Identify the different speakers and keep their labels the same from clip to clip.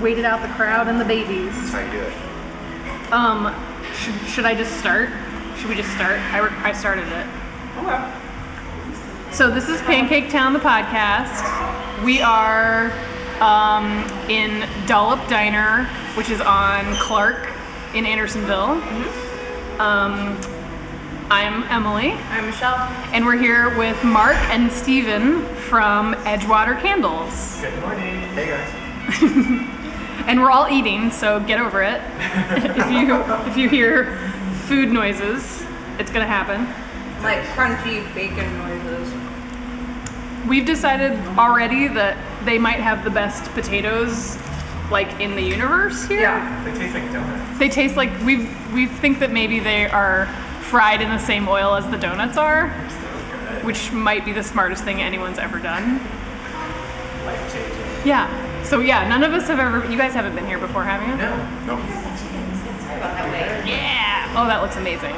Speaker 1: waited out the crowd and the babies.
Speaker 2: That's how you do it.
Speaker 1: Um, should, should I just start? Should we just start? I, re- I started it.
Speaker 3: Okay.
Speaker 1: So this is Pancake Town, the podcast. We are um, in Dollop Diner, which is on Clark in Andersonville.
Speaker 2: Mm-hmm.
Speaker 1: Um, I'm Emily,
Speaker 3: I'm Michelle.
Speaker 1: and we're here with Mark and Steven from Edgewater Candles.
Speaker 2: Good morning. Hey guys.
Speaker 1: And we're all eating, so get over it. if you if you hear food noises, it's gonna happen.
Speaker 3: Like crunchy bacon noises.
Speaker 1: We've decided already that they might have the best potatoes like in the universe here.
Speaker 3: Yeah.
Speaker 2: They taste like donuts.
Speaker 1: They taste like we we think that maybe they are fried in the same oil as the donuts are, which might be the smartest thing anyone's ever done.
Speaker 2: Life changing.
Speaker 1: Yeah. So yeah, none of us have ever. You guys haven't been here before, have you?
Speaker 2: No. Nope.
Speaker 1: Yeah. Oh, that looks amazing.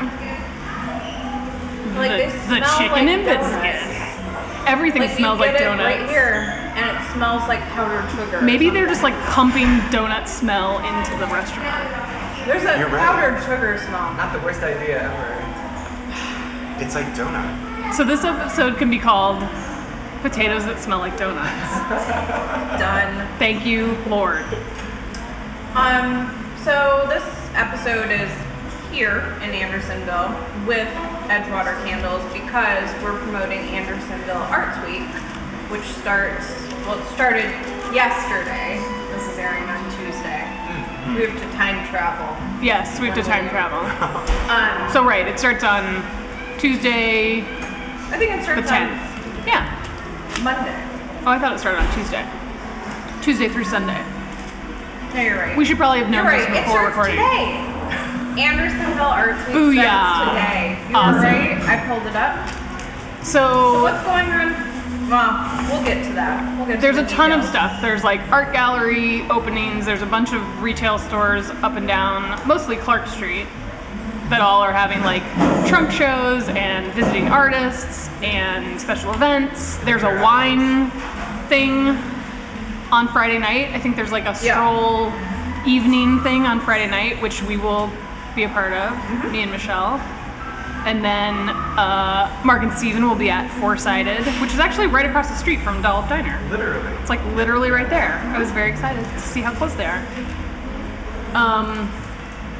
Speaker 3: Like
Speaker 1: the,
Speaker 3: they
Speaker 1: the
Speaker 3: smell
Speaker 1: chicken
Speaker 3: like
Speaker 1: and
Speaker 3: donuts.
Speaker 1: biscuits. Everything
Speaker 3: Like
Speaker 1: smells
Speaker 3: you
Speaker 1: like
Speaker 3: get it
Speaker 1: donuts.
Speaker 3: right here, and it smells like powdered sugar. or
Speaker 1: Maybe they're just
Speaker 3: something.
Speaker 1: like pumping donut smell into the restaurant.
Speaker 3: there's a
Speaker 2: You're right.
Speaker 3: powdered sugar smell.
Speaker 4: Not the worst idea ever.
Speaker 2: It's like donut.
Speaker 1: So this episode can be called "Potatoes That Smell Like Donuts."
Speaker 3: Done.
Speaker 1: Thank you, Lord.
Speaker 3: Um, so this episode is here in Andersonville with Edgewater Candles because we're promoting Andersonville Arts Week, which starts well, it started yesterday. This is airing on Tuesday.
Speaker 2: Mm-hmm.
Speaker 3: We have to time travel.
Speaker 1: Yes, we have to time travel.
Speaker 3: Um,
Speaker 1: So right, it starts on Tuesday
Speaker 3: I think it
Speaker 1: the
Speaker 3: starts
Speaker 1: tenth.
Speaker 3: on
Speaker 1: Yeah.
Speaker 3: Monday.
Speaker 1: Oh, I thought it started on Tuesday. Tuesday through Sunday.
Speaker 3: No, you're right.
Speaker 1: We should probably have known
Speaker 3: You're right.
Speaker 1: this
Speaker 3: It
Speaker 1: before
Speaker 3: starts
Speaker 1: recording.
Speaker 3: today. Andersonville Arts Week
Speaker 1: Booyah.
Speaker 3: starts today. You were
Speaker 1: Awesome.
Speaker 3: right. I pulled it up. So
Speaker 1: So
Speaker 3: what's going on? Well, we'll get to that. We'll get to
Speaker 1: there's
Speaker 3: the
Speaker 1: a ton of
Speaker 3: details.
Speaker 1: stuff. There's like art gallery openings. There's a bunch of retail stores up and down, mostly Clark Street, that all are having like trunk shows and visiting artists and special events. There's a wine thing on Friday night. I think there's like a
Speaker 3: Yeah.
Speaker 1: stroll evening thing on Friday night, which we will be a part of, me and Michelle. And then uh, Mark and Steven will be at Four Sided, which is actually right across the street from Dollop Diner.
Speaker 2: Literally.
Speaker 1: It's like literally right there. I was very excited to see how close they are. Um,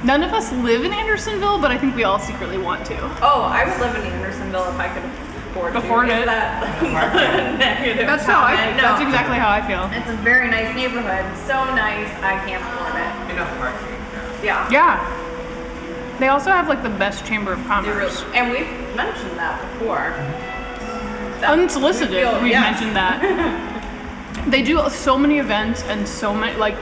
Speaker 1: none of us live in Andersonville, but I think we all secretly want to.
Speaker 3: Oh, I would live in Andersonville if I could afford,
Speaker 1: Afford
Speaker 3: to. Is
Speaker 1: it.
Speaker 3: That negative
Speaker 1: That's how I.
Speaker 3: comment? No.
Speaker 1: That's exactly how I feel.
Speaker 3: It's a very nice neighborhood. So nice, I can't afford it.
Speaker 4: Enough parking.
Speaker 3: Yeah.
Speaker 1: Yeah. They also have like the best chamber of
Speaker 3: They
Speaker 1: commerce.
Speaker 3: really- and we've mentioned that before. That-
Speaker 1: Unsolicited,
Speaker 3: we feel-
Speaker 1: we've
Speaker 3: yes.
Speaker 1: mentioned that. they do so many events and so many like.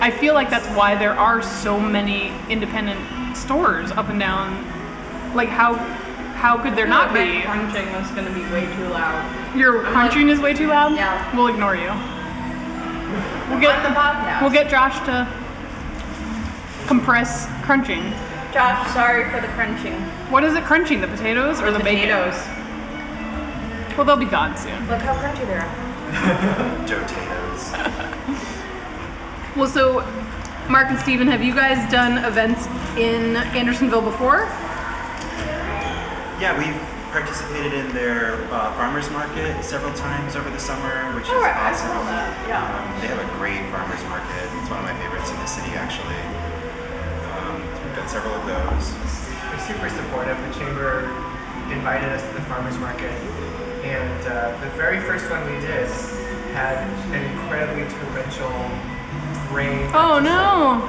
Speaker 1: I feel like that's why there are so many independent stores up and down. Like how how could there not
Speaker 3: My
Speaker 1: be?
Speaker 3: crunching was going to be way too loud.
Speaker 1: Your crunching is way too loud.
Speaker 3: Yeah.
Speaker 1: We'll ignore you. We'll get
Speaker 3: On the podcast.
Speaker 1: We'll get Josh to compress crunching.
Speaker 3: Josh, sorry for the crunching.
Speaker 1: What is it crunching? The potatoes or the,
Speaker 3: potatoes.
Speaker 1: bacon? Well, they'll be gone soon.
Speaker 3: Look how crunchy they are.
Speaker 2: Dotatoes.
Speaker 1: Well, so Mark and Steven, have you guys done events in Andersonville before?
Speaker 2: Yeah, we've participated in their uh, farmers market several times over the summer, which
Speaker 3: Oh,
Speaker 2: is
Speaker 3: I
Speaker 2: awesome.
Speaker 3: saw that. Yeah.
Speaker 2: Um, they have a great farmers market. It's one of my favorites in the city, actually. Um, we've done several of those.
Speaker 4: They're super supportive. The chamber invited us to the farmers market, and uh, the very first one we did had an incredibly torrential rain.
Speaker 1: Oh no!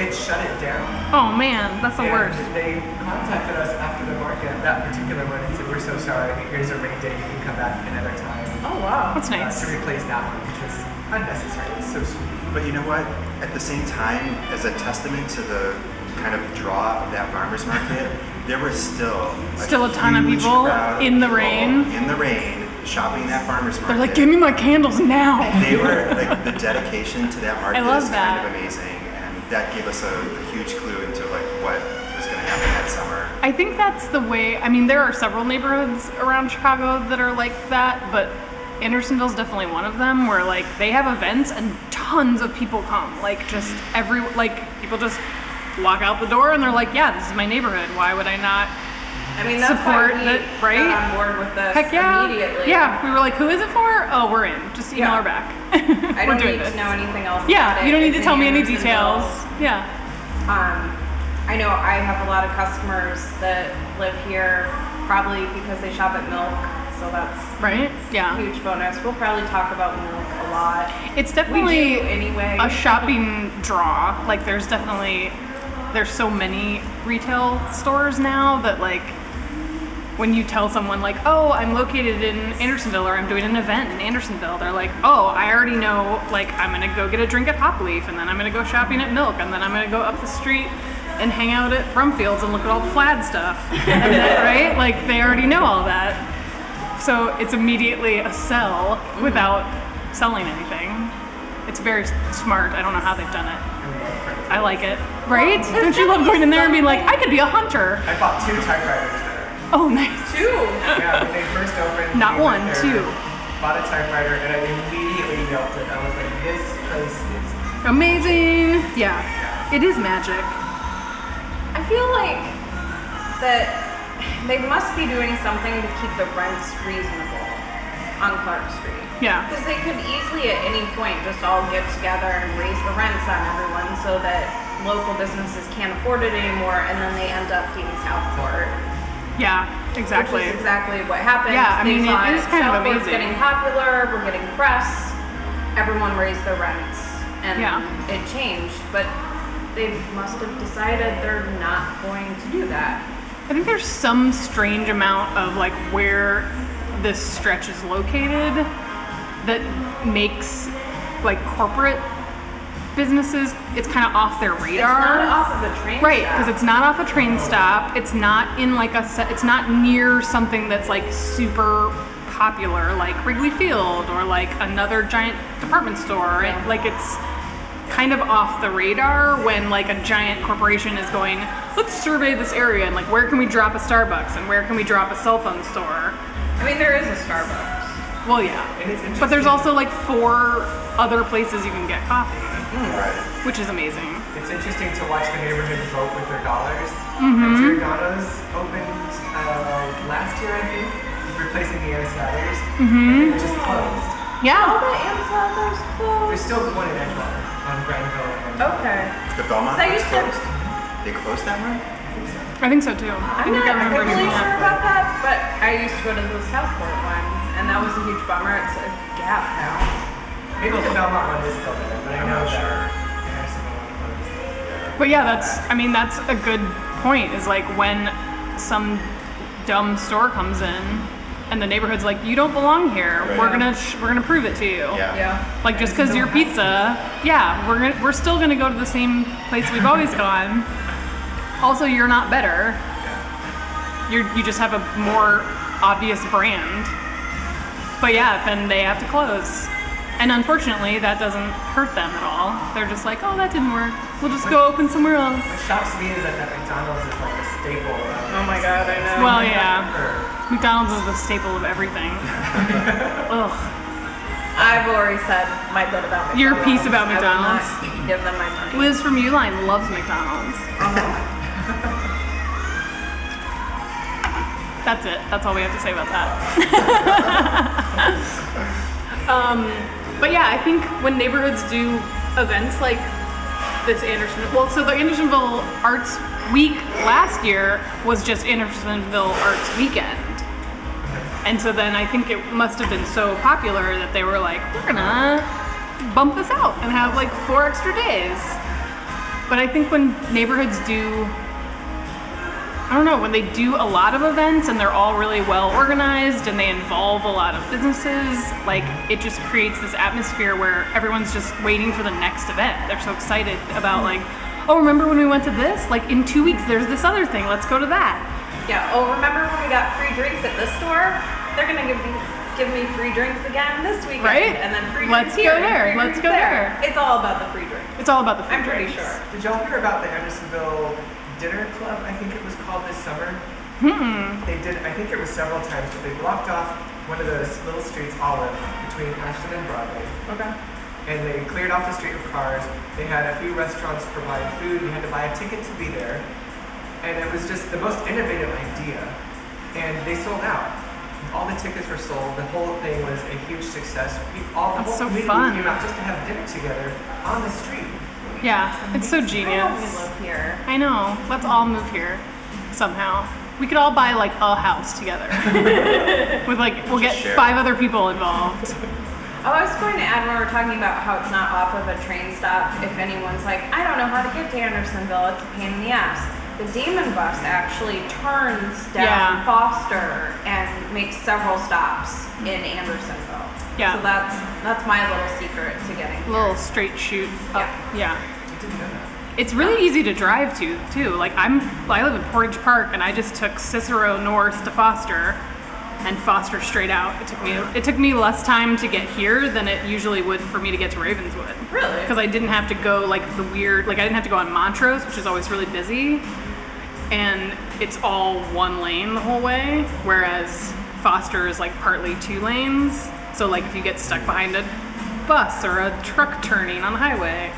Speaker 4: It shut it down.
Speaker 1: Oh man, that's the
Speaker 4: and
Speaker 1: worst.
Speaker 4: They contacted us after the market, that particular one, and said, "We're so sorry. Here's a rain date. You can come back another time."
Speaker 3: Oh, wow.
Speaker 1: That's
Speaker 4: uh,
Speaker 1: nice.
Speaker 4: to replace that one, which was unnecessary. It's so sweet.
Speaker 2: But you know what? At the same time, as a testament to the kind of draw of that farmers market, there was still
Speaker 1: Still a ton of
Speaker 2: huge
Speaker 1: people
Speaker 2: crowd of
Speaker 1: in the
Speaker 2: people
Speaker 1: rain.
Speaker 2: in the rain shopping that farmers market.
Speaker 1: They're like, give me my candles now.
Speaker 2: They were like the dedication to that market
Speaker 1: I love
Speaker 2: is
Speaker 1: that.
Speaker 2: kind of amazing, and that gave us a, a huge clue into like what was going to happen that summer.
Speaker 1: I think that's the way. I mean, there are several neighborhoods around Chicago that are like that, but Andersonville's definitely one of them where like they have events and tons of people come. Like just every like people just walk out the door and they're like, yeah, this is my neighborhood. Why would I not?
Speaker 3: I mean, that's
Speaker 1: Support
Speaker 3: why we
Speaker 1: that- right?
Speaker 3: got on board with this
Speaker 1: Heck yeah!
Speaker 3: immediately.
Speaker 1: Yeah, we were like, who is it for? Oh, we're in. Just email her
Speaker 3: Yeah.
Speaker 1: back.
Speaker 3: I
Speaker 1: we're
Speaker 3: don't
Speaker 1: doing
Speaker 3: need
Speaker 1: this.
Speaker 3: to know anything else. about
Speaker 1: yeah,
Speaker 3: it.
Speaker 1: you don't need to
Speaker 3: It's in
Speaker 1: tell me any
Speaker 3: Andersonville.
Speaker 1: details. Yeah,
Speaker 3: Um, I know I have a lot of customers that live here, probably because they shop at Milk, so that's
Speaker 1: right.
Speaker 3: a
Speaker 1: Yeah,
Speaker 3: huge bonus. We'll probably talk about Milk a lot.
Speaker 1: it's
Speaker 3: We
Speaker 1: definitely
Speaker 3: do anyway.
Speaker 1: a shopping draw. Like there's definitely there's so many retail stores now that like when you tell someone like, "Oh, I'm located in Andersonville or I'm doing an event in Andersonville." They're like, "Oh, I already know like I'm going to go get a drink at Hop Leaf and then I'm going to go shopping at Milk and then I'm going to go up the street and hang out at Brumfields and look at all the Flad stuff." and then, right? Like they already know all that. So it's immediately a sell without selling anything. It's very s- smart. I don't know how they've done it. I like it. Right? Don't you love going in there and being like, I could be a hunter?
Speaker 4: I bought two typewriters there.
Speaker 1: Oh, nice.
Speaker 3: Two.
Speaker 4: Yeah, when they first opened.
Speaker 1: Not
Speaker 4: we went
Speaker 1: one,
Speaker 4: there,
Speaker 1: two.
Speaker 4: Bought a typewriter and I immediately yelled it. I was like, this place is
Speaker 1: Amazing. Yeah. It is magic.
Speaker 3: I feel like that they must be doing something to keep the rents reasonable on Clark Street.
Speaker 1: Yeah.
Speaker 3: Because they could easily at any point just all get together and raise the rents on everyone so that local businesses can't afford it anymore and then they end up being Southport.
Speaker 1: Yeah, exactly.
Speaker 3: Which is exactly what happened.
Speaker 1: Yeah, I mean,
Speaker 3: they
Speaker 1: it
Speaker 3: saw
Speaker 1: is kind of
Speaker 3: Southport's
Speaker 1: amazing.
Speaker 3: getting popular, we're getting press, everyone raised their rents, and
Speaker 1: Yeah.
Speaker 3: it changed. But they must have decided they're not going to do that.
Speaker 1: I think there's some strange amount of like where this stretch is located that makes like corporate businesses it's kind of off their radar.
Speaker 3: It's not off of the train.
Speaker 1: Right,
Speaker 3: track.
Speaker 1: because it's not off a train stop. It's not in like a. se- It's not near something that's like super popular, like Wrigley Field or like another giant department store. It- like it's kind of off the radar when like a giant corporation is going, let's survey this area and like where can we drop a Starbucks and where can we drop a cell phone store.
Speaker 3: I mean, there is a Starbucks.
Speaker 1: Well, yeah,
Speaker 4: And it's
Speaker 1: but there's also
Speaker 4: interesting.
Speaker 1: like four other places you can get coffee,
Speaker 2: Right.
Speaker 1: which is amazing.
Speaker 4: It's interesting to watch the neighborhood vote with their dollars.
Speaker 1: Mm-hmm.
Speaker 4: And Giordano's opened uh, last year, I think, replacing the Ansatter's.
Speaker 1: Mm-hmm.
Speaker 4: And they just closed.
Speaker 1: Yeah.
Speaker 3: the Amazon's
Speaker 4: There's
Speaker 3: closed.
Speaker 4: still one in Edgewater on Granville. And
Speaker 3: Okay.
Speaker 2: The Belmont
Speaker 3: So I used
Speaker 2: was
Speaker 3: to-
Speaker 2: closed. They closed that one.
Speaker 1: I think so too. I
Speaker 3: I'm
Speaker 1: think I
Speaker 3: not
Speaker 1: remember
Speaker 3: really
Speaker 1: seeing that.
Speaker 3: sure about that, but I used to go to the Southport one, and that was a huge bummer. It's a gap now.
Speaker 4: Maybe the Belmont one is still there, but I know that Andersonville one closed.
Speaker 1: But yeah, that's I mean that's a good point. Is like when some dumb store comes in and the neighborhood's like, you don't belong here.
Speaker 2: Right.
Speaker 1: We're gonna sh- we're gonna prove it to you.
Speaker 2: Yeah.
Speaker 3: Yeah.
Speaker 1: Like just because your pizza, yeah, we're gonna, we're still gonna go to the same place we've always gone. Also, you're not better. You you just have a more obvious brand. But yeah, then they have to close. And unfortunately, that doesn't hurt them at all. They're just like, oh, that didn't work. We'll just go open somewhere else.
Speaker 4: What shocks me is that that McDonald's is like a staple. Of
Speaker 3: Oh my god, I know.
Speaker 1: Well, yeah,
Speaker 4: or-
Speaker 1: McDonald's is the staple of everything. Ugh,
Speaker 3: I've already said my bit about McDonald's.
Speaker 1: Your piece about
Speaker 3: I will not give them my money.
Speaker 1: Liz from Uline loves McDonald's. That's it. That's all we have to say about that. um, but yeah, I think when neighborhoods do events like this Anderson, well, so the Andersonville Arts Week last year was just Andersonville Arts Weekend. And so then I think it must have been so popular that they were like, we're gonna bump this out and have like four extra days. But I think when neighborhoods do I don't know, when they do a lot of events and they're all really well organized and they involve a lot of businesses, like it just creates this atmosphere where everyone's just waiting for the next event. They're so excited about like, oh, remember when we went to this? Like in 2 weeks there's this other thing. Let's go to that.
Speaker 3: Yeah. Oh, remember when we got free drinks at this store? They're gonna give me give me free drinks again this weekend,
Speaker 1: Right?
Speaker 3: And then free
Speaker 1: Let's
Speaker 3: drinks
Speaker 1: go
Speaker 3: here. and
Speaker 1: there.
Speaker 3: free
Speaker 1: Let's
Speaker 3: drinks
Speaker 1: go there.
Speaker 3: It's all about the free drinks.
Speaker 1: It's all about the food.
Speaker 3: I'm pretty
Speaker 1: drinks.
Speaker 3: sure.
Speaker 4: Did y'all hear about the Andersonville Dinner
Speaker 1: Hmm.
Speaker 4: Club? I think it was called this summer. They did. I think it was several times, but they blocked off one of those little streets, Olive, between Ashton and Broadway.
Speaker 3: Okay.
Speaker 4: And they cleared off the street of cars. They had a few restaurants provide food. You had to buy a ticket to be there. And it was just the most innovative idea. And they sold out. All the tickets were sold. The whole thing was a huge success. Pe- All the
Speaker 1: That's so
Speaker 4: whole community
Speaker 1: fun.
Speaker 4: came out just to have dinner together on the street.
Speaker 1: Yeah, it's so genius.
Speaker 3: I live here.
Speaker 1: I know. Let's all move here somehow. We could all buy like a house together. With like, we'll get
Speaker 2: Share.
Speaker 1: five other people involved.
Speaker 3: Oh, I was going to add when we were talking about how it's not off of a train stop. If anyone's like, I don't know how to get to Andersonville, it's a pain in the ass. The Demon Bus actually turns down
Speaker 1: Yeah.
Speaker 3: Foster and makes several stops in Andersonville.
Speaker 1: Yeah.
Speaker 3: So that's that's my little secret to getting here.
Speaker 1: Little straight shoot up. Yeah.
Speaker 4: I didn't know that.
Speaker 1: It's really easy to drive to too. Like I'm, I live in Portage Park, and I just took Cicero north to Foster, and Foster straight out. It took me, it took me less time to get here than it usually would for me to get to Ravenswood.
Speaker 3: Really?
Speaker 1: Because I didn't have to go like the weird, like I didn't have to go on Montrose, which is always really busy, and it's all one lane the whole way. Whereas Foster is like partly two lanes, so like if you get stuck behind a bus or a truck turning on the highway.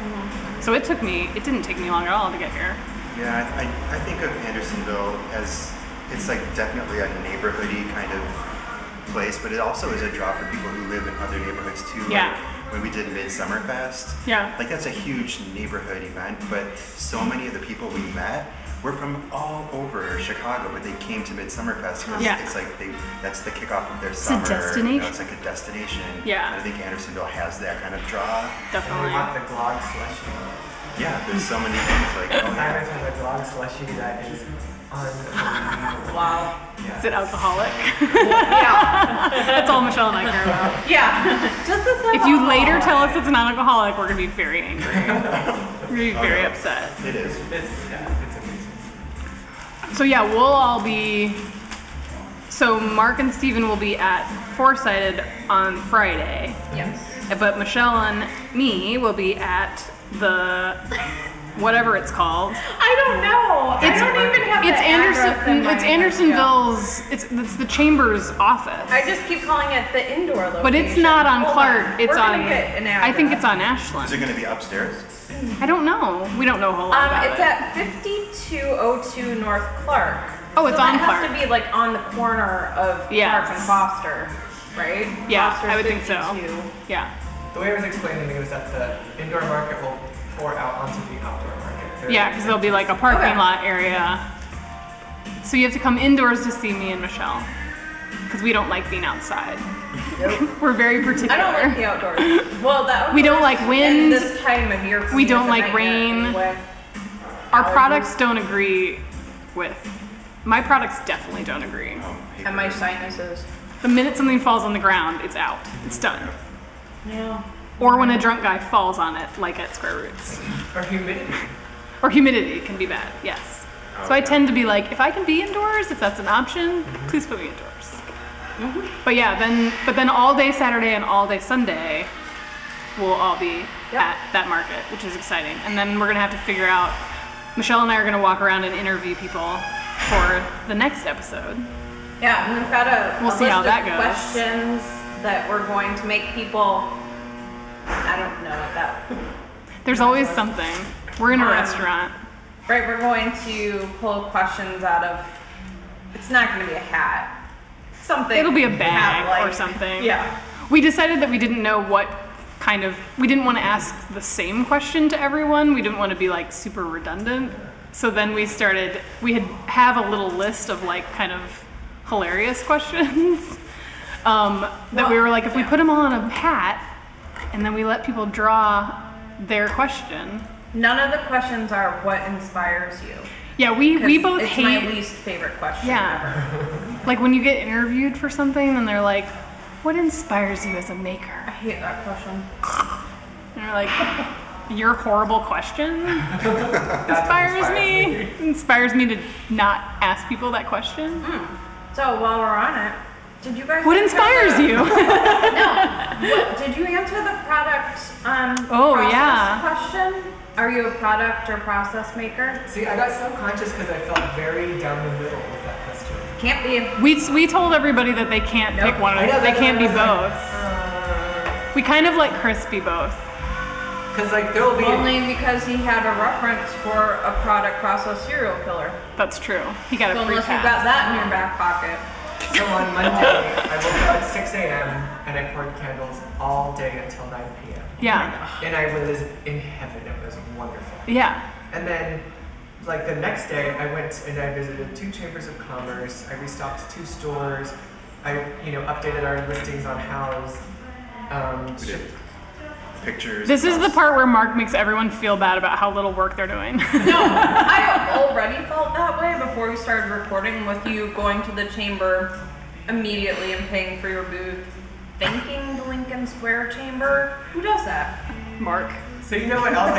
Speaker 1: So it took me, it didn't take me long at all to get here.
Speaker 2: Yeah, I, I, I think of Andersonville as it's like definitely a neighborhoody kind of place, but it also is a draw for people who live in other neighborhoods too. Like,
Speaker 1: Yeah.
Speaker 2: when we did Midsummer Fest,
Speaker 1: Yeah.
Speaker 2: like that's a huge neighborhood event, but so many of the people we met were from all over Chicago, but they came to Midsummer Fest because
Speaker 1: Yeah.
Speaker 2: it's like they that's the kickoff of their
Speaker 1: a
Speaker 2: summer. You know,
Speaker 1: destination.
Speaker 2: it's like a destination.
Speaker 1: Yeah.
Speaker 2: And I think Andersonville has that kind of draw.
Speaker 4: And Oh, we
Speaker 1: Definitely.
Speaker 4: want the glog slushy.
Speaker 2: Yeah, there's so many things like oh yeah.
Speaker 4: Simon's has a glog slushy that is unbelievable.
Speaker 3: Wow.
Speaker 1: Is it alcoholic?
Speaker 3: Yeah.
Speaker 1: That's all Michelle and I care about.
Speaker 3: yeah. Just this
Speaker 1: If you later tell us it's an alcoholic, we're gonna be very angry. We're gonna be
Speaker 2: Oh,
Speaker 1: very
Speaker 2: yeah.
Speaker 1: upset.
Speaker 2: It is.
Speaker 4: It's, yeah, it's amazing.
Speaker 1: So yeah, we'll all be. So Mark and Steven will be at Foresighted on Friday,
Speaker 3: Yes.
Speaker 1: but Michelle and me will be at the whatever it's called.
Speaker 3: I don't know. I don't even have
Speaker 1: It's
Speaker 3: the address in
Speaker 1: Anderson.
Speaker 3: my
Speaker 1: It's
Speaker 3: head.
Speaker 1: Andersonville's. It's it's the chamber's office.
Speaker 3: I just keep calling it the indoor location.
Speaker 1: But it's not on
Speaker 3: Hold
Speaker 1: Clark. It's
Speaker 3: We're
Speaker 1: on.
Speaker 3: Gonna get an
Speaker 1: I think
Speaker 3: address.
Speaker 1: it's on
Speaker 2: Is it
Speaker 1: Ashland.
Speaker 2: going to be upstairs?
Speaker 1: I don't know. We don't know a whole lot
Speaker 3: Um,
Speaker 1: about
Speaker 3: it's
Speaker 1: it.
Speaker 3: at 5202 North Clark.
Speaker 1: Oh, it's
Speaker 3: so that
Speaker 1: on
Speaker 3: has
Speaker 1: Clark.
Speaker 3: to be like on the corner of
Speaker 1: Yes.
Speaker 3: Clark and Foster, right?
Speaker 1: yeah,
Speaker 3: Foster's
Speaker 1: I would think so.
Speaker 3: 52.
Speaker 1: Yeah,
Speaker 4: The way it was explained to me was that the indoor market will pour out onto the outdoor market. They're-
Speaker 1: yeah, because there'll be like a parking
Speaker 3: Okay.
Speaker 1: lot area. So you have to come indoors to see me and Michelle, because we don't like being outside. We're very particular.
Speaker 3: I don't like the outdoors. Well, that
Speaker 1: We don't like
Speaker 3: And
Speaker 1: wind.
Speaker 3: this time of year. for
Speaker 1: We
Speaker 3: me is
Speaker 1: don't
Speaker 3: a
Speaker 1: like
Speaker 3: nightmare
Speaker 1: rain.
Speaker 3: anyway.
Speaker 1: Our products don't agree with. My products definitely don't agree.
Speaker 2: Um,
Speaker 3: And my sinuses.
Speaker 1: The minute something falls on the ground, it's out. It's done.
Speaker 3: Yeah.
Speaker 1: Or when a drunk guy falls on it, like at Square Roots.
Speaker 4: Or humidity.
Speaker 1: Or humidity can be bad, yes. So I
Speaker 2: Okay.
Speaker 1: tend to be like, if I can be indoors, if that's an option,
Speaker 3: Mm-hmm.
Speaker 1: please put me indoors. But yeah, then but then all day Saturday and all day Sunday, we'll all be
Speaker 3: Yep.
Speaker 1: at that market, which is exciting. And then we're gonna have to figure out. Michelle and I are gonna walk around and interview people for the next episode.
Speaker 3: Yeah, and we've got a,
Speaker 1: We'll
Speaker 3: a
Speaker 1: see
Speaker 3: list
Speaker 1: how that
Speaker 3: of
Speaker 1: goes.
Speaker 3: questions that we're going to make people. I don't know what that
Speaker 1: There's always something. We're in a
Speaker 3: Um,
Speaker 1: restaurant.
Speaker 3: Right, we're going to pull questions out of. It's not going to be a hat. Something.
Speaker 1: It'll be a bag
Speaker 3: hat-like.
Speaker 1: or something.
Speaker 3: Yeah.
Speaker 1: We decided that we didn't know what kind of we didn't want to ask the same question to everyone. We didn't want to be like super redundant. So then we started we had have a little list of like kind of hilarious questions. Um, that we
Speaker 3: Well,
Speaker 1: were like if we put them all in a hat and then we let people draw their question.
Speaker 3: None of the questions are what inspires you.
Speaker 1: Yeah, we we
Speaker 3: 'Cause
Speaker 1: both
Speaker 3: it's
Speaker 1: hate
Speaker 3: my least favorite question.
Speaker 1: Yeah. like when you get interviewed for something and they're like, what inspires you as a maker?
Speaker 3: I hate that question.
Speaker 1: And you're like, your horrible question
Speaker 4: That's what
Speaker 1: inspires me. Inspires me to not ask people that question.
Speaker 4: Mm.
Speaker 3: So while we're on it, did you guys?
Speaker 1: What
Speaker 3: answer
Speaker 1: inspires
Speaker 3: the-
Speaker 1: you?
Speaker 3: What- Did you answer the product? Um,
Speaker 1: Oh,
Speaker 3: process
Speaker 1: yeah.
Speaker 3: Question. Are you a product or process maker?
Speaker 4: See, I got so conscious because I felt very down the middle with that question.
Speaker 3: Can't be. a-
Speaker 1: We, we told everybody that they can't
Speaker 3: Nope.
Speaker 1: pick one.
Speaker 4: I know,
Speaker 1: they
Speaker 4: that's
Speaker 1: can't be
Speaker 4: what
Speaker 1: both.
Speaker 4: I was Because
Speaker 1: we kind of like Chris be both.
Speaker 4: Uh, like there will be
Speaker 3: Only because he had a reference for a product process serial killer.
Speaker 1: That's true. He got
Speaker 3: So
Speaker 1: a free
Speaker 3: unless you've
Speaker 1: pass.
Speaker 3: got that in your back pocket.
Speaker 4: so on Monday. I woke up at 6 a.m. and I poured candles all day until 9 p.m.
Speaker 1: Yeah.
Speaker 4: And I was in heaven. It was wonderful.
Speaker 1: Yeah.
Speaker 4: And then, like the next day, I went and I visited two chambers of commerce. I restocked two stores. I, you know, updated our listings on house. Um,
Speaker 2: We did pictures.
Speaker 1: This is the part where Mark makes everyone feel bad about how little work they're doing.
Speaker 3: I already felt that way before we started recording with you going to the chamber immediately and paying for your booth, thanking the Lincoln Square Chamber. Who does that?
Speaker 1: Mark.
Speaker 4: so you know what else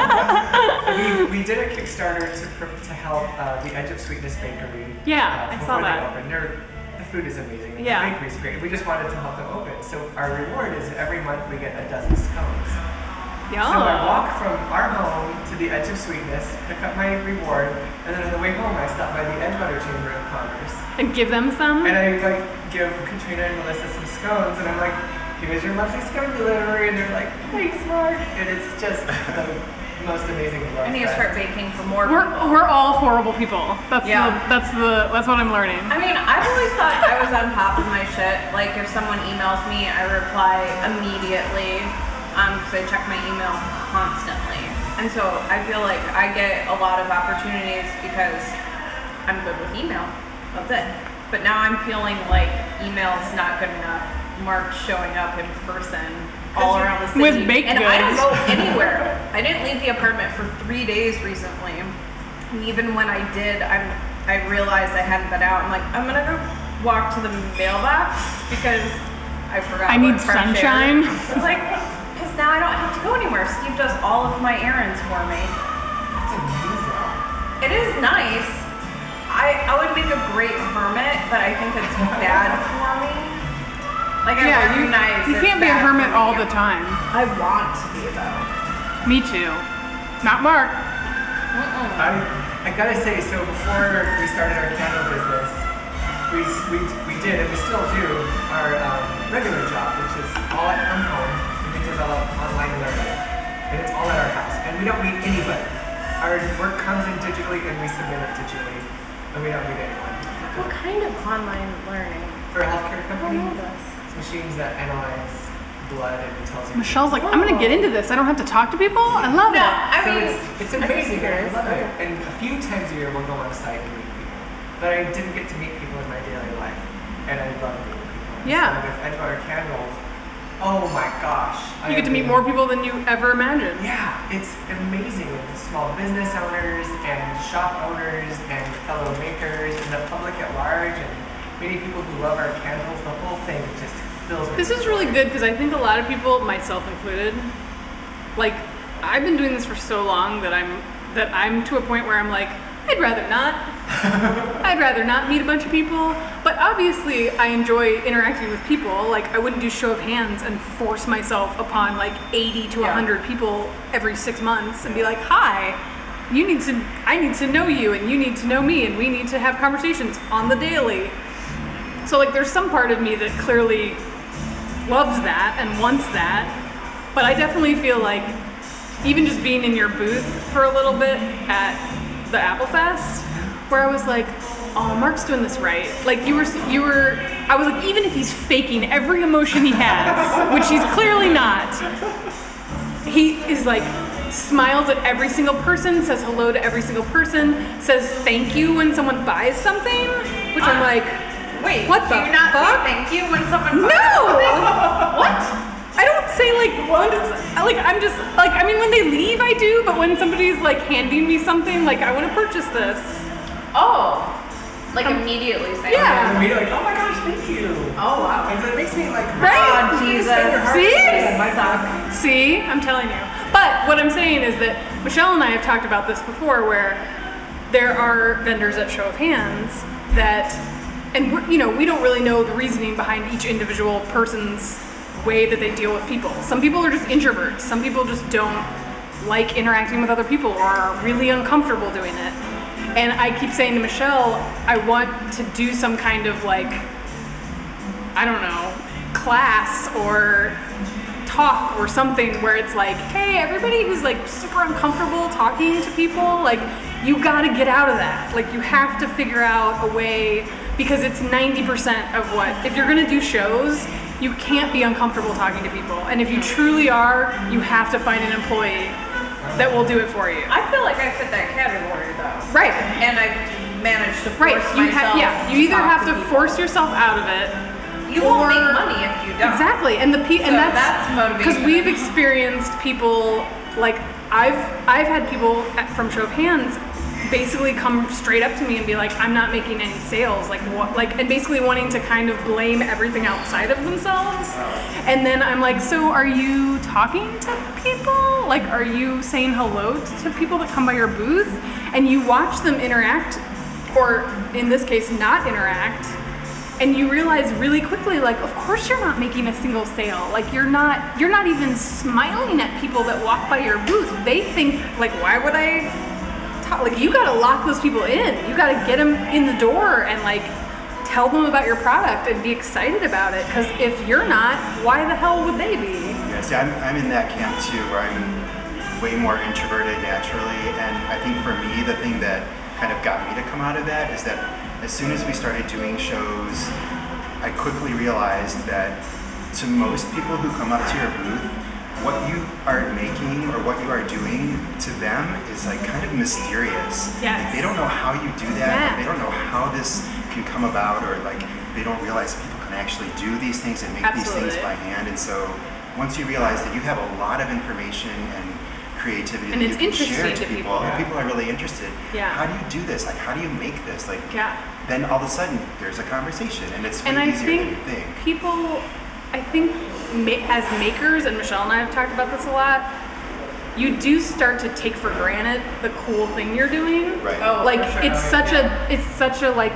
Speaker 4: I love? we, we did a Kickstarter to pro- to help uh, the Edge of Sweetness Bakery. Uh,
Speaker 1: Yeah, I saw
Speaker 4: before they
Speaker 1: that.
Speaker 4: opened. They're- the food is amazing. and
Speaker 1: Yeah.
Speaker 4: The bakery's great. We just wanted to help them open. So our reward is every month we get a dozen scones. So I
Speaker 1: Yeah.
Speaker 4: walk from our home to the edge of sweetness, pick up my reward, and then on the way home I stop by the Edgewater Chamber of Commerce.
Speaker 1: And give them some.
Speaker 4: And I like give Katrina and Melissa some scones and I'm like, here's your monthly scone delivery and they're like, thanks Mark and it's just the most amazing love.
Speaker 3: I need to
Speaker 4: fest.
Speaker 3: start baking for more
Speaker 1: We're,
Speaker 3: people.
Speaker 1: we're all horrible people. That's
Speaker 3: Yeah.
Speaker 1: the, that's the that's what I'm learning.
Speaker 3: I mean, I've always thought I was on top of my shit. Like, if someone emails me, I reply immediately because I check my email constantly. And so I feel like I get a lot of opportunities because I'm good with email. That's it. But now I'm feeling like email's not good enough. Mark showing up in person all
Speaker 4: Because
Speaker 3: around the city.
Speaker 1: With baked
Speaker 3: and I don't
Speaker 1: goods.
Speaker 3: go anywhere. I didn't leave the apartment for three days recently. And even when I did, I'm I realized I hadn't been out. I'm like, I'm gonna go walk to the mailbox because I forgot.
Speaker 1: I
Speaker 3: what
Speaker 1: need
Speaker 3: fresh air-
Speaker 1: sunshine.
Speaker 3: It's like because now I don't have to go anywhere. Steve does all of my errands for me.
Speaker 4: It's amazing.
Speaker 3: It is nice. I I would make a great hermit, but I think it's bad for me. Like I
Speaker 1: yeah, you,
Speaker 3: recognize
Speaker 1: you
Speaker 3: it's
Speaker 1: can't be a
Speaker 3: bad for
Speaker 1: hermit
Speaker 3: me.
Speaker 1: all the time.
Speaker 3: I want to be though.
Speaker 1: Me too. Not Mark.
Speaker 3: Mm-mm.
Speaker 4: I I gotta say, so before we started our candle business, we s- we, we did and we still do our um, regular job, which is all at from home. And we develop online learning, and it's all at our house, and we don't meet anybody. Our work comes in digitally, and we submit it digitally, and we don't meet anyone.
Speaker 3: What kind of online learning?
Speaker 4: For a healthcare
Speaker 3: I don't
Speaker 4: company,
Speaker 3: know this.
Speaker 4: it's machines that analyze blood and it tells you.
Speaker 1: Michelle's like, I'm gonna get into this. I don't have to talk to people. I love it.
Speaker 3: No, I
Speaker 4: so
Speaker 3: mean,
Speaker 4: it's, it's
Speaker 3: I think
Speaker 4: amazing. I
Speaker 3: it's
Speaker 4: love it.
Speaker 3: okay.
Speaker 4: And a few times a year we'll go on site and meet people. But I didn't get to meet people in my daily life. And I love meeting people.
Speaker 1: Yeah.
Speaker 4: So with Edgewater Candles, oh my gosh. I
Speaker 1: You get to
Speaker 4: am-
Speaker 1: meet more people than you ever imagined.
Speaker 4: Yeah, it's amazing. With small business owners and shop owners and fellow makers and the public at large and many people who love our candles. The whole thing just fills me.
Speaker 1: This
Speaker 4: with
Speaker 1: is really
Speaker 4: joy.
Speaker 1: good because I think a lot of people, myself included, like I've been doing this for so long that I'm that I'm to a point where I'm like, I'd rather not. I'd rather not meet a bunch of people. But obviously, I enjoy interacting with people. Like I wouldn't do show of hands and force myself upon like 80 to
Speaker 4: Yeah.
Speaker 1: 100 people every 6 months and be like, "Hi, you need to I need to know you and you need to know me and we need to have conversations on the daily." So like there's some part of me that clearly loves that and wants that. But I definitely feel like even just being in your booth for a little bit at the Apple Fest, where I was like, "Oh, Mark's doing this right." Like you were, you were. I was like, even if he's faking every emotion he has, which he's clearly not, he is like smiles at every single person, says hello to every single person, says thank you when someone buys something, which I'm like,
Speaker 3: Wait,
Speaker 1: What
Speaker 3: do
Speaker 1: the
Speaker 3: you not say
Speaker 1: fuck?
Speaker 3: thank you when someone
Speaker 1: No!
Speaker 3: What?
Speaker 1: I don't say like what? Like I'm just like I mean when they leave I do, but when somebody's like handing me something like I want to purchase this.
Speaker 3: Oh, like immediately saying.
Speaker 1: Yeah.
Speaker 4: And we like, oh my gosh, thank you.
Speaker 3: Oh wow.
Speaker 4: And so it makes me like
Speaker 1: Right?
Speaker 3: Oh Jesus.
Speaker 1: See?
Speaker 4: My
Speaker 3: Suck.
Speaker 1: See, I'm telling you. But what I'm saying is that Michelle and I have talked about this before, where there are vendors at show of hands that, and we're, you know, we don't really know the reasoning behind each individual person's way that they deal with people. Some people are just introverts. Some people just don't like interacting with other people or are really uncomfortable doing it. And I keep saying to Michelle, I want to do some kind of like, I don't know, class or talk or something where it's like, hey, everybody who's like super uncomfortable talking to people, like, you gotta get out of that. Like, you have to figure out a way because it's 90% of what, if you're gonna do shows, you can't be uncomfortable talking to people. And if you truly are, you have to find an employee that will do it for you.
Speaker 3: I feel like I fit that category though.
Speaker 1: Right.
Speaker 3: And I managed to
Speaker 1: Right.
Speaker 3: force myself.
Speaker 1: You have, yeah. You either
Speaker 3: talk
Speaker 1: have to
Speaker 3: people.
Speaker 1: force yourself out of it.
Speaker 3: You won't
Speaker 1: or-
Speaker 3: make money if you don't.
Speaker 1: Exactly. And the pe- and
Speaker 3: So
Speaker 1: that's
Speaker 3: that's motivation.
Speaker 1: Because we've experienced people like I've I've had people at, from Show of Hands basically come straight up to me and be like, I'm not making any sales. Like what? Like and basically wanting to kind of blame everything outside of themselves. And then I'm like, so are you talking to people? Like, are you saying hello to people that come by your booth? And you watch them interact, or in this case, not interact and you realize really quickly like of course you're not making a single sale like you're not you're not even smiling at people that walk by your booth they think like why would i ta- like you gotta lock those people in you gotta get them in the door and like tell them about your product and be excited about it because if you're not why the hell would they be
Speaker 2: Yeah, see, I'm, I'm in that camp too, where I'm way more introverted naturally, and I think for me, the thing that kind of got me to come out of that is that as soon as we started doing shows, I quickly realized that to most people who come up to your booth, what you are making or what you are doing to them is like kind of mysterious.
Speaker 1: Yes.
Speaker 2: Like, they don't know how you do that.
Speaker 1: Yeah.
Speaker 2: They don't know how this can come about, or like they don't realize people can actually do these things and make these
Speaker 1: Absolutely.
Speaker 2: things by hand. And so once you realize that you have a lot of information and creativity
Speaker 1: And
Speaker 2: that
Speaker 1: it's
Speaker 2: you can share
Speaker 1: interesting
Speaker 2: to
Speaker 1: to
Speaker 2: people,
Speaker 1: people.
Speaker 2: and people are really interested.
Speaker 1: Yeah.
Speaker 2: How do you do this? Like, how do you make this? Like,
Speaker 1: Yeah.
Speaker 2: then all of a sudden there's a conversation, and it's way
Speaker 1: and I
Speaker 2: easier
Speaker 1: think,
Speaker 2: than you think.
Speaker 1: people, I think ma- as makers, and Michelle and I have talked about this a lot, you do start to take for granted the cool thing you're doing.
Speaker 2: Right.
Speaker 3: Oh,
Speaker 1: Like
Speaker 3: for sure.
Speaker 1: it's such a, it's such a like.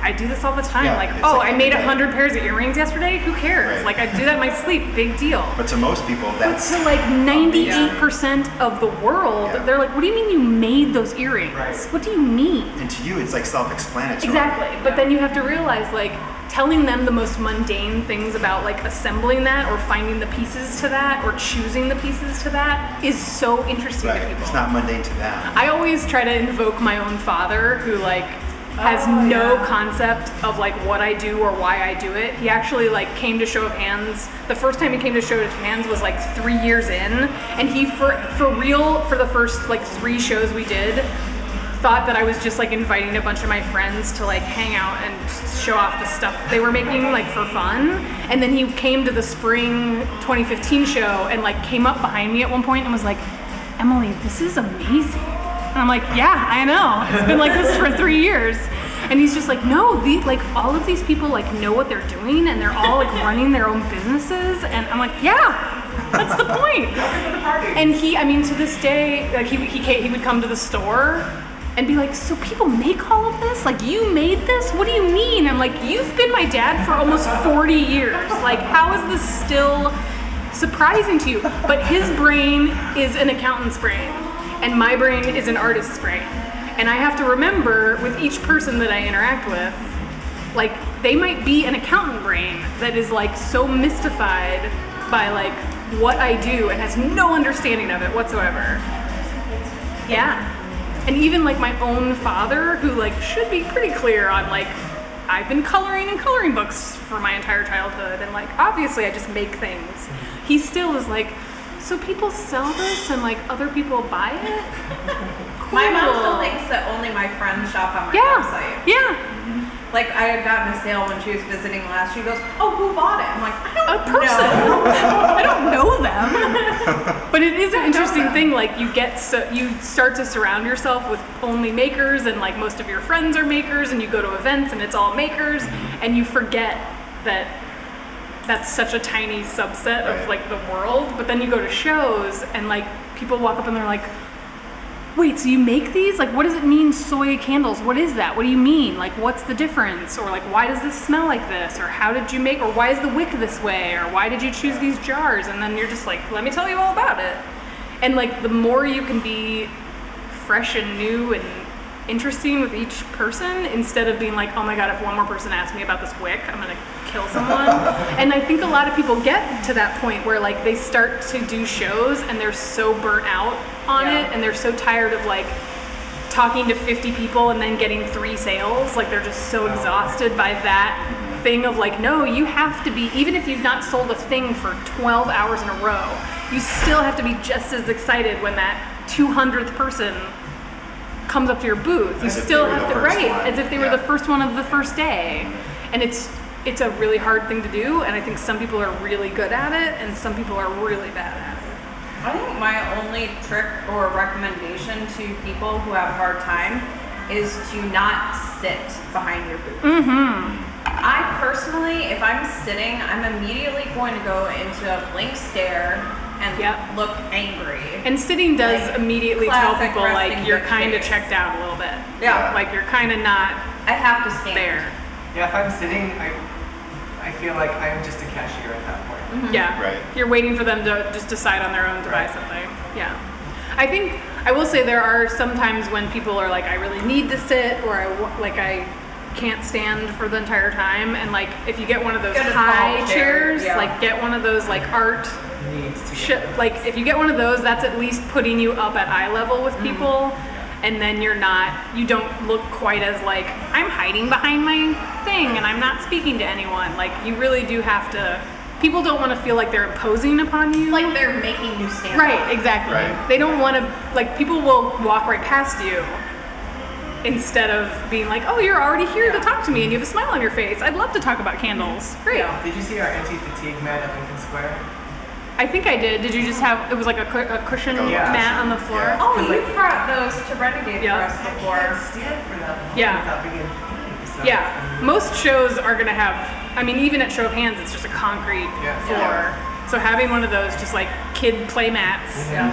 Speaker 1: I do this all the time.
Speaker 2: Yeah,
Speaker 1: like,
Speaker 2: it's
Speaker 1: oh,
Speaker 2: like
Speaker 1: I made a
Speaker 2: everyday.
Speaker 1: hundred pairs of earrings yesterday. Who cares?
Speaker 2: Right.
Speaker 1: Like, I do that in my sleep. Big deal.
Speaker 2: But to most people,
Speaker 1: But
Speaker 2: that's
Speaker 1: to like 98% of the world,
Speaker 2: Yeah.
Speaker 1: they're like, what do you mean you made those earrings?
Speaker 4: Right.
Speaker 1: What do you mean?
Speaker 2: and to you it's like self-explanatory.
Speaker 1: Exactly. But then you have to realize like telling them the most mundane things about like assembling that or finding the pieces to that or choosing the pieces to that is so interesting to
Speaker 2: Right.
Speaker 1: people.
Speaker 2: It's not mundane to them.
Speaker 1: I always try to invoke my own father who like has no concept of like what I do or why I do it. He actually like came to show of hands. The first time he came to show of hands was like 3 years in and he for for real for the first like 3 shows we did thought that I was just like inviting a bunch of my friends to like hang out and show off the stuff they were making like for fun. And then he came to the spring 2015 show and like came up behind me at one point and was like, Emily, this is amazing. And I'm like, yeah, I know. It's been like this for three years. And he's just like, no, the, like all of these people like know what they're doing and they're all like running their own businesses. And I'm like, yeah, that's the point.
Speaker 4: The party.
Speaker 1: And he, I mean, to this day, like he, he, ca- he would come to the store and be like, so people make all of this? Like, you made this? What do you mean? I'm like, you've been my dad for almost 40 years. Like, how is this still surprising to you? But his brain is an accountant's brain, and my brain is an artist's brain. And I have to remember with each person that I interact with, like they might be an accountant brain that is like so mystified by like what I do and has no understanding of it whatsoever. Yeah. And even like my own father who like should be pretty clear on like I've been coloring and coloring books for my entire childhood and like obviously I just make things. He still is like so people sell this and like other people buy it?
Speaker 3: My mom
Speaker 1: Cool.
Speaker 3: still thinks that only my friends shop on my
Speaker 1: Yeah.
Speaker 3: website.
Speaker 1: Yeah.
Speaker 3: Like I had gotten a sale when she was visiting last. She goes, "Oh, who bought it?" I'm like, "I
Speaker 1: a
Speaker 3: don't
Speaker 1: person.
Speaker 3: know."
Speaker 1: I don't know them. but it is an interesting thing. Like you get so you start to surround yourself with only makers, and like most of your friends are makers, and you go to events, and it's all makers, and you forget that that's such a tiny subset of
Speaker 2: Right.
Speaker 1: like the world. But then you go to shows, and like people walk up and they're like. Wait, so you make these? Like, what does it mean, soy candles? What is that? What do you mean? Like, what's the difference? Or, like, why does this smell like this? Or, how did you make, or why is the wick this way? Or, why did you choose these jars? And then you're just like, let me tell you all about it. And, like, the more you can be fresh and new and interesting with each person instead of being like, oh my god, if one more person asks me about this wick, I'm gonna kill someone. and I think a lot of people get to that point where like they start to do shows and they're so burnt out on
Speaker 3: Yeah.
Speaker 1: it and they're so tired of like talking to 50 people and then getting three sales. Like they're just so exhausted by that thing of like, no, you have to be, even if you've not sold a thing for 12 hours in a row, you still have to be just as excited when that 200th person comes up to your booth. You
Speaker 2: As if
Speaker 1: still
Speaker 2: they were
Speaker 1: have
Speaker 2: the
Speaker 1: to,
Speaker 2: first
Speaker 1: right,
Speaker 2: one.
Speaker 1: as if they were
Speaker 2: Yeah.
Speaker 1: the first one of the first day. And it's, it's a really hard thing to do, and I think some people are really good at it, and some people are really bad at it.
Speaker 3: I think my only trick or recommendation to people who have a hard time is to not sit behind your booth.
Speaker 1: Mm-hmm.
Speaker 3: I personally, if I'm sitting, I'm immediately going to go into a blank stare and
Speaker 1: Yep.
Speaker 3: look angry.
Speaker 1: And sitting does
Speaker 3: Like,
Speaker 1: immediately tell
Speaker 3: classic
Speaker 1: people
Speaker 3: resting
Speaker 1: like you're
Speaker 3: bitch
Speaker 1: kind of
Speaker 3: face.
Speaker 1: checked out a little bit.
Speaker 3: Yeah.
Speaker 1: Like you're kind of not
Speaker 3: I have to stand.
Speaker 1: there.
Speaker 4: Yeah, if I'm sitting, I, I feel like I'm just a cashier at that point.
Speaker 3: Mm-hmm.
Speaker 1: Yeah.
Speaker 2: Right.
Speaker 1: You're waiting for them to just decide on their own to buy
Speaker 4: Right.
Speaker 1: something. Yeah. I think I will say there are some times when people are like, I really need to sit, or I wa- like I can't stand for the entire time. And like if you get one of those
Speaker 3: Get a
Speaker 1: high
Speaker 3: tall chair,
Speaker 1: chairs,
Speaker 3: yeah.
Speaker 1: like get one of those like art
Speaker 4: Needs to.
Speaker 1: sh- like if you get one of those that's at least putting you up at eye level
Speaker 3: Mm.
Speaker 1: with people and then you're not you don't look quite as like i'm hiding behind my thing and i'm not speaking to anyone like you really do have to people don't want to feel like they're imposing upon you
Speaker 3: Like they're making you stand.
Speaker 1: right exactly
Speaker 2: Right.
Speaker 1: they don't want to like people will walk right past you instead of being like oh you're already here to
Speaker 3: Yeah. Mm-hmm.
Speaker 1: talk to me and you have a smile on your face i'd love to talk about candles great
Speaker 3: Yeah.
Speaker 4: Did you see our anti-fatigue mat at Lincoln Square?
Speaker 1: i think i did did you just have it was like a, cu- a cushion
Speaker 2: Oh, Yeah.
Speaker 1: mat on the floor
Speaker 2: Yeah.
Speaker 3: Oh,
Speaker 4: Cause,
Speaker 3: you
Speaker 4: like-
Speaker 3: brought those to Renegade
Speaker 1: Yeah.
Speaker 3: for us
Speaker 4: I can't
Speaker 3: before.
Speaker 4: stand for that long
Speaker 1: Yeah.
Speaker 4: without being in pain. So
Speaker 1: Yeah,
Speaker 4: it's-
Speaker 1: most shows are gonna have. I mean, even at Show of Hands, it's just a concrete
Speaker 4: Yeah.
Speaker 1: floor. So having one of those, just like kid play mats
Speaker 4: Yeah.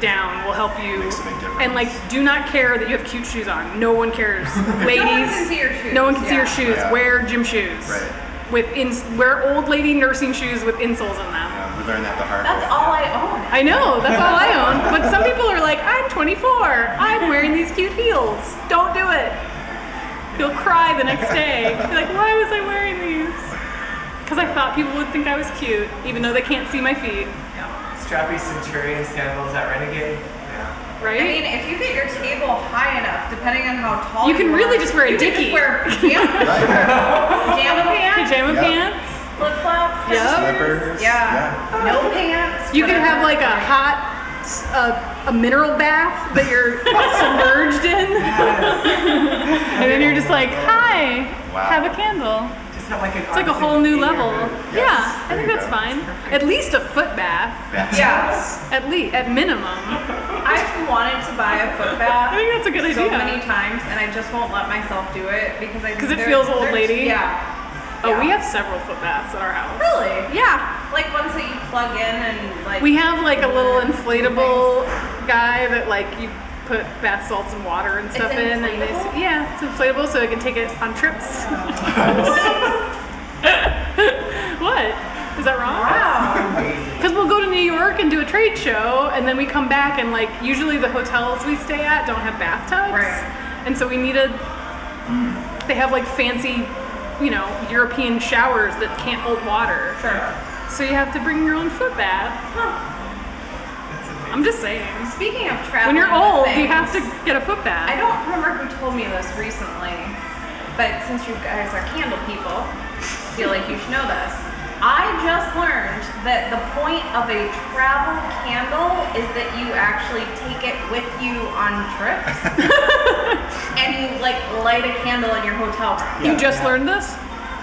Speaker 1: down, will help you.
Speaker 2: Mm-hmm. Makes a big difference.
Speaker 1: And like, do not care that you have cute shoes on. No one cares, ladies.
Speaker 3: No one can see your shoes.
Speaker 1: no one can see your
Speaker 3: yeah.
Speaker 1: shoes.
Speaker 2: Yeah.
Speaker 1: Wear gym shoes.
Speaker 2: Right.
Speaker 1: With ins- wear old lady nursing shoes with insoles in them.
Speaker 2: Yeah, we learned that the hard
Speaker 3: That's
Speaker 2: way.
Speaker 3: all I own.
Speaker 1: I know, that's all I own. But some people are like, I'm 24, I'm wearing these cute heels. Don't do it. You'll cry the next day. You're like, why was I wearing these? Because I thought people would think I was cute, even though they can't see my feet,
Speaker 4: Strappy Centurion sandals at Renegade. Yeah.
Speaker 1: right?
Speaker 3: I mean, if you get your table high enough, depending on how tall
Speaker 1: You
Speaker 3: you,
Speaker 1: can
Speaker 3: are,
Speaker 1: really just wear a
Speaker 3: you can just
Speaker 1: dickie.
Speaker 3: wear pajama, pajama
Speaker 2: Right.
Speaker 3: pants,
Speaker 1: Pajama
Speaker 2: Yeah.
Speaker 1: pants.
Speaker 3: flip flops,
Speaker 1: Yeah.
Speaker 2: Slippers.
Speaker 3: yeah, no pants.
Speaker 1: You could have like
Speaker 3: whatever.
Speaker 1: a hot, s- a, a mineral bath that you're submerged in. And then you're just like, hi,
Speaker 2: Wow.
Speaker 1: have a candle.
Speaker 4: Just have like an.
Speaker 1: It's like a whole new level.
Speaker 2: Yes,
Speaker 1: Yeah, I
Speaker 2: there
Speaker 1: think
Speaker 2: you
Speaker 1: that's
Speaker 2: go.
Speaker 1: fine. At least a foot bath,
Speaker 2: That's-
Speaker 3: Yeah,
Speaker 1: at least at minimum.
Speaker 3: I've wanted to buy a foot bath.
Speaker 1: I think that's a good
Speaker 3: so
Speaker 1: idea.
Speaker 3: many times, and I just won't let myself do it because I
Speaker 1: 'Cause it
Speaker 3: they're-
Speaker 1: feels old
Speaker 3: they're-
Speaker 1: lady?
Speaker 3: Yeah.
Speaker 1: Oh, we
Speaker 3: Yeah.
Speaker 1: have several foot baths at our house.
Speaker 3: really
Speaker 1: Yeah,
Speaker 3: like ones that you plug in and like
Speaker 1: we have like a little inflatable guy that like you put bath salts and water and stuff in, and they,
Speaker 3: inflatable?
Speaker 1: yeah, it's inflatable, so I can take it on trips. what? Is that wrong?
Speaker 3: Wow.
Speaker 1: Because we'll go to New York and do a trade show, and then we come back, and like usually the hotels we stay at don't have bathtubs,
Speaker 3: Right.
Speaker 1: and so we need a. They have like fancy, you know, European showers that can't hold water,
Speaker 3: Sure.
Speaker 1: so you have to bring your own foot bath.
Speaker 3: Huh.
Speaker 1: I'm just saying.
Speaker 3: Speaking of travel,
Speaker 1: When you're old, you have to get a foot bath.
Speaker 3: I don't remember who told me this recently, but since you guys are candle people, I feel like you should know this. I just learned that the point of a travel candle is that you actually take it with you on trips, and you like light a candle in your hotel room.
Speaker 1: you just learned this?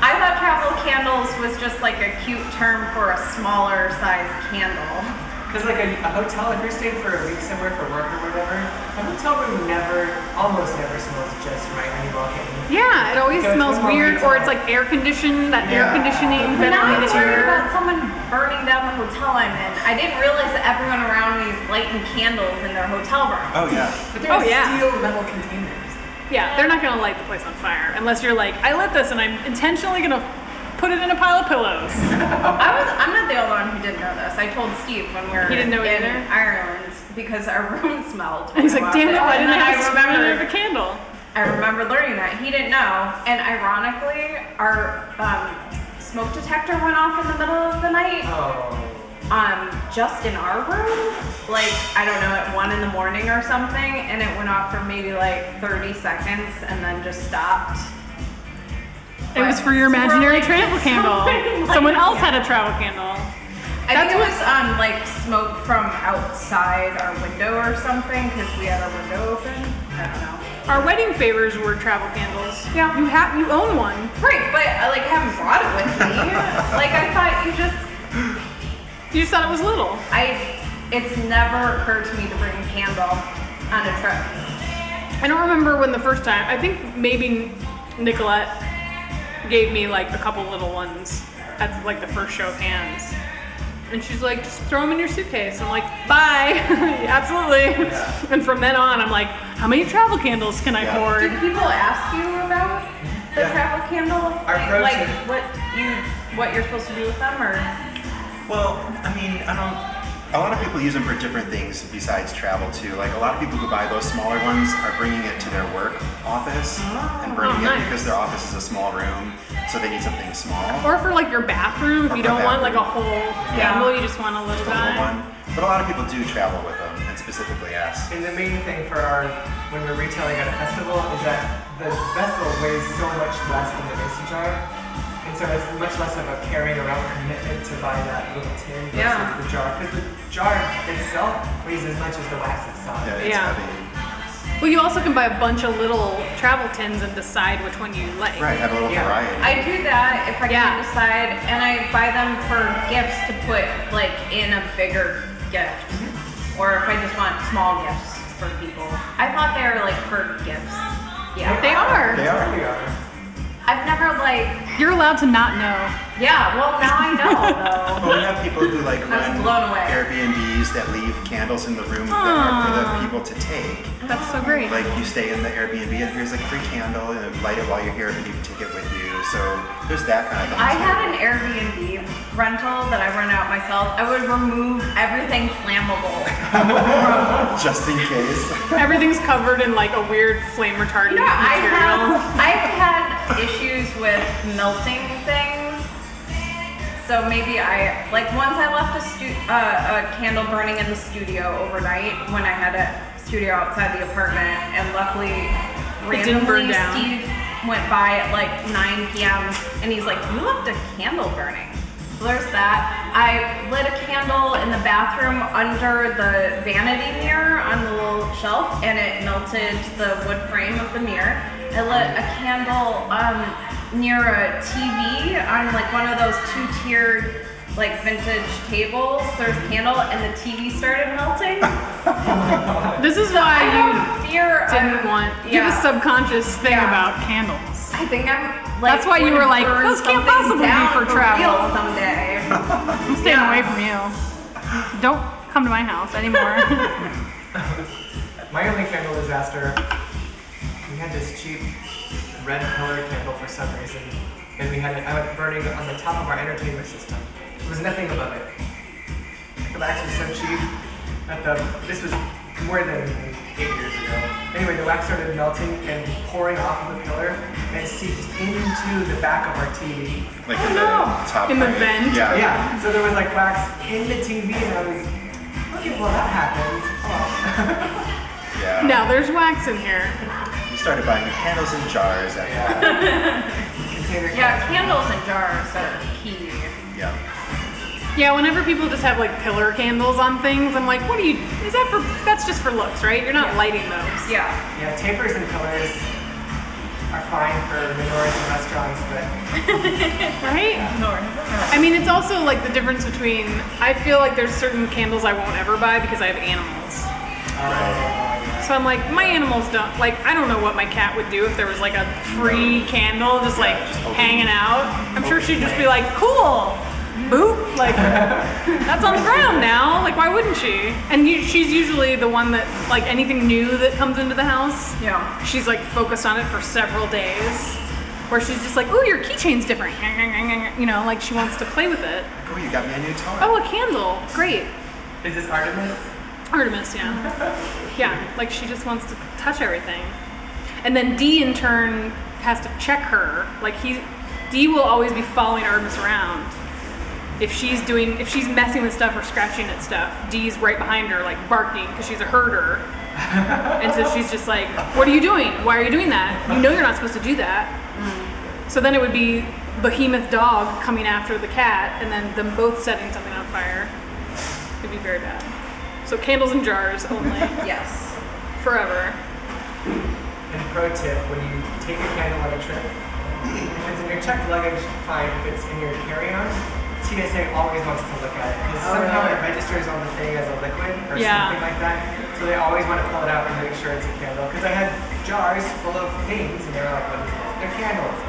Speaker 3: I thought travel candles was just like a cute term for a smaller size candle.
Speaker 4: Because like a, a hotel, if you're staying for a week somewhere for work or whatever, a hotel room never, almost never smells just right when you walk in.
Speaker 1: Yeah, it always
Speaker 4: Yeah, it's
Speaker 1: smells
Speaker 4: one more
Speaker 1: weird,
Speaker 4: reason.
Speaker 1: or it's like air conditioned. That air
Speaker 2: Yeah.
Speaker 1: conditioning
Speaker 3: Now I'm
Speaker 1: ventilated
Speaker 3: worried
Speaker 1: air.
Speaker 3: about someone burning down the hotel I'm in. I didn't realize that everyone around me is lighting candles in their hotel room.
Speaker 2: Oh yeah.
Speaker 4: But they're
Speaker 1: Oh,
Speaker 4: in
Speaker 1: yeah.
Speaker 4: steel metal containers.
Speaker 1: Yeah, they're not gonna light the place on fire unless you're like, I lit this and I'm intentionally gonna put it in a pile of pillows.
Speaker 3: I was I'm not the only one who didn't know this. I told Steve when we were
Speaker 1: He didn't know it
Speaker 3: in
Speaker 1: either?
Speaker 3: Ireland because our room smelled.
Speaker 1: And he's like, damn it, why
Speaker 3: And
Speaker 1: didn't
Speaker 3: then
Speaker 1: I ask you
Speaker 3: remembered
Speaker 1: the candle?
Speaker 3: I remember learning that. He didn't know. And ironically, our um, smoke detector went off in the middle of the night
Speaker 4: Oh.
Speaker 3: um, just in our room, like, I don't know, at one in the morning or something, and it went off for maybe like 30 seconds and then just stopped.
Speaker 1: It was for your
Speaker 3: But
Speaker 1: imaginary
Speaker 3: we're like,
Speaker 1: travel candle.
Speaker 3: someone lighted
Speaker 1: Someone else
Speaker 3: it.
Speaker 1: had a travel candle.
Speaker 3: I think
Speaker 1: That's
Speaker 3: it
Speaker 1: what-
Speaker 3: was um, like smoke from outside our window or something because we had our window open. I don't know.
Speaker 1: Our wedding favors were travel candles.
Speaker 3: Yeah.
Speaker 1: You have you own one.
Speaker 3: Right, but I like haven't brought it with me. like I thought you just
Speaker 1: You just thought it was little.
Speaker 3: I. It's never occurred to me to bring a candle on a trip.
Speaker 1: I don't remember when the first time. I think maybe Nicolette gave me like a couple little ones at like the first show of hands. And she's like, just throw them in your suitcase. I'm like, bye. Absolutely.
Speaker 4: Yeah.
Speaker 1: And from then on, I'm like, how many travel candles can I
Speaker 2: Yeah.
Speaker 1: hoard?
Speaker 3: Did people ask you about the
Speaker 4: Yeah.
Speaker 3: travel candle?
Speaker 4: Our
Speaker 3: thing?
Speaker 4: pro
Speaker 3: like
Speaker 4: tip.
Speaker 3: what you what you're supposed to do with them or
Speaker 2: Well, I mean, I don't. A lot of people use them for different things besides travel too. Like a lot of people who buy those smaller ones are bringing it to their work office and burning
Speaker 1: Oh,
Speaker 2: it
Speaker 1: nice.
Speaker 2: because their office is a small room, so they need something small.
Speaker 1: Or for like your bathroom, if
Speaker 2: Or
Speaker 1: you
Speaker 2: for
Speaker 1: don't want like
Speaker 2: bathroom.
Speaker 1: a whole candle, you just want a little
Speaker 2: Just a little
Speaker 1: guy.
Speaker 2: one. But a lot of people do travel with them and specifically ask.
Speaker 4: And the main thing for our when we're retailing at a festival is that the vessel weighs so much less than the mason jar, and so it's much less of a carrying around commitment to buy that little tin versus
Speaker 3: Yeah.
Speaker 4: the jar because the jar itself weighs as much as the wax itself.
Speaker 2: Yeah, it's
Speaker 1: Yeah.
Speaker 2: heavy.
Speaker 1: Well, you also can buy a bunch of little travel tins and decide which one you like.
Speaker 2: Right, have a little
Speaker 4: Yeah.
Speaker 2: variety.
Speaker 3: I do that if I
Speaker 1: Yeah.
Speaker 3: can decide and I buy them for gifts to put like in a bigger gift. Or if I just want small gifts for people. I thought they were like for gifts. Yeah.
Speaker 1: They are.
Speaker 2: They are.
Speaker 4: They are.
Speaker 3: I've never like
Speaker 1: You're allowed to not know.
Speaker 3: yeah, well now I know though.
Speaker 2: Well, we have people who like
Speaker 3: was
Speaker 2: run
Speaker 3: blown away.
Speaker 2: Airbnbs that leave candles in the room that are for the people to take.
Speaker 1: That's so great.
Speaker 2: Like you stay in the Airbnb and here's like a free candle and light it while you're here and you can take it with you. So there's that kind of.
Speaker 3: I had an Airbnb rental that I rent out myself. I would remove everything flammable
Speaker 2: an just in case.
Speaker 1: Everything's covered in like a weird flame retardant
Speaker 3: Yeah, I
Speaker 1: material.
Speaker 3: have. I've had issues with melting things. So maybe I like once I left a, stu- uh, a candle burning in the studio overnight when I had a studio outside the apartment, and luckily,
Speaker 1: It didn't burn
Speaker 3: randomly
Speaker 1: down.
Speaker 3: Steve went by at like 9 p.m. and he's like, "You left a candle burning." So there's that. I lit a candle in the bathroom under the vanity mirror on the little shelf, and it melted the wood frame of the mirror. I lit a candle um, near a TV on like one of those two-tiered like vintage tables. There's a candle, and the TV started melting.
Speaker 1: This is
Speaker 3: I
Speaker 1: why
Speaker 3: have fear.
Speaker 1: you didn't
Speaker 3: of-
Speaker 1: want. You have a subconscious thing about candles.
Speaker 3: I think I'm. Like,
Speaker 1: That's why you
Speaker 3: gonna
Speaker 1: were like,
Speaker 3: burn
Speaker 1: "Those can't
Speaker 3: something
Speaker 1: possibly be
Speaker 3: down
Speaker 1: for travel."
Speaker 3: real someday.
Speaker 1: I'm staying away from you. Don't come to my house anymore.
Speaker 4: My only candle disaster, we had this cheap red colored candle for some reason, and we had it out burning on the top of our entertainment system. There was nothing above it. The wax was so cheap that the this was more than eight years ago. Anyway, the wax started melting and pouring off of the pillar and seeped into the back of our TV.
Speaker 2: Like
Speaker 1: Oh,
Speaker 2: in the
Speaker 1: no.
Speaker 2: top
Speaker 1: In the
Speaker 2: right.
Speaker 1: vent.
Speaker 2: Yeah.
Speaker 4: Yeah, so there was like wax in the TV, and I was, okay, well that happened. Oh.
Speaker 2: Yeah.
Speaker 1: now there's wax in here.
Speaker 2: We started buying candles in jars after that.
Speaker 4: Yeah. Container
Speaker 3: Yeah, candles and jars are key.
Speaker 2: Yeah.
Speaker 1: Yeah, whenever people just have like pillar candles on things, I'm like, what are you? Is that for? That's just for looks, right? You're not lighting those.
Speaker 3: Yeah.
Speaker 4: Yeah, tapers and pillars are fine for menorahs and restaurants, but
Speaker 1: Right? I mean, it's also like the difference between. I feel like there's certain candles I won't ever buy because I have animals.
Speaker 4: uh,
Speaker 1: So I'm like, my animals don't like. I don't know what my cat would do if there was like a free candle just like
Speaker 2: just open-
Speaker 1: hanging out. I'm sure
Speaker 2: open
Speaker 1: she'd just be
Speaker 2: flame.
Speaker 1: like, cool, boop, like that's on the ground now. Like, why wouldn't she? And you, she's usually the one that like anything new that comes into the house.
Speaker 3: Yeah.
Speaker 1: She's like focused on it for several days, where she's just like, oh, your keychain's different. You know, like she wants to play with it.
Speaker 2: Oh, you got me a new toy.
Speaker 1: Oh, a candle, great.
Speaker 4: is this Artemis?
Speaker 1: Artemis, yeah. Yeah, like she just wants to touch everything. And then D in turn has to check her. Like he, D will always be following Artemis around. If she's doing, if she's messing with stuff or scratching at stuff, D's right behind her, like barking because she's a herder. and so she's just like, "What are you doing? Why are you doing that? You know you're not supposed to do that." So then it would be behemoth dog coming after the cat, and then them both setting something on fire. It'd be very bad. So candles and jars only
Speaker 3: Yes.
Speaker 1: forever.
Speaker 4: And pro tip, when you take a candle on a trip, if it's in your checked luggage, fine. If it's in your carry-on, TSA always wants to look at it because
Speaker 3: Oh,
Speaker 4: somehow
Speaker 3: really?
Speaker 4: it registers on the thing as a liquid or
Speaker 1: Yeah.
Speaker 4: something like that. So they always want to pull it out and make sure it's a candle. Because I had jars full of things, and they were like, "What is this? They're candles."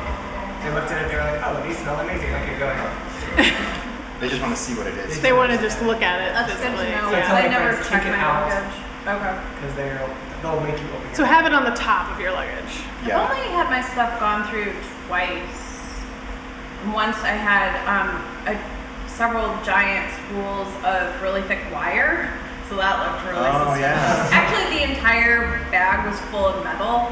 Speaker 4: They looked at it, they were like, "Oh, these smell amazing. Okay, go ahead."
Speaker 2: They just want to see what it is.
Speaker 1: They want to just look at it
Speaker 3: That's good to
Speaker 1: physically.
Speaker 3: know.
Speaker 4: So it's
Speaker 1: Yeah.
Speaker 3: I
Speaker 4: like
Speaker 3: never
Speaker 4: friends,
Speaker 3: check
Speaker 4: check it
Speaker 3: my
Speaker 4: out.
Speaker 3: luggage. Okay.
Speaker 4: Because they're they'll make you open.
Speaker 1: So
Speaker 4: it.
Speaker 1: have it on the top of your luggage.
Speaker 2: Yeah.
Speaker 3: I've only had my stuff gone through twice. Once I had um, a, several giant spools of really thick wire, so that looked really
Speaker 2: Oh,
Speaker 3: suspicious.
Speaker 2: yeah.
Speaker 3: Actually, the entire bag was full of metal.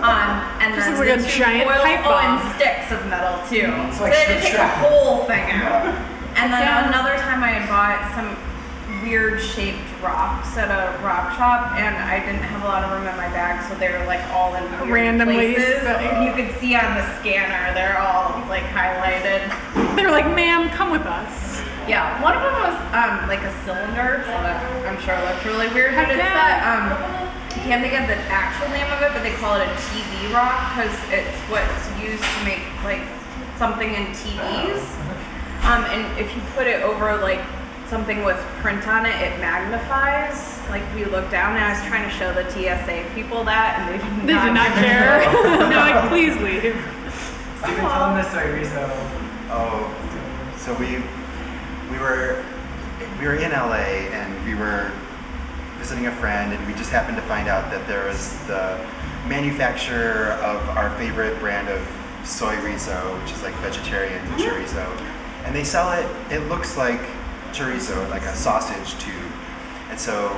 Speaker 3: Um, and
Speaker 1: Just
Speaker 3: then
Speaker 1: looks like a
Speaker 3: the two
Speaker 1: giant
Speaker 3: coils-
Speaker 1: pipe
Speaker 3: oh, and
Speaker 1: bomb.
Speaker 3: sticks of metal too.
Speaker 4: It's
Speaker 3: so
Speaker 4: like
Speaker 3: they had to
Speaker 4: Shrimp
Speaker 3: take the
Speaker 4: Shack.
Speaker 3: whole thing out. And then
Speaker 1: Yeah.
Speaker 3: another time I had bought some weird shaped rocks at a rock shop and I didn't have a lot of room in my bag so they were like all in weird
Speaker 1: Randomly
Speaker 3: places
Speaker 1: spelled.
Speaker 3: and you could see on the scanner they're all like highlighted.
Speaker 1: They were like, ma'am, come with us.
Speaker 3: Yeah, one of them was um, like a cylinder so that I'm sure looked really weird but
Speaker 1: Heck
Speaker 3: it's
Speaker 1: yeah.
Speaker 3: that um, I can't think of the actual name of it but they call it a TV rock because it's what's used to make like something in TVs. Um, and if you put it over like something with print on it, it magnifies. Like we looked down, and I was trying to show the TSA people that, and they did
Speaker 1: They
Speaker 3: not.
Speaker 1: did not care. They're like, please leave.
Speaker 4: Stephen,
Speaker 1: Uh-huh.
Speaker 4: tell them the story, Rizzo.
Speaker 2: Oh, so we we were we were in LA and we were visiting a friend and we just happened to find out that there was the manufacturer of our favorite brand of soy rizo, which is like vegetarian chorizo, and they sell it. It looks like chorizo, like a sausage tube, and so.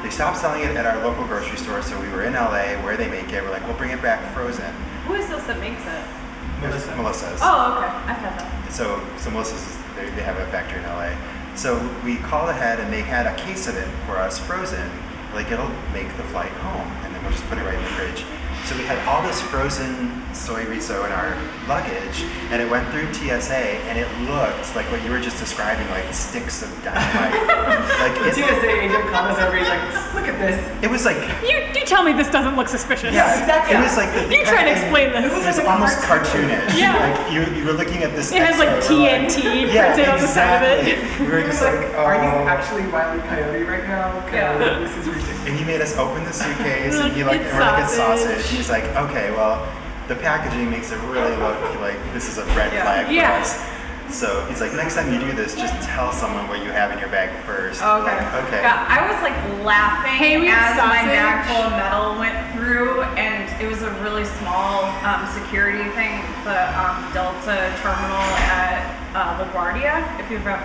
Speaker 2: They stopped selling it at our local grocery store, so we were in LA where they make it. We're like, we'll bring it back frozen.
Speaker 3: Who is this that makes it?
Speaker 4: Melissa.
Speaker 2: Melissa's.
Speaker 3: Oh, okay. I've had that.
Speaker 2: So, so Melissa's, they, they have a factory in LA. So we called ahead and they had a case of it for us frozen. Like it'll make the flight home and then we'll just put it right in the fridge. So we had all this frozen soy riso in our luggage and it went through TSA and it looked like what you were just describing, like sticks of dynamite. like
Speaker 4: The
Speaker 2: it,
Speaker 4: TSA agent comes over. He's like, "Look at this."
Speaker 2: it was like,
Speaker 1: You, you tell me this doesn't look suspicious.
Speaker 2: yeah,
Speaker 4: exactly.
Speaker 2: It was like the
Speaker 1: You try to explain
Speaker 2: It
Speaker 1: this.
Speaker 2: was almost cartoonish.
Speaker 1: Yeah.
Speaker 2: Like you, you were looking at this.
Speaker 1: It has like
Speaker 2: extra, we're like-
Speaker 1: TNT
Speaker 2: Yeah,
Speaker 1: printed on the side of
Speaker 2: exactly.
Speaker 1: it.
Speaker 2: We were
Speaker 4: He was
Speaker 2: just
Speaker 4: like,
Speaker 2: like,
Speaker 4: are you
Speaker 2: "Oh."
Speaker 4: actually Wile E. Coyote right now? 'Cause
Speaker 3: Yeah.
Speaker 4: This is ridiculous.
Speaker 2: And he made us open the suitcase,
Speaker 1: We're
Speaker 2: and he
Speaker 1: like,
Speaker 2: like,
Speaker 1: "It's
Speaker 2: and we're like, it's
Speaker 1: sausage."
Speaker 2: sausage. He's like, okay, well, the packaging makes it really look like this is a red
Speaker 3: Yeah.
Speaker 2: flag for
Speaker 1: Yeah.
Speaker 2: us. So he's like, next time you do this, just tell someone what you have in your bag first. We're
Speaker 3: Okay.
Speaker 2: Like, okay.
Speaker 3: God, I was like laughing
Speaker 1: Oh, Hey, we have
Speaker 3: as my
Speaker 1: sausage.
Speaker 3: bag full of metal went through, and it was a really small um, security thing, the um, Delta terminal at uh, LaGuardia. If you have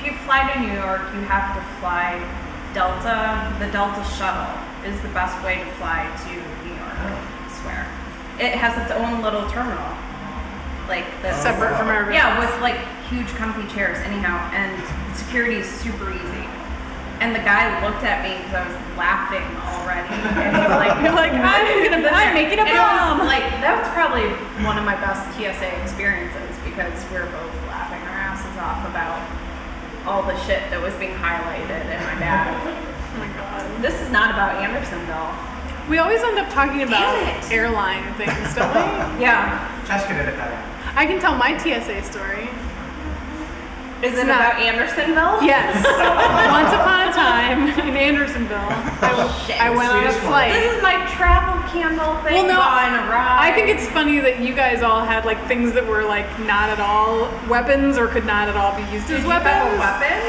Speaker 3: if you fly to New York, you have to fly Delta. The Delta shuttle is the best way to fly to New York. I swear, it has its own little terminal, like the
Speaker 1: Separate from everything.
Speaker 3: yeah, with like huge comfy chairs, anyhow, and security is super easy. And the guy looked at me because I was laughing already. And he's like,
Speaker 1: You're like, I'm gonna- I'm making a
Speaker 3: And it was
Speaker 1: bomb.
Speaker 3: like, that was probably one of my best TSA experiences because we were both laughing our asses off about all the shit that was being highlighted in my bag.
Speaker 1: Oh my god.
Speaker 3: this is not about Andersonville.
Speaker 1: We always end up talking about
Speaker 3: Damn it.
Speaker 1: airline things, don't we?
Speaker 3: Yeah.
Speaker 4: Josh can edit that out.
Speaker 1: I can tell my TSA story.
Speaker 3: Is
Speaker 1: It's
Speaker 3: it
Speaker 1: not-
Speaker 3: about Andersonville?
Speaker 1: Yes. Once upon a time in Andersonville, I,
Speaker 3: Shit.
Speaker 1: I went on a
Speaker 4: Swedish one.
Speaker 1: flight.
Speaker 3: This is my travel candle thing
Speaker 1: Well, no,
Speaker 3: on a ride.
Speaker 1: I think it's funny that you guys all had like things that were like not at all weapons or could not at all be used
Speaker 3: Did
Speaker 1: as
Speaker 3: you have
Speaker 1: weapons.
Speaker 3: a weapon?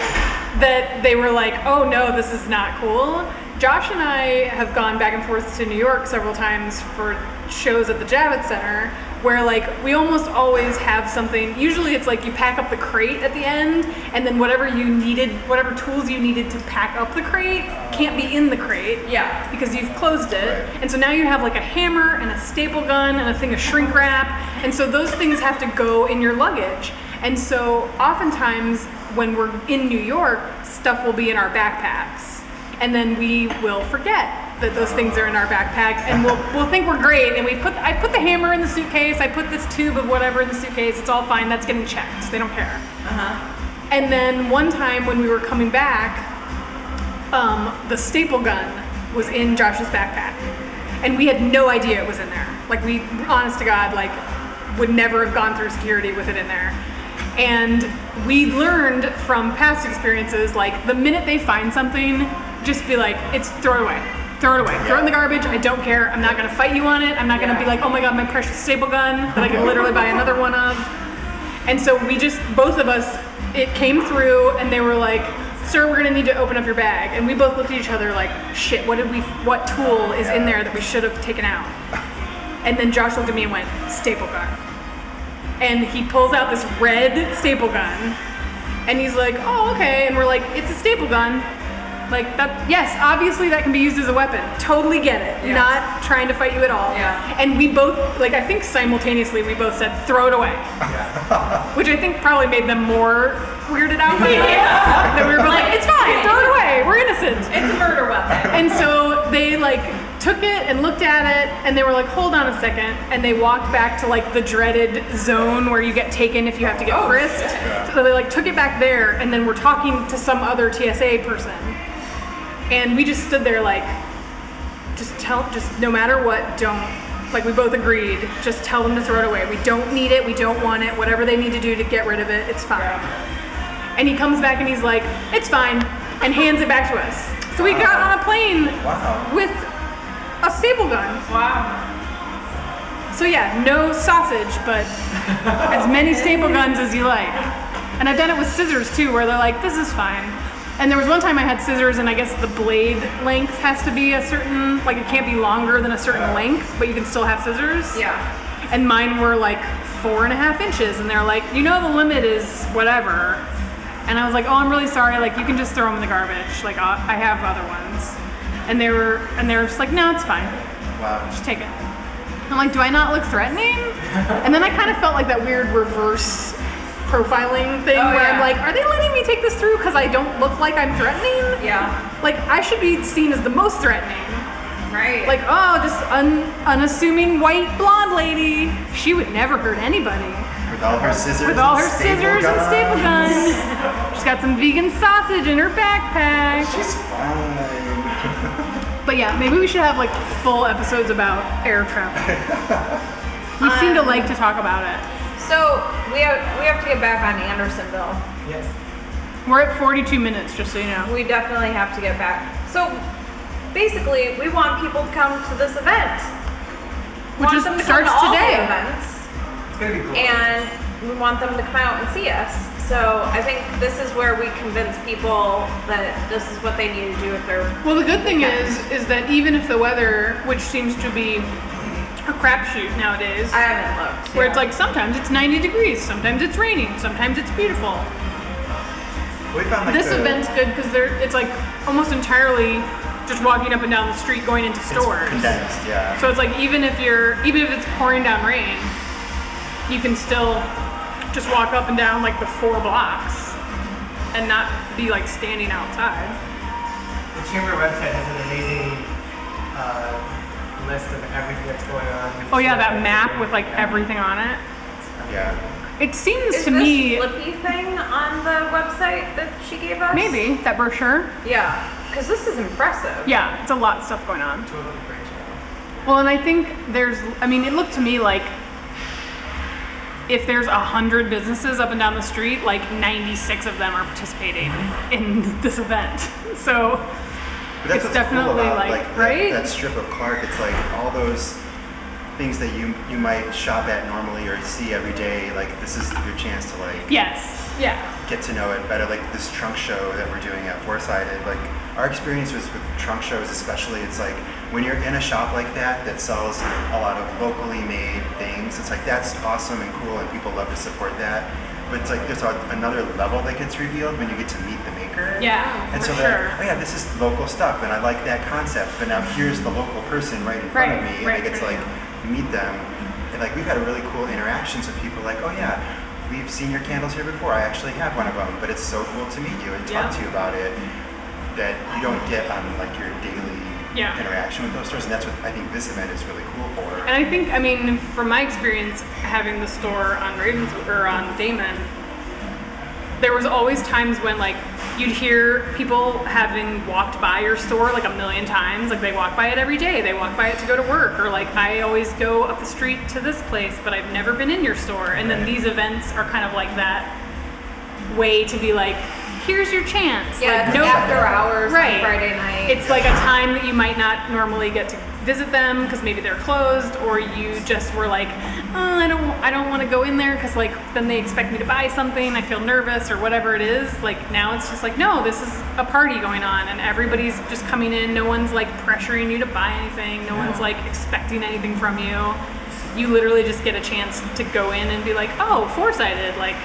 Speaker 1: That they were like, oh no, this is not cool. Josh and I have gone back and forth to New York several times for shows at the Javits Center where like we almost always have something usually it's like you pack up the crate at the end and then whatever you needed whatever tools you needed to pack up the crate can't be in the crate
Speaker 3: Yeah.
Speaker 1: because you've closed it
Speaker 2: Right.
Speaker 1: and so now you have like a hammer and a staple gun and a thing of shrink wrap and so those things have to go in your luggage and so oftentimes when we're in new york stuff will be in our backpacks and then we will forget that those things are in our backpack and we'll, we'll think we're great and we put i put the hammer in the suitcase i put this tube of whatever in the suitcase it's all fine that's getting checked they don't care and then one time when we were coming back um, the staple gun was in Josh's backpack, and we had no idea it was in there. Like we, honest to God, like would never have gone through security with it in there. And we learned from past experiences, like the minute they find something, just be like, it's throw it away. Throw it away. Throw it in the garbage. I don't care. I'm not gonna fight you on it. I'm not gonna be like, oh my god, my precious staple gun that I can literally buy another one of. And so we just, both of us, it came through and they were like, Sir, we're gonna need to open up your bag. And we both looked at each other like, shit, what did we, what tool is in there that we should have taken out? And then Josh looked at me and went, staple gun. And he pulls out this red staple gun and he's like, oh, okay. And we're like, it's a staple gun. Like that, yes, obviously that can be used as a weapon. Totally get it.
Speaker 3: Yeah.
Speaker 1: Not trying to fight you at all.
Speaker 3: Yeah.
Speaker 1: And we both, like, I think simultaneously, we both said, throw it away which I think probably made them more weirded out by us. That we were like, it's fine, throw it away, we're innocent.
Speaker 3: It's a murder weapon.
Speaker 1: And so they like took it and looked at it, and they were like, hold on a second, and they walked back to like the dreaded zone where you get taken if you have to get frisked. So they like took it back there, and then we're talking to some other TSA person, and we just stood there like, just tell, just no matter what, don't. Like we both agreed, just tell them to throw it away. We don't need it. We don't want it. Whatever they need to do to get rid of it, it's fine. And he comes back and he's like, it's fine, and hands it back to us. So we got on a plane
Speaker 2: Wow.
Speaker 1: with a staple gun.
Speaker 3: Wow.
Speaker 1: So yeah, no sausage, but as many staple guns as you like. And I've done it with scissors too, where they're like, this is fine. And there was one time I had scissors, and I guess the blade length has to be a certain, like it can't be longer than a certain length, but you can still have scissors.
Speaker 3: Yeah.
Speaker 1: And mine were like four and a half inches, and they're like, you know, the limit is whatever. And I was like, oh, I'm really sorry. Like, you can just throw them in the garbage. Like, I I have other ones. And they were, and they were just like, no, it's fine
Speaker 2: Wow.
Speaker 1: just take it. I'm like, do I not look threatening? And then I kind of felt like that weird reverse profiling thing
Speaker 3: Oh,
Speaker 1: where I'm
Speaker 3: yeah.
Speaker 1: like, are they letting me take this through because I don't look like I'm threatening?
Speaker 3: Yeah.
Speaker 1: Like, I should be seen as the most threatening.
Speaker 3: Right.
Speaker 1: Like, oh, just un- unassuming white blonde lady. She would never hurt anybody
Speaker 2: With all her scissors.
Speaker 1: with all
Speaker 2: and
Speaker 1: her
Speaker 2: staple
Speaker 1: scissors and staple
Speaker 2: guns.
Speaker 1: guns. She's got some vegan sausage in her backpack.
Speaker 2: She's fine.
Speaker 1: But yeah, maybe we should have like full episodes about air travel. We seem to like to talk about it.
Speaker 3: so we have we have to get back on Andersonville.
Speaker 4: Yes.
Speaker 1: We're at 42 minutes, just so you know.
Speaker 3: We definitely have to get back. So basically, we want people to come to this event.
Speaker 1: Which
Speaker 3: want
Speaker 1: is,
Speaker 3: them to
Speaker 1: starts
Speaker 3: come to all the
Speaker 1: today.
Speaker 3: events.
Speaker 4: It's gonna be cool.
Speaker 3: and we want them to come out and see us. So I think this is where we convince people that this is what they need to do with their.
Speaker 1: Well, the good thing is, is that even if the weather, which seems to be a crapshoot nowadays,
Speaker 3: I haven't looked.
Speaker 1: where
Speaker 3: yeah.
Speaker 1: it's like sometimes it's 90 degrees, sometimes it's raining, sometimes it's beautiful.
Speaker 2: We found like
Speaker 1: This
Speaker 2: the,
Speaker 1: event's good because there, it's like almost entirely just walking up and down the street, going into
Speaker 2: it's
Speaker 1: stores.
Speaker 2: condensed, yeah.
Speaker 1: So it's like even if you're even if it's pouring down rain, you can still just walk up and down like the four blocks and not be like standing outside.
Speaker 4: The chamber website has an amazing uh, list of everything that's going on.
Speaker 1: Oh yeah, that map with like everything on it.
Speaker 2: yeah.
Speaker 1: It seems
Speaker 3: is
Speaker 1: to
Speaker 3: this
Speaker 1: me
Speaker 3: flippy thing on the website that she gave us.
Speaker 1: maybe that brochure.
Speaker 3: Yeah, because this is impressive.
Speaker 1: Yeah, it's a lot of stuff going on.
Speaker 4: Totally great job.
Speaker 1: Well, and I think there's, I mean, it looked to me like if there's a hundred businesses up and down the street, like 96 of them are participating in this event. So
Speaker 2: But that's
Speaker 1: It's
Speaker 2: what's cool
Speaker 1: definitely,
Speaker 2: about,
Speaker 1: like,
Speaker 2: that-
Speaker 1: right?
Speaker 2: That, strip of Clark, it's like all those things that you you might shop at normally or see every day. Like this is your chance to like
Speaker 1: yes, Yeah.
Speaker 2: get to know it better. Like this trunk show that we're doing at Foresighted, like our experience was with trunk shows, especially. It's like when you're in a shop like that that sells a lot of locally made things. It's like that's awesome and cool, and people love to support that. But it's like there's a, another level that gets revealed when you get to meet the maker.
Speaker 1: Yeah.
Speaker 2: And
Speaker 1: for
Speaker 2: so
Speaker 1: sure.
Speaker 2: they're like, oh yeah, this is local stuff, and I like that concept. But now here's the local person right in front of
Speaker 1: Right,
Speaker 2: me, and
Speaker 1: right,
Speaker 2: I get to
Speaker 1: right.
Speaker 2: like meet them. And like we've had really cool interactions with people. Like, oh yeah, we've seen your candles here before. I actually have one of them, but it's so cool to meet you and
Speaker 1: Yeah.
Speaker 2: talk to you about it that you don't get on like your daily
Speaker 1: Yeah.
Speaker 2: interaction with those stores. And that's what I think this event is really cool for.
Speaker 1: And I think, I mean, from my experience having the store on Ravens or on Damon, there was always times when like you'd hear people having walked by your store like a million times. Like they walk by it every day. They walk by it to go to work, or like I always go up the street to this place, but I've never been in your store. And then these events are kind of like that way to be like, here's your chance.
Speaker 3: Yeah,
Speaker 1: like,
Speaker 3: it's after hours on
Speaker 1: Right.
Speaker 3: Friday night.
Speaker 1: it's like a time that you might not normally get to visit them because maybe they're closed or you just were like oh, i don't i don't want to go in there because like then they expect me to buy something i feel nervous or whatever it is like now it's just like no this is a party going on and everybody's just coming in no one's like pressuring you to buy anything no one's like expecting anything from you you literally just get a chance to go in and be like oh four-sided like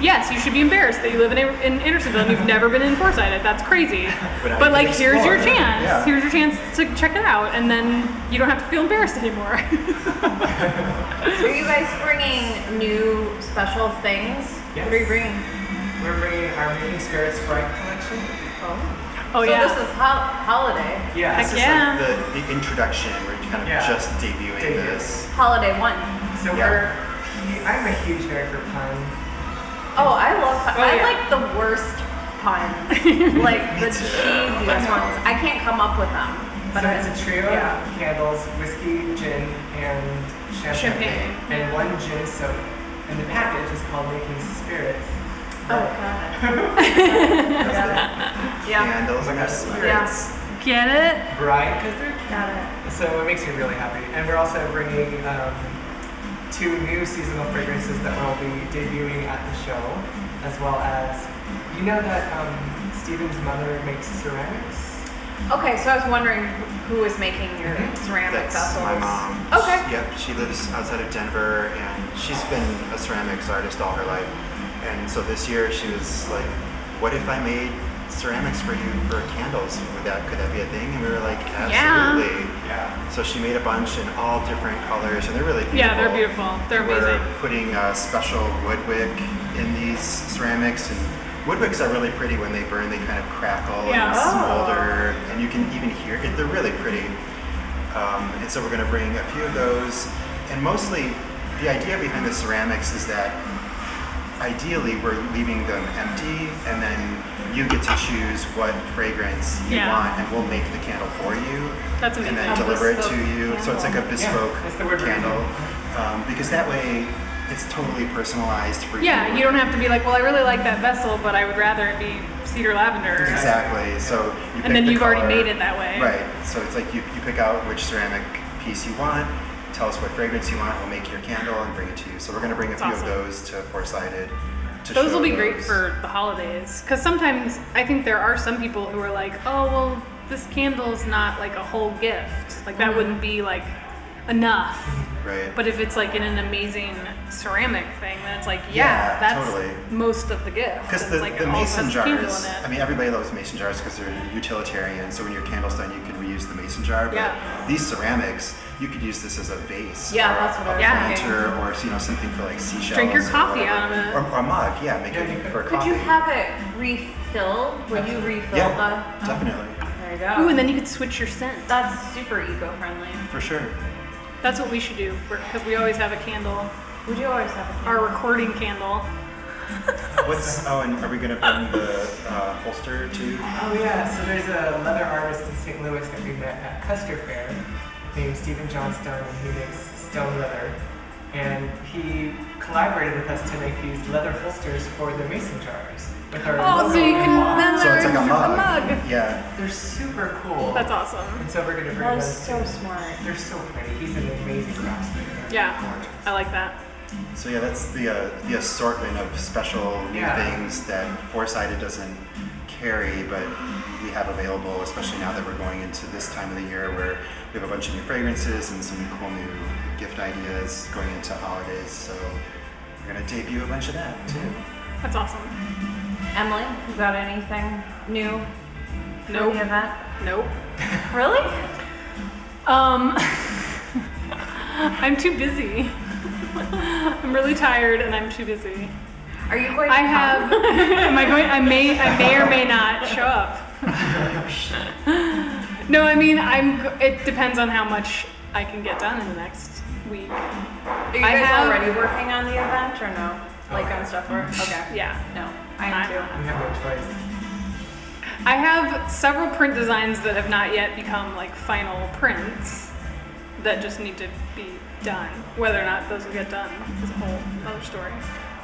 Speaker 1: yes you should be embarrassed that you live in, in andersonville and you've never been in four-sided that's crazy
Speaker 2: But I
Speaker 1: but
Speaker 2: can
Speaker 1: like here's your
Speaker 2: explore.
Speaker 1: chance
Speaker 2: Yeah.
Speaker 1: here's your chance to check it out and then you don't have to feel embarrassed anymore
Speaker 3: Are you guys bringing new special things? What are you
Speaker 4: Yes.
Speaker 3: bringing?
Speaker 4: We're bringing our Meeting Spirit Sprite collection.
Speaker 3: Oh,
Speaker 1: oh
Speaker 3: so
Speaker 1: yeah
Speaker 3: this is hol- holiday.
Speaker 4: Yeah.
Speaker 1: Heck
Speaker 2: This is
Speaker 1: yeah.
Speaker 2: like the, the introduction. We're kind of
Speaker 4: Yeah.
Speaker 2: just debuting
Speaker 4: Debut.
Speaker 2: this.
Speaker 3: Holiday one.
Speaker 4: So
Speaker 2: Yeah.
Speaker 4: we're. I'm a huge nerd for puns.
Speaker 3: Oh, I love. pun-
Speaker 1: Oh,
Speaker 3: I
Speaker 1: yeah.
Speaker 3: like the worst puns, like the
Speaker 2: too.
Speaker 3: cheesiest ones. I can't come up with them. But
Speaker 4: so
Speaker 3: I-
Speaker 4: it's a trio
Speaker 3: Yeah.
Speaker 4: of candles, whiskey, gin, and champagne.
Speaker 1: Champagne,
Speaker 4: And one gin soap. And the package is called Making Spirits.
Speaker 3: Oh god.
Speaker 4: That's
Speaker 3: Yeah.
Speaker 2: Candles and our spirits.
Speaker 3: Yeah.
Speaker 1: get it
Speaker 4: the bride, because they're
Speaker 3: Got it.
Speaker 4: So it makes me really happy. And we're also bringing um, two new seasonal fragrances that will be debuting at the show, as well as you know that um, Steven's mother makes ceramics.
Speaker 3: Okay, so I was wondering who was making your
Speaker 4: Mhm.
Speaker 3: ceramic
Speaker 2: That's
Speaker 3: vessels.
Speaker 2: my mom.
Speaker 3: Okay.
Speaker 2: She- Yep, she lives outside of Denver and she's been a ceramics artist all her life. And so this year she was like, What if I made ceramics for you for candles? Would that could that be a thing? And we were like,
Speaker 1: Yeah.
Speaker 2: Absolutely.
Speaker 4: Yeah.
Speaker 2: So she made a bunch in all different colors and they're really beautiful.
Speaker 1: yeah they're beautiful they're
Speaker 2: We're
Speaker 1: amazing
Speaker 2: putting uh, special woodwick in these ceramics, and woodwicks are really pretty when they burn. They kind of crackle
Speaker 1: Yeah.
Speaker 2: and
Speaker 1: Oh.
Speaker 2: smolder, and you can even hear it. They're really pretty. Um, and so we're going to bring a few of those, and mostly the idea behind the ceramics is that ideally we're leaving them empty, and then you get to choose what fragrance you
Speaker 1: Yeah.
Speaker 2: want, and we'll make the candle for you,
Speaker 1: That's
Speaker 2: and
Speaker 1: amazing.
Speaker 2: then
Speaker 1: A
Speaker 2: deliver it to
Speaker 3: bespoke
Speaker 2: you. So it's like a bespoke
Speaker 4: that's the word we're
Speaker 2: candle um, because that way it's totally personalized for
Speaker 1: yeah
Speaker 2: you.
Speaker 1: you don't have to be like well i really like that vessel but i would rather it be cedar lavender
Speaker 2: exactly. So you pick
Speaker 1: and then
Speaker 2: the
Speaker 1: you've already
Speaker 2: color.
Speaker 1: made it that way
Speaker 2: Right. So it's like you, you pick out which ceramic piece you want. Tell us what fragrance you want. We'll make your candle and bring it to you. So we're gonna bring a
Speaker 1: That's
Speaker 2: few
Speaker 1: awesome.
Speaker 2: of those to Foresighted. To
Speaker 1: Those
Speaker 2: show
Speaker 1: will be great
Speaker 2: those.
Speaker 1: for the holidays because sometimes I think there are some people who are like, oh, well, this candle's not like a whole gift. Like, that wouldn't be like enough.
Speaker 2: right.
Speaker 1: But if it's like in an amazing ceramic thing, then it's like, yeah,
Speaker 2: Yeah,
Speaker 1: that's
Speaker 2: totally.
Speaker 1: most of the gift.
Speaker 2: Because
Speaker 1: It's
Speaker 2: the,
Speaker 1: like,
Speaker 2: the
Speaker 1: it all
Speaker 2: mason
Speaker 1: has candle
Speaker 2: jars,
Speaker 1: in it.
Speaker 2: I mean, everybody loves mason jars because they're utilitarian. So when your candle's done, you can reuse the mason jar. But
Speaker 1: Yeah.
Speaker 2: these ceramics, you could use this as a vase.
Speaker 3: Yeah,
Speaker 2: or
Speaker 3: that's what I
Speaker 2: a
Speaker 3: was
Speaker 1: thinking.
Speaker 2: planter or you know something for like seashells.
Speaker 1: Drink your
Speaker 2: or
Speaker 1: coffee
Speaker 2: whatever.
Speaker 1: out of it.
Speaker 2: Or, or a mug, yeah, make
Speaker 4: Yeah, you
Speaker 2: it
Speaker 4: could.
Speaker 2: for
Speaker 3: Could
Speaker 2: coffee.
Speaker 3: you have it refilled? Would you refill
Speaker 2: yeah,
Speaker 1: uh,
Speaker 2: definitely.
Speaker 3: the? There you go.
Speaker 1: Ooh, and then you could switch your scent.
Speaker 3: That's super eco-friendly.
Speaker 2: For sure.
Speaker 1: That's what we should do because we always have a candle,
Speaker 3: Would you always have a
Speaker 1: our recording candle.
Speaker 2: What's oh, and are we gonna bring the uh, holster too?
Speaker 4: Oh yeah. So there's a leather artist in St. Louis that we met at Custer Fair, named Stephen Johnstone, and he makes stone leather. And he collaborated with us to make these leather holsters for the mason jars with our.
Speaker 1: Oh, so you
Speaker 4: logo.
Speaker 1: can then
Speaker 2: So it's like a mug.
Speaker 1: a mug.
Speaker 2: Yeah.
Speaker 4: They're super cool.
Speaker 1: That's awesome.
Speaker 4: And so we're gonna bring
Speaker 3: That is
Speaker 4: those
Speaker 3: so smart.
Speaker 4: They're so pretty. He's an amazing craftsman.
Speaker 1: Yeah,
Speaker 4: Gorgeous.
Speaker 1: I like that.
Speaker 2: So yeah, that's the uh, the assortment of special new
Speaker 4: Yeah.
Speaker 2: things that Foresighted doesn't carry, but we have available, especially now that we're going into this time of the year where we have a bunch of new fragrances and some cool new gift ideas going into holidays. So we're gonna debut a bunch of that too.
Speaker 1: That's awesome.
Speaker 3: Emily, you got anything new for
Speaker 1: Nope.
Speaker 3: the event?
Speaker 1: Nope.
Speaker 3: Really?
Speaker 1: Um, I'm too busy. I'm really tired and I'm too busy.
Speaker 3: Are you going to
Speaker 1: I
Speaker 3: come?
Speaker 1: have. am I going? I may. I may or may not show up. no, I mean, I'm. g- It depends on how much I can get done in the next week.
Speaker 3: Are you
Speaker 1: I
Speaker 3: guys
Speaker 1: have-
Speaker 3: already working on the event or no? Like on stuff or okay.
Speaker 1: Yeah.
Speaker 3: No. I am too.
Speaker 4: We have no choice.
Speaker 1: I have several print designs that have not yet become like final prints that just need to be done. Whether or not those will get done is a whole other story.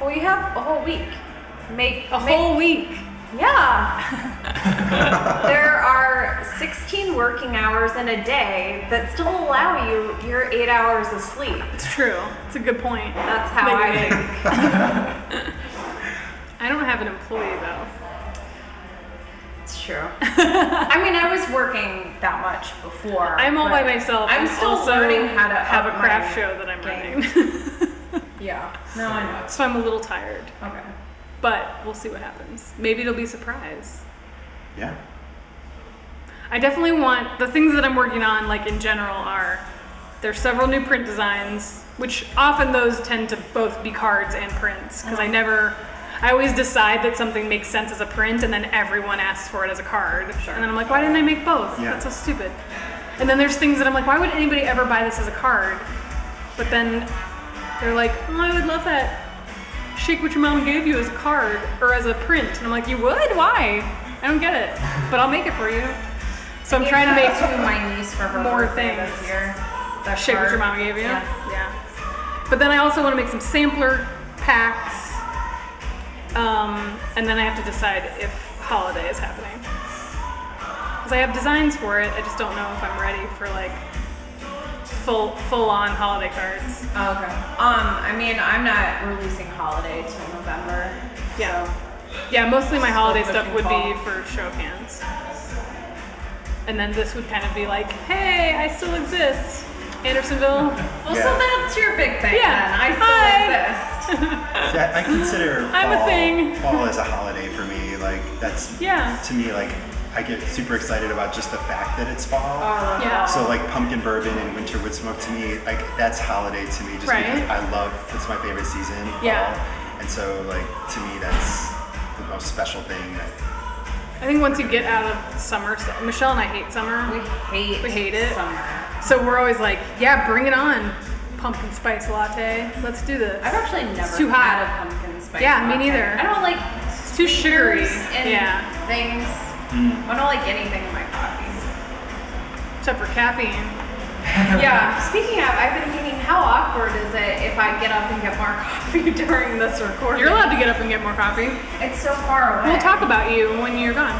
Speaker 3: Well you have a whole week. Make
Speaker 1: A
Speaker 3: make-
Speaker 1: whole week.
Speaker 3: Yeah. there are 16 working hours in a day that still allow you your eight hours of sleep.
Speaker 1: It's true. It's a good point.
Speaker 3: That's how
Speaker 1: Like,
Speaker 3: I
Speaker 1: like-
Speaker 3: think.
Speaker 1: I don't have an employee though.
Speaker 3: It's true. I mean, I was working that much before.
Speaker 1: I'm all by
Speaker 3: but
Speaker 1: myself.
Speaker 3: I'm
Speaker 1: and
Speaker 3: still
Speaker 1: also
Speaker 3: learning how to
Speaker 1: have a
Speaker 3: up
Speaker 1: craft
Speaker 3: my
Speaker 1: show that I'm
Speaker 3: game.
Speaker 1: running.
Speaker 3: Yeah. No, I know.
Speaker 1: so I'm a little tired,
Speaker 3: Okay.
Speaker 1: but we'll see what happens. Maybe it'll be a surprise.
Speaker 2: Yeah.
Speaker 1: I definitely want the things that I'm working on, like in general, are there's several new print designs, which often those tend to both be cards and prints because
Speaker 3: Mm.
Speaker 1: I never. I always decide that something makes sense as a print, and then everyone asks for it as a card. And then I'm like, why didn't I make both?
Speaker 2: Yeah.
Speaker 1: That's so stupid. And then there's things that I'm like, why would anybody ever buy this as a card? But then they're like, oh, I would love that shake what your mom gave you as a card or as a print. And I'm like, you would? Why? I don't get it. But I'll make it for you. So I'm trying to make
Speaker 3: to my niece for her
Speaker 1: more
Speaker 3: birthday
Speaker 1: things.
Speaker 3: this year. The
Speaker 1: shape what your mom
Speaker 3: card.
Speaker 1: gave you.
Speaker 3: Yeah.
Speaker 1: But then I also want to make some sampler packs. Um, and then I have to decide if holiday is happening. Because I have designs for it. I just don't know if I'm ready for like full full on holiday cards.
Speaker 3: Oh, okay. Um, I mean, I'm not releasing holiday till November.
Speaker 1: Yeah. Yeah, mostly my holiday
Speaker 3: Still
Speaker 1: stuff
Speaker 3: pushing
Speaker 1: would be
Speaker 3: fall.
Speaker 1: for show of hands. And then this would kind of be like, hey, I still exist. Andersonville.
Speaker 3: Well,
Speaker 2: Yeah.
Speaker 3: so that's your big thing.
Speaker 1: Yeah.
Speaker 3: Then. I still
Speaker 1: Hi.
Speaker 3: exist.
Speaker 2: Yeah, I consider
Speaker 1: I'm a
Speaker 2: fall,
Speaker 1: thing.
Speaker 2: fall as a holiday for me. Like that's
Speaker 1: Yeah.
Speaker 2: to me like I get super excited about just the fact that it's fall.
Speaker 1: Uh-huh. Yeah.
Speaker 2: So like pumpkin bourbon and winter wood smoke to me, like that's holiday to me, just
Speaker 1: Right.
Speaker 2: because I love it's my favorite season. Fall.
Speaker 1: Yeah.
Speaker 2: And so like to me that's the most special thing that
Speaker 1: I think once you get out of summer, so Michelle and I hate summer.
Speaker 3: We hate.
Speaker 1: We hate it.
Speaker 3: Summer.
Speaker 1: so we're always like, yeah, bring it on. Pumpkin spice latte. Let's do this.
Speaker 3: I've actually never
Speaker 1: too
Speaker 3: had
Speaker 1: hot.
Speaker 3: a pumpkin spice.
Speaker 1: Yeah, me
Speaker 3: latte.
Speaker 1: neither.
Speaker 3: I don't like
Speaker 1: It's too sugary.
Speaker 3: sugars and
Speaker 1: Yeah.
Speaker 3: things. I don't like anything in my coffee.
Speaker 1: Except for caffeine.
Speaker 3: yeah. Speaking of, I've been thinking, how awkward is it if I get up and get more coffee during this recording?
Speaker 1: You're allowed to get up and get more coffee.
Speaker 3: It's so far away.
Speaker 1: We'll talk about you when you're gone.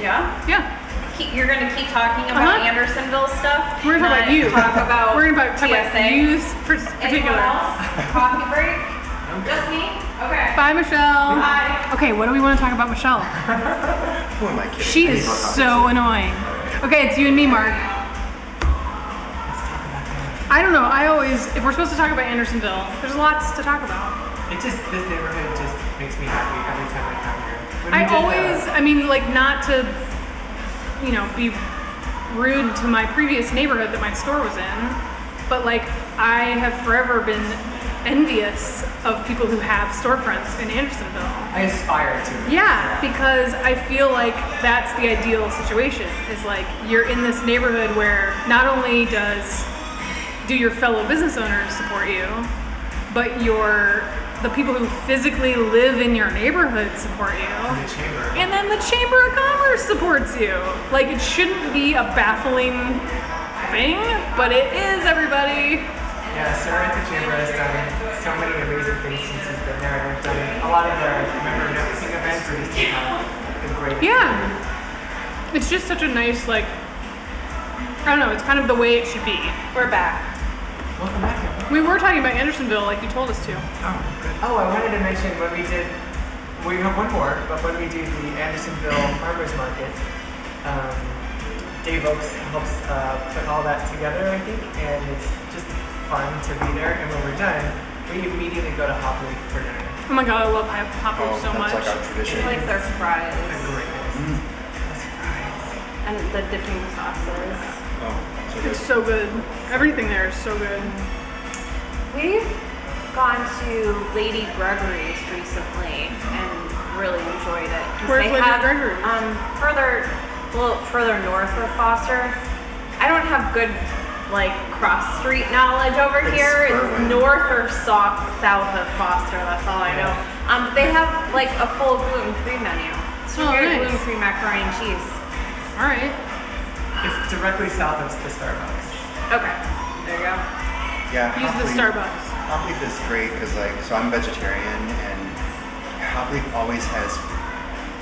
Speaker 3: Yeah.
Speaker 1: Yeah.
Speaker 3: Keep, you're gonna keep talking about
Speaker 1: Uh-huh.
Speaker 3: Andersonville stuff.
Speaker 1: We're gonna talk about
Speaker 3: not
Speaker 1: you.
Speaker 3: Talk about.
Speaker 1: We're gonna talk about
Speaker 3: TSA.
Speaker 1: you per-
Speaker 3: Anyone
Speaker 1: particular.
Speaker 3: else? Coffee break? Just me? Okay.
Speaker 1: Bye, Michelle.
Speaker 3: Bye.
Speaker 1: Okay, what do we want to talk about, Michelle?
Speaker 2: who am I kidding?
Speaker 1: She
Speaker 2: I need
Speaker 1: is
Speaker 2: more coffee.
Speaker 1: so annoying. Okay, it's you and me, Mark. I don't know. I always, if we're supposed to talk about Andersonville, there's lots to talk about.
Speaker 4: It just this neighborhood just makes me happy every time I come here. When we
Speaker 1: I
Speaker 4: did the-
Speaker 1: always, I mean, like, not to, you know, be rude to my previous neighborhood that my store was in, but like, I have forever been envious of people who have storefronts in Andersonville.
Speaker 4: I aspire to. it.
Speaker 1: Yeah, because I feel like that's the ideal situation. Is like you're in this neighborhood where not only does do your fellow business owners support you, but your the people who physically live in your neighborhood support
Speaker 4: In
Speaker 1: you.
Speaker 4: the chamber.
Speaker 1: And then the Chamber of Commerce supports you. Like it shouldn't be a baffling thing, but it is everybody.
Speaker 4: Yeah, Sarah at the chamber has done so many amazing things since she's been there. And I've done a lot of their member noticing events and just have been great.
Speaker 1: Yeah. It's just such a nice like I don't know, it's kind of the way it should be.
Speaker 3: We're back.
Speaker 4: Welcome back, everyone.
Speaker 1: We were talking about Andersonville, like you told us to.
Speaker 4: Oh, good. Oh, I wanted to mention when we did, we have one more, but when we do the Andersonville Farmers Market, um, Dave Oaks helps uh, put all that together, I think, and it's just fun to be there. And when we're done, we immediately go to Hopley for dinner.
Speaker 1: Oh my god, I love Hop- Hop Loop
Speaker 2: Oh,
Speaker 1: so
Speaker 2: that's
Speaker 1: much.
Speaker 2: like our tradition.
Speaker 3: I like their
Speaker 4: And
Speaker 3: fries
Speaker 4: great.
Speaker 3: and the dipping sauces.
Speaker 2: Oh, so
Speaker 1: It's
Speaker 2: good.
Speaker 1: so good. Everything there is so good.
Speaker 3: We've gone to Lady Gregory's recently and really enjoyed it. 'cause
Speaker 1: Where's
Speaker 3: they
Speaker 1: Lady
Speaker 3: have,
Speaker 1: Gregory's?
Speaker 3: Um, further, a little further north of Foster. I don't have good like cross street knowledge over
Speaker 2: It's
Speaker 3: here. It's
Speaker 2: Berwyn.
Speaker 3: north or south south of Foster. That's all I know. Um, but they have like a full gluten free menu. So
Speaker 1: Oh,
Speaker 3: you get
Speaker 1: nice.
Speaker 3: gluten free macaroni and cheese.
Speaker 1: All right.
Speaker 4: It's directly south of the Starbucks.
Speaker 3: Okay, there you go.
Speaker 2: Yeah,
Speaker 1: Use the
Speaker 2: Hopley-
Speaker 1: Starbucks.
Speaker 2: Hop Leaf is great because, like, so I'm vegetarian, and Hop Leaf always has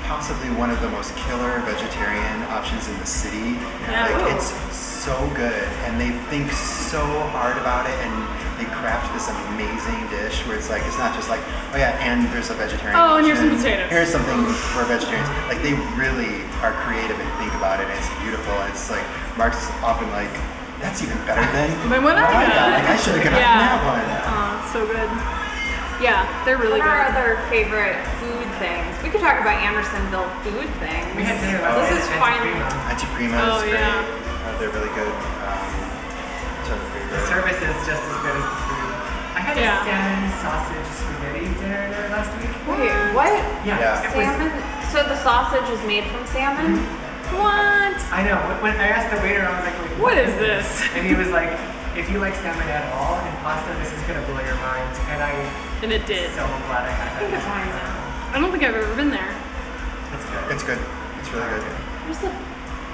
Speaker 2: possibly one of the most killer vegetarian options in the city.
Speaker 1: Yeah.
Speaker 2: Like,
Speaker 1: Ooh.
Speaker 2: it's so good, and they think so hard about it, and they craft this amazing dish where it's like, it's not just like, oh yeah, and there's a vegetarian.
Speaker 1: Oh, and here's some
Speaker 2: option,
Speaker 1: potatoes.
Speaker 2: Here's something for vegetarians. Like, they really are creative and think about it, and it's beautiful, and it's like, Mark's often like, that's even better than.
Speaker 1: Then what
Speaker 2: Oh
Speaker 1: I
Speaker 2: my God,
Speaker 1: got.
Speaker 2: like, I should have gotten
Speaker 1: Yeah.
Speaker 2: that one.
Speaker 1: Aw, it's Uh, so good. Yeah, they're really
Speaker 3: What are
Speaker 1: good.
Speaker 3: other favorite food things? We could talk about Andersonville food things.
Speaker 4: We had dinner last
Speaker 3: This is
Speaker 4: night at
Speaker 3: finally.
Speaker 4: Antiprima.
Speaker 2: Antiprima
Speaker 1: Oh,
Speaker 2: Uh, is great.
Speaker 1: yeah.
Speaker 2: Uh, they're really good. Um, what's our
Speaker 4: The
Speaker 2: favorite?
Speaker 4: service is just as good as the food. I had
Speaker 1: Yeah.
Speaker 4: a salmon sausage spaghetti dinner there last week.
Speaker 3: Wait, what?
Speaker 4: Yeah,
Speaker 2: Yeah.
Speaker 4: it was- Mm-hmm.
Speaker 3: Salmon? So the sausage is made from salmon? What?
Speaker 4: I know. When- When I asked the waiter, I was like, "Wait,
Speaker 1: What is this?
Speaker 4: And he was like, if you like salmon at all and pasta, this is gonna blow your mind. And I'm
Speaker 1: And it did.
Speaker 4: so glad I had
Speaker 3: Think of
Speaker 4: that.
Speaker 3: mine now.
Speaker 1: I don't think I've ever been there.
Speaker 4: That's good.
Speaker 2: It's good. It's really good.
Speaker 3: There's an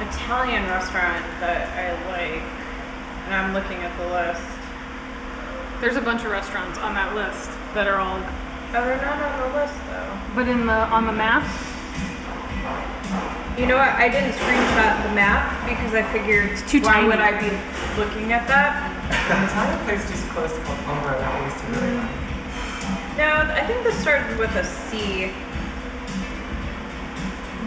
Speaker 3: Italian restaurant that I like, and I'm looking at the list.
Speaker 1: There's a bunch of restaurants on that list that are all,
Speaker 3: Oh, they're not on the list though.
Speaker 1: but in the on the map.
Speaker 3: You know what? I didn't screenshot the map because I figured
Speaker 1: too
Speaker 3: why
Speaker 1: tiny.
Speaker 3: would I be looking at that?
Speaker 4: The Italian place just closed called Ombra that we used to really
Speaker 1: Mm.
Speaker 4: like.
Speaker 3: No, I think this started with a C.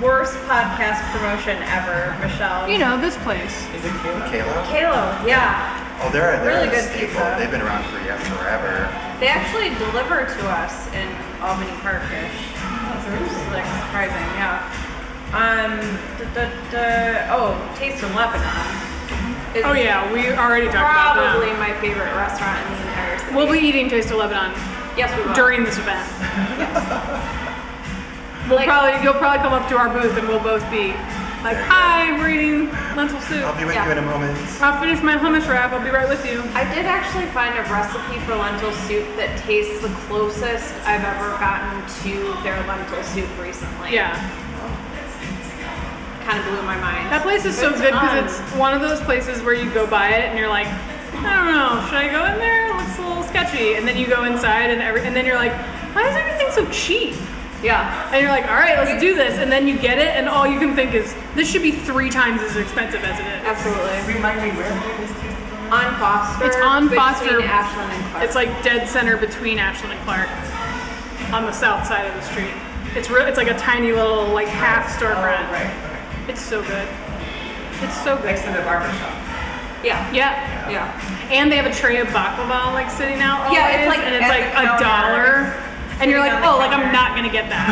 Speaker 3: Worst podcast promotion ever, Michelle.
Speaker 1: You know this place.
Speaker 4: Is it Kayla?
Speaker 2: Kayla.
Speaker 3: Kalo, yeah.
Speaker 2: Oh, they're, they're
Speaker 3: Really
Speaker 2: a
Speaker 3: good
Speaker 2: staple.
Speaker 3: pizza.
Speaker 2: They've been around for yeah, forever.
Speaker 3: They actually deliver to us in Albany Parkish.
Speaker 4: That's
Speaker 3: Which
Speaker 4: amazing.
Speaker 3: is like surprising, yeah. Um, da, da, da, oh, Taste in Lebanon. Is
Speaker 1: Oh yeah, we already talked about
Speaker 3: Probably
Speaker 1: that.
Speaker 3: my favorite restaurant in the entire city.
Speaker 1: We'll be eating Taste of Lebanon
Speaker 3: yes, we will.
Speaker 1: during this event. We'll
Speaker 3: Like-
Speaker 1: probably you'll probably come up to our booth and we'll both be like,
Speaker 2: There you go.
Speaker 1: "Hi, we're eating lentil
Speaker 2: I'll be
Speaker 1: soup.
Speaker 2: with
Speaker 3: Yeah.
Speaker 2: you in a moment.
Speaker 1: I'll finish my hummus wrap. I'll be right with you."
Speaker 3: I did actually find a recipe for lentil soup that tastes the closest I've ever gotten to their lentil soup recently.
Speaker 1: Yeah,
Speaker 3: Kind of blew my mind.
Speaker 1: that place is so
Speaker 3: It's
Speaker 1: good because
Speaker 3: on.
Speaker 1: it's one of those places where you go by it and you're like, "I don't know, should I go in there? It looks a little sketchy." And then you go inside and every and then you're like, "Why is everything so cheap?"
Speaker 3: Yeah.
Speaker 1: And you're like, "All right, let's do this." And then you get it, and all you can think is, "This should be three times as expensive as it is."
Speaker 3: Absolutely.
Speaker 4: Remind me where it is tasted from?
Speaker 3: On Foster.
Speaker 1: It's on
Speaker 3: between
Speaker 1: Foster.
Speaker 3: Ashland and Clark.
Speaker 1: It's like dead center between Ashland and Clark, on the south side of the street. It's real. It's like a tiny little like half storefront.
Speaker 4: Oh, right. Okay.
Speaker 1: It's so good. It's so good.
Speaker 4: Next to the barber shop.
Speaker 3: yeah.
Speaker 1: Yeah,
Speaker 3: Yeah.
Speaker 1: and they have a tray of baklava like sitting out always,
Speaker 3: Yeah, it's like
Speaker 1: and it's
Speaker 3: at
Speaker 1: like
Speaker 3: the
Speaker 1: a
Speaker 3: counter.
Speaker 1: dollar, and you're like,
Speaker 3: Sitting on the
Speaker 1: oh, like I'm
Speaker 3: counter.
Speaker 1: not gonna get that.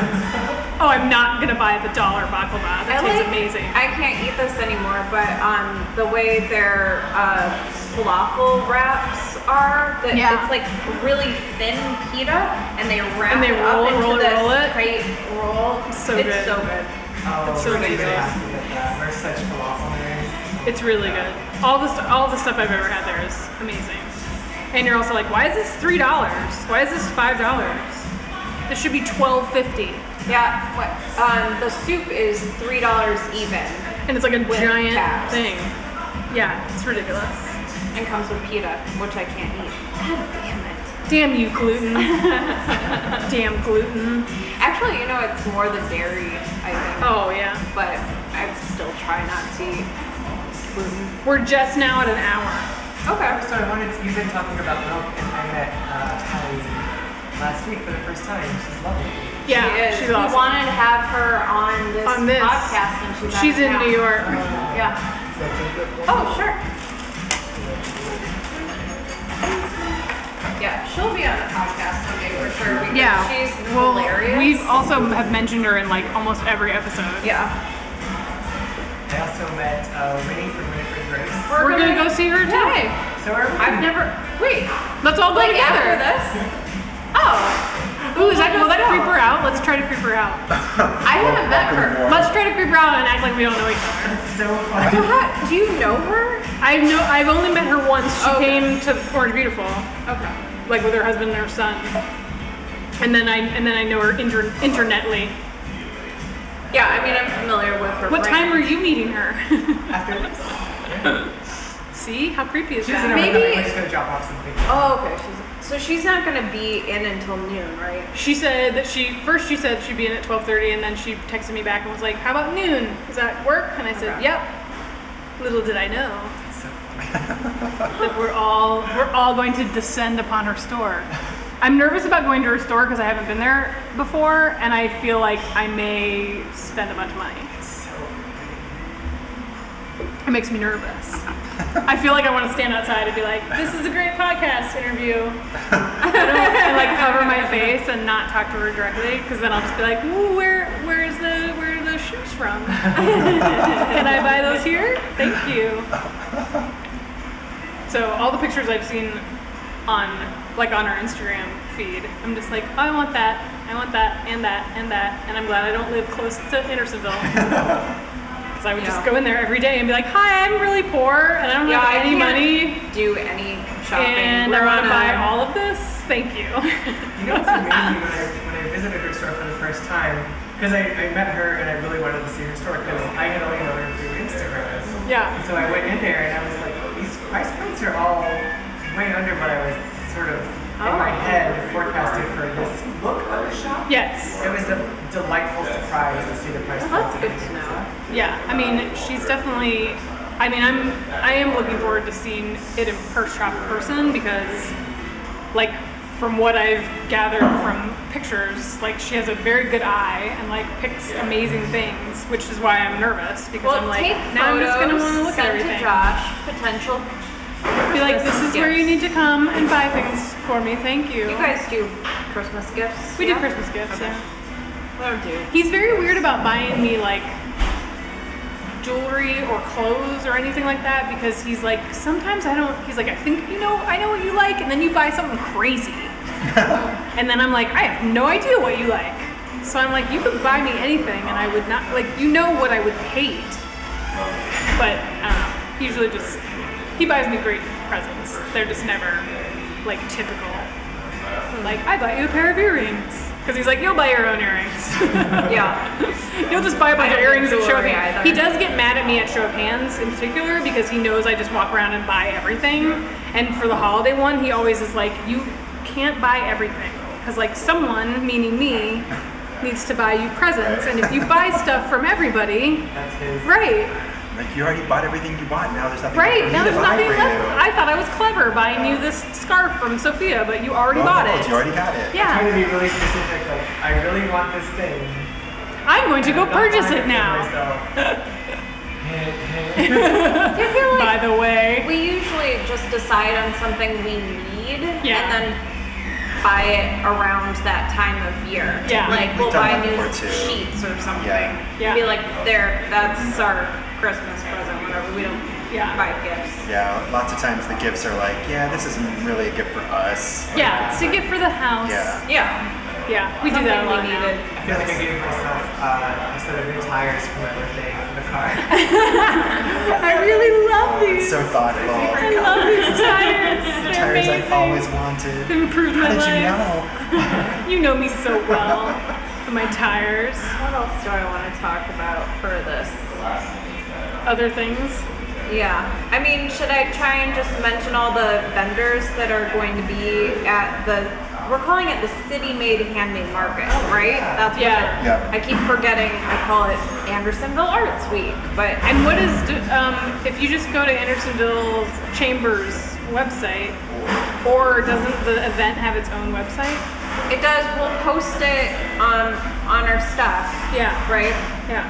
Speaker 1: oh, I'm not gonna buy the dollar baklava. That
Speaker 3: I
Speaker 1: tastes
Speaker 3: like-
Speaker 1: amazing.
Speaker 3: I can't eat this anymore, but um, the way their uh, falafel wraps are, that
Speaker 1: Yeah.
Speaker 3: it's like really thin pita, and they wrap
Speaker 1: And they
Speaker 3: it
Speaker 1: roll
Speaker 3: up
Speaker 1: it,
Speaker 3: into
Speaker 1: roll it,
Speaker 3: this
Speaker 1: roll it.
Speaker 3: great roll.
Speaker 1: So
Speaker 3: it's
Speaker 1: good.
Speaker 3: so good.
Speaker 4: Oh,
Speaker 1: It's so
Speaker 4: we're gonna
Speaker 1: amazing.
Speaker 4: get asked to get that. We're such falafel nerds.
Speaker 1: It's really good. All the st- all the stuff I've ever had there is amazing. And you're also like, why is this three dollars? Why is this five dollars? This should be twelve fifty.
Speaker 3: Yeah, what, um, the soup is three dollars even,
Speaker 1: And it's like a
Speaker 3: With
Speaker 1: giant
Speaker 3: tabs.
Speaker 1: thing. Yeah, it's ridiculous.
Speaker 3: and comes with pita, which I can't eat. God damn it!
Speaker 1: Damn you, gluten. Damn gluten.
Speaker 3: Actually, you know, it's more the dairy, I think.
Speaker 1: Oh yeah.
Speaker 3: But I still try not to eat gluten.
Speaker 1: We're just now at an hour.
Speaker 3: Okay.
Speaker 4: So I wanted you've been talking about milk, and I met uh, Hallie last week for the first time. She's lovely.
Speaker 1: Yeah,
Speaker 5: she is.
Speaker 1: she's
Speaker 5: we
Speaker 1: awesome.
Speaker 5: wanted to have her on this,
Speaker 1: On this.
Speaker 5: podcast, and she's out
Speaker 1: She's
Speaker 5: of
Speaker 1: in
Speaker 5: town.
Speaker 1: New York.
Speaker 5: Yeah.
Speaker 3: Oh, sure. Yeah, she'll be on the podcast someday for sure. Because
Speaker 1: Yeah.
Speaker 3: she's
Speaker 1: well,
Speaker 3: hilarious.
Speaker 1: We've also have mentioned her in like almost every episode.
Speaker 3: yeah.
Speaker 4: I also met uh, Winnie from Winifred Grace.
Speaker 1: We're, gonna, go see her today.
Speaker 4: So are we?
Speaker 3: I've never. Wait,
Speaker 1: Let's all go
Speaker 3: like after
Speaker 1: together.
Speaker 3: this? Oh,
Speaker 1: Ooh, is that
Speaker 3: Let
Speaker 1: will
Speaker 3: us
Speaker 1: that creep
Speaker 3: know.
Speaker 1: her out? Let's try to creep her out.
Speaker 3: I haven't met her.
Speaker 1: Let's try to creep her out and act like we don't know each other.
Speaker 4: so fun.
Speaker 3: So how, do you know her?
Speaker 1: I know I've only met her once. She
Speaker 3: Okay.
Speaker 1: came to Orange Beautiful,
Speaker 3: Okay.
Speaker 1: like with her husband and her son. And then I and then I know her inter- internetly.
Speaker 3: Yeah, I mean I'm familiar with her.
Speaker 1: What time were
Speaker 3: brand.
Speaker 1: you meeting her?
Speaker 4: After this.
Speaker 1: see how creepy is
Speaker 4: She's in
Speaker 1: that?
Speaker 4: a
Speaker 3: Maybe-
Speaker 4: Maybe. She's gonna drop off something.
Speaker 3: Oh, okay. She's, so she's not gonna be in until noon, right?
Speaker 1: She said that she first she said she'd be in at twelve thirty, and then she texted me back and was like, "How about noon? Is that work?" And I said,
Speaker 4: Okay.
Speaker 1: "Yep." Little did I know
Speaker 4: So
Speaker 1: that we're all we're all going to descend upon her store. I'm nervous about going to her store because I haven't been there before, and I feel like I may spend a bunch of money.
Speaker 4: so
Speaker 1: It makes me nervous. I feel like I want to stand outside and be like, "This is a great podcast interview," I don't, and like cover my face and not talk to her directly, because then I'll just be like, "Ooh, where, where's the, where are those shoes from? Can I buy those here? Thank you." So all the pictures I've seen on, like on our Instagram feed, I'm just like, "Oh, "I want that, I want that, and that, and that," and I'm glad I don't live close to Andersonville. Because I would just
Speaker 3: Yeah.
Speaker 1: go in there every day and be like, "Hi, I'm really poor and I don't
Speaker 3: I
Speaker 1: have any
Speaker 3: can't
Speaker 1: money,
Speaker 3: Do any shopping?
Speaker 1: and I
Speaker 3: We're
Speaker 1: want to
Speaker 3: on a-
Speaker 1: buy all of this. Thank you."
Speaker 4: You know what's amazing when I, when I visited her store for the first time, because I, I met her and I really wanted to see her store because I had only known her through Instagram. And
Speaker 1: yeah,
Speaker 4: so I went in there and I was like, these price points are all way under what I was sort of in
Speaker 1: Oh.
Speaker 4: my head forecasted for this look of a shop.
Speaker 1: yes,
Speaker 4: It was a delightful surprise to see the
Speaker 1: Oh,
Speaker 4: price
Speaker 3: Well, that's good
Speaker 4: points.
Speaker 3: to know.
Speaker 1: yeah. I mean, she's definitely. I mean, I'm I am looking forward to seeing it in her shop in person because, like, from what I've gathered from pictures, like she has a very good eye and like picks amazing things, which is why I'm nervous because
Speaker 3: Well,
Speaker 1: I'm like,
Speaker 3: take
Speaker 1: now I'm just gonna
Speaker 3: photos,
Speaker 1: want to look at
Speaker 3: send
Speaker 1: everything.
Speaker 3: to Josh. Potential.
Speaker 1: Be like, this is where you
Speaker 3: Yes.
Speaker 1: need to come and buy things for me. Thank you.
Speaker 3: You guys do Christmas gifts.
Speaker 1: we
Speaker 3: yeah?
Speaker 1: do Christmas gifts, yeah.
Speaker 3: I don't do.
Speaker 1: He's very weird about buying me like jewelry or clothes or anything like that because he's like, sometimes I don't. He's like, I think you know, I know what you like, and then you buy something crazy, and then I'm like, I have no idea what you like. So I'm like, you could buy me anything, and I would not like. You know what I would hate, but I don't know. He Usually, just he buys me great presents. They're just never like typical. Like I bought you a pair of earrings because he's like, you'll buy your own earrings.
Speaker 3: Yeah.
Speaker 1: You'll just buy a bunch
Speaker 3: I
Speaker 1: of
Speaker 3: don't
Speaker 1: earrings
Speaker 3: get
Speaker 1: at show of
Speaker 3: jewelry
Speaker 1: hands.
Speaker 3: either.
Speaker 1: He does get mad at me at show of hands in particular because he knows I just walk around and buy everything. And for the holiday one, he always is like, "You can't buy everything because like someone, meaning me, needs to buy you presents. And if you buy stuff from everybody,
Speaker 4: That's his.
Speaker 1: right,
Speaker 2: Like you already bought everything you bought. Now there's nothing.
Speaker 1: right,
Speaker 2: for
Speaker 1: now
Speaker 2: me to
Speaker 1: there's
Speaker 2: buy
Speaker 1: nothing
Speaker 2: for
Speaker 1: left. I
Speaker 2: You.
Speaker 1: thought I was clever buying you this scarf from Sophia, but you already
Speaker 2: Well,
Speaker 1: bought
Speaker 2: no,
Speaker 1: it.
Speaker 2: Oh, You already got it.
Speaker 4: I'm
Speaker 1: yeah,
Speaker 4: trying to be really specific. Like, I really want this thing.
Speaker 1: I'm going to go
Speaker 4: Not
Speaker 1: purchase
Speaker 4: buying
Speaker 1: it now.
Speaker 4: for myself.
Speaker 3: I feel like
Speaker 1: By the way,
Speaker 3: we usually just decide on something we need
Speaker 1: Yeah.
Speaker 3: and then buy it around that time of year.
Speaker 1: Yeah.
Speaker 3: Like
Speaker 2: We've
Speaker 3: we'll
Speaker 2: done
Speaker 3: buy
Speaker 2: that
Speaker 3: new
Speaker 2: before, too.
Speaker 3: sheets or something.
Speaker 2: Yeah.
Speaker 1: Yeah.
Speaker 3: Be like, there, that's our Christmas present, whatever. We don't
Speaker 1: Yeah.
Speaker 3: buy gifts.
Speaker 2: Yeah, lots of times the gifts are like, yeah, this isn't really a gift for us.
Speaker 1: yeah, to get for the house.
Speaker 2: Yeah.
Speaker 3: Yeah.
Speaker 1: Yeah, we do that a lot
Speaker 3: Something we
Speaker 1: now.
Speaker 3: needed.
Speaker 4: I feel like I gave myself uh, a set of new tires for my birthday for the car.
Speaker 1: I really love these.
Speaker 2: So thoughtful.
Speaker 1: I love these tires. They're
Speaker 2: Tires
Speaker 1: amazing.
Speaker 2: I've always wanted.
Speaker 1: They've improved my
Speaker 2: How did you
Speaker 1: life.
Speaker 2: know?
Speaker 1: You know me so well. my tires,
Speaker 3: What else do I want to talk about for this?
Speaker 1: other things.
Speaker 3: Yeah. I mean, should I try and just mention all the vendors that are going to be at the we're calling it the city made handmade market, right? That's
Speaker 1: Yeah.
Speaker 3: What
Speaker 2: Yeah.
Speaker 3: I keep forgetting. I call it Andersonville Arts Week, but
Speaker 1: And what is, um, if you just go to Andersonville's Chambers website, or doesn't the event have its own website?
Speaker 3: it does. We'll post it um, on our stuff,
Speaker 1: Yeah,
Speaker 3: right?
Speaker 1: yeah.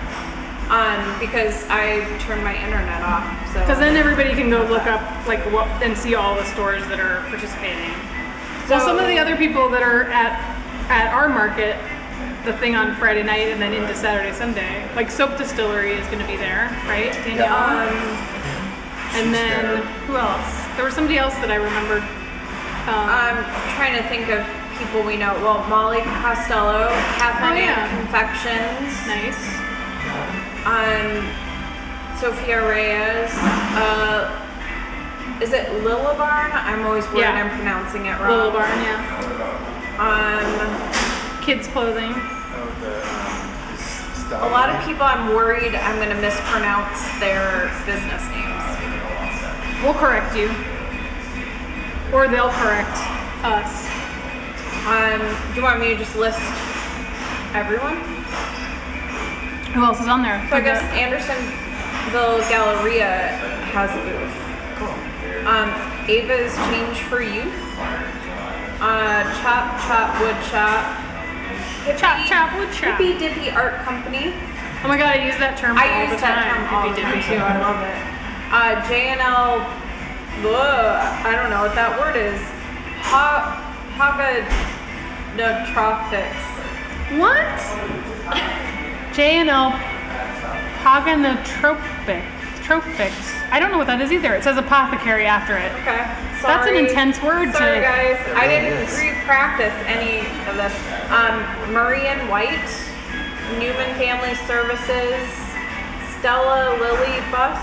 Speaker 3: Um, because I turned my internet off. So
Speaker 1: Because then everybody can go look up, like, what, and see all the stores that are participating. So some of the other people that are at, at our market, the thing on Friday night and then into Saturday, Sunday, like Soap Distillery is going to be there, right, Danielle?
Speaker 2: Yeah.
Speaker 1: And
Speaker 2: She's
Speaker 1: then
Speaker 2: there.
Speaker 1: who else? There was somebody else that I remembered. Um,
Speaker 3: I'm trying to think of people we know. Well, Molly Costello,
Speaker 1: Oh,
Speaker 3: Kathleen Ann
Speaker 1: yeah.
Speaker 3: Confections.
Speaker 1: nice.
Speaker 3: Um, Sophia Reyes. Uh, is it Lilabarn? I'm always worried
Speaker 1: Yeah.
Speaker 3: I'm pronouncing it
Speaker 1: Little
Speaker 3: wrong.
Speaker 1: Barn, yeah.
Speaker 3: Um,
Speaker 1: Kids clothing.
Speaker 2: Oh, the, um, this stuff.
Speaker 3: a lot of people I'm worried I'm going to mispronounce their business names.
Speaker 1: We'll correct you, or they'll correct us.
Speaker 3: Um, do you want me to just list everyone?
Speaker 1: Who else is on there?
Speaker 3: So I guess Andersonville Galleria has a booth. Cool. Um, Ava's Change for Youth. Uh, Chop Chop Wood Chop.
Speaker 1: Chop chop wood chop.
Speaker 3: Hippy Dippy Art Company.
Speaker 1: Oh my god, I use that term all
Speaker 3: I
Speaker 1: the
Speaker 3: use that term
Speaker 1: time.
Speaker 3: all the
Speaker 1: Hippy
Speaker 3: time
Speaker 1: dippy.
Speaker 3: too. I love it. Uh, JNL. Ugh, I don't know what that word is. Ha, hagadotrophics.
Speaker 1: What? J and L paganotropic. Tropics. I don't know what that is either. It says apothecary after it.
Speaker 3: Okay.
Speaker 1: That's an
Speaker 3: sorry.
Speaker 1: intense word
Speaker 3: Sorry,
Speaker 1: to.
Speaker 3: guys. I didn't
Speaker 2: is.
Speaker 3: re-practice any of this. Um, Marian White, Newman Family Services, Stella Lily Bus,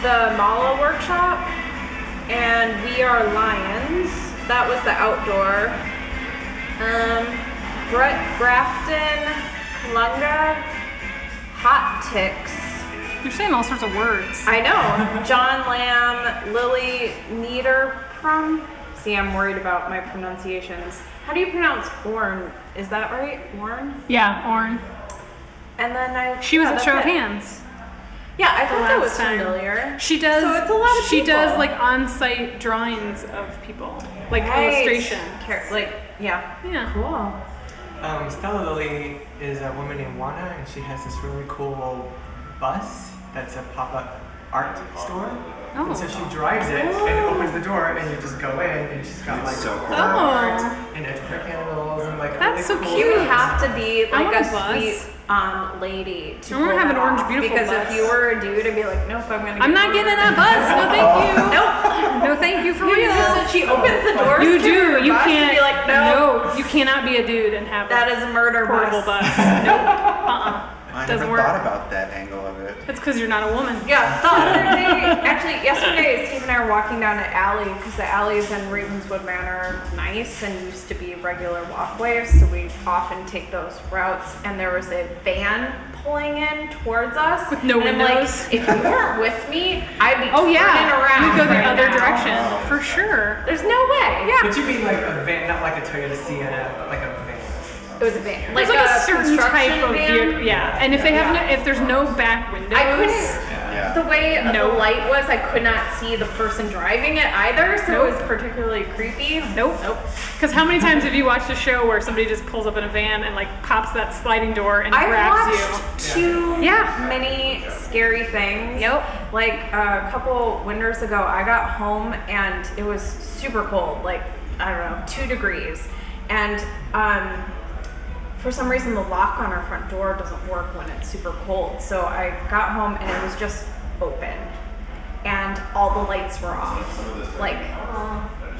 Speaker 3: the Mala Workshop, and We Are Lions. That was the outdoor. Um, Brett Grafton, Kalunga, Hot Ticks.
Speaker 1: You're saying all sorts of words.
Speaker 3: I know. John Lamb, Lily Niederprom. See, I'm worried about my pronunciations. How do you pronounce Orn? Is that right? Orn?
Speaker 1: Yeah, Orn.
Speaker 3: And then I.
Speaker 1: She was
Speaker 3: yeah,
Speaker 1: at
Speaker 3: that's
Speaker 1: Show of
Speaker 3: it.
Speaker 1: Hands.
Speaker 3: Yeah, I thought that
Speaker 1: last
Speaker 3: was
Speaker 1: time.
Speaker 3: familiar.
Speaker 1: She does.
Speaker 3: So it's a lot of
Speaker 1: She does
Speaker 3: people.
Speaker 1: like on-site drawings of people, like
Speaker 3: Right.
Speaker 1: illustration.
Speaker 3: Char- like, yeah.
Speaker 1: Yeah.
Speaker 3: Cool.
Speaker 4: Um, Stella Lily is a woman named Juana, and she has this really cool bus that's a pop-up art store.
Speaker 1: Oh.
Speaker 4: And so she drives it and opens the door, and you just go in, and she's got like
Speaker 2: It's so cool.
Speaker 1: Oh.
Speaker 4: art and educator animals and like
Speaker 1: That's
Speaker 4: really
Speaker 1: so
Speaker 4: cool
Speaker 3: You
Speaker 1: cute.
Speaker 3: would have to be
Speaker 1: I
Speaker 3: like
Speaker 1: want
Speaker 3: a
Speaker 1: a bus.
Speaker 3: sweet um, lady to
Speaker 1: I wanna
Speaker 3: pull
Speaker 1: have
Speaker 3: that
Speaker 1: an orange
Speaker 3: off.
Speaker 1: beautiful
Speaker 3: Because
Speaker 1: bus.
Speaker 3: if you were a dude, I'd be like, nope, I'm gonna.
Speaker 1: I'm
Speaker 3: get
Speaker 1: not
Speaker 3: one.
Speaker 1: getting on that bus. No, thank you.
Speaker 3: Nope.
Speaker 1: No, thank you for
Speaker 3: You
Speaker 1: real.
Speaker 3: just- She opens the door.
Speaker 1: You do. You can't.
Speaker 3: Be like, no,
Speaker 1: no, you cannot be a dude and have
Speaker 3: That
Speaker 1: a
Speaker 3: is a murder
Speaker 1: portable
Speaker 3: bus.
Speaker 1: bus. nope. Uh-uh.
Speaker 2: I
Speaker 1: Doesn't
Speaker 2: never
Speaker 1: work.
Speaker 2: thought about that angle of it.
Speaker 1: It's because you're not a woman.
Speaker 3: Yeah, the other day, actually yesterday, Steve and I were walking down an alley because the alleys in Ravenswood Manor are nice and used to be regular walkways, so we often take those routes. And there was a van pulling in towards us.
Speaker 1: With no
Speaker 3: and I'm
Speaker 1: windows.
Speaker 3: like, if you weren't with me, I'd be
Speaker 1: Oh
Speaker 3: turning
Speaker 1: yeah.
Speaker 3: around.
Speaker 1: You go the
Speaker 3: right
Speaker 1: other
Speaker 3: now."
Speaker 1: direction for sure.
Speaker 3: There's no way. Yeah,
Speaker 4: But you mean like a van, not like a Toyota Sienna, but like a van.
Speaker 3: it was a van.
Speaker 1: There's like a, certain
Speaker 3: construction
Speaker 1: type of
Speaker 3: van.
Speaker 1: vehicle. Yeah. And if they have
Speaker 3: Yeah.
Speaker 1: no, if there's no back windows,
Speaker 3: I couldn't.
Speaker 2: Yeah.
Speaker 3: The way
Speaker 1: Nope.
Speaker 3: the light was, I could not see the person driving it either, so it was particularly creepy.
Speaker 1: Nope. Nope. Because how many times have you watched a show where somebody just pulls up in a van and like pops that sliding door and
Speaker 3: I've
Speaker 1: grabs
Speaker 3: watched
Speaker 4: you.
Speaker 3: too
Speaker 1: Yeah.
Speaker 3: many scary things.
Speaker 1: Yep.
Speaker 3: Like uh, a couple winters ago, I got home and it was super cold, like I don't know, two degrees, and um, for some reason the lock on our front door doesn't work when it's super cold. So I got home and it was just open, and all the lights were off, like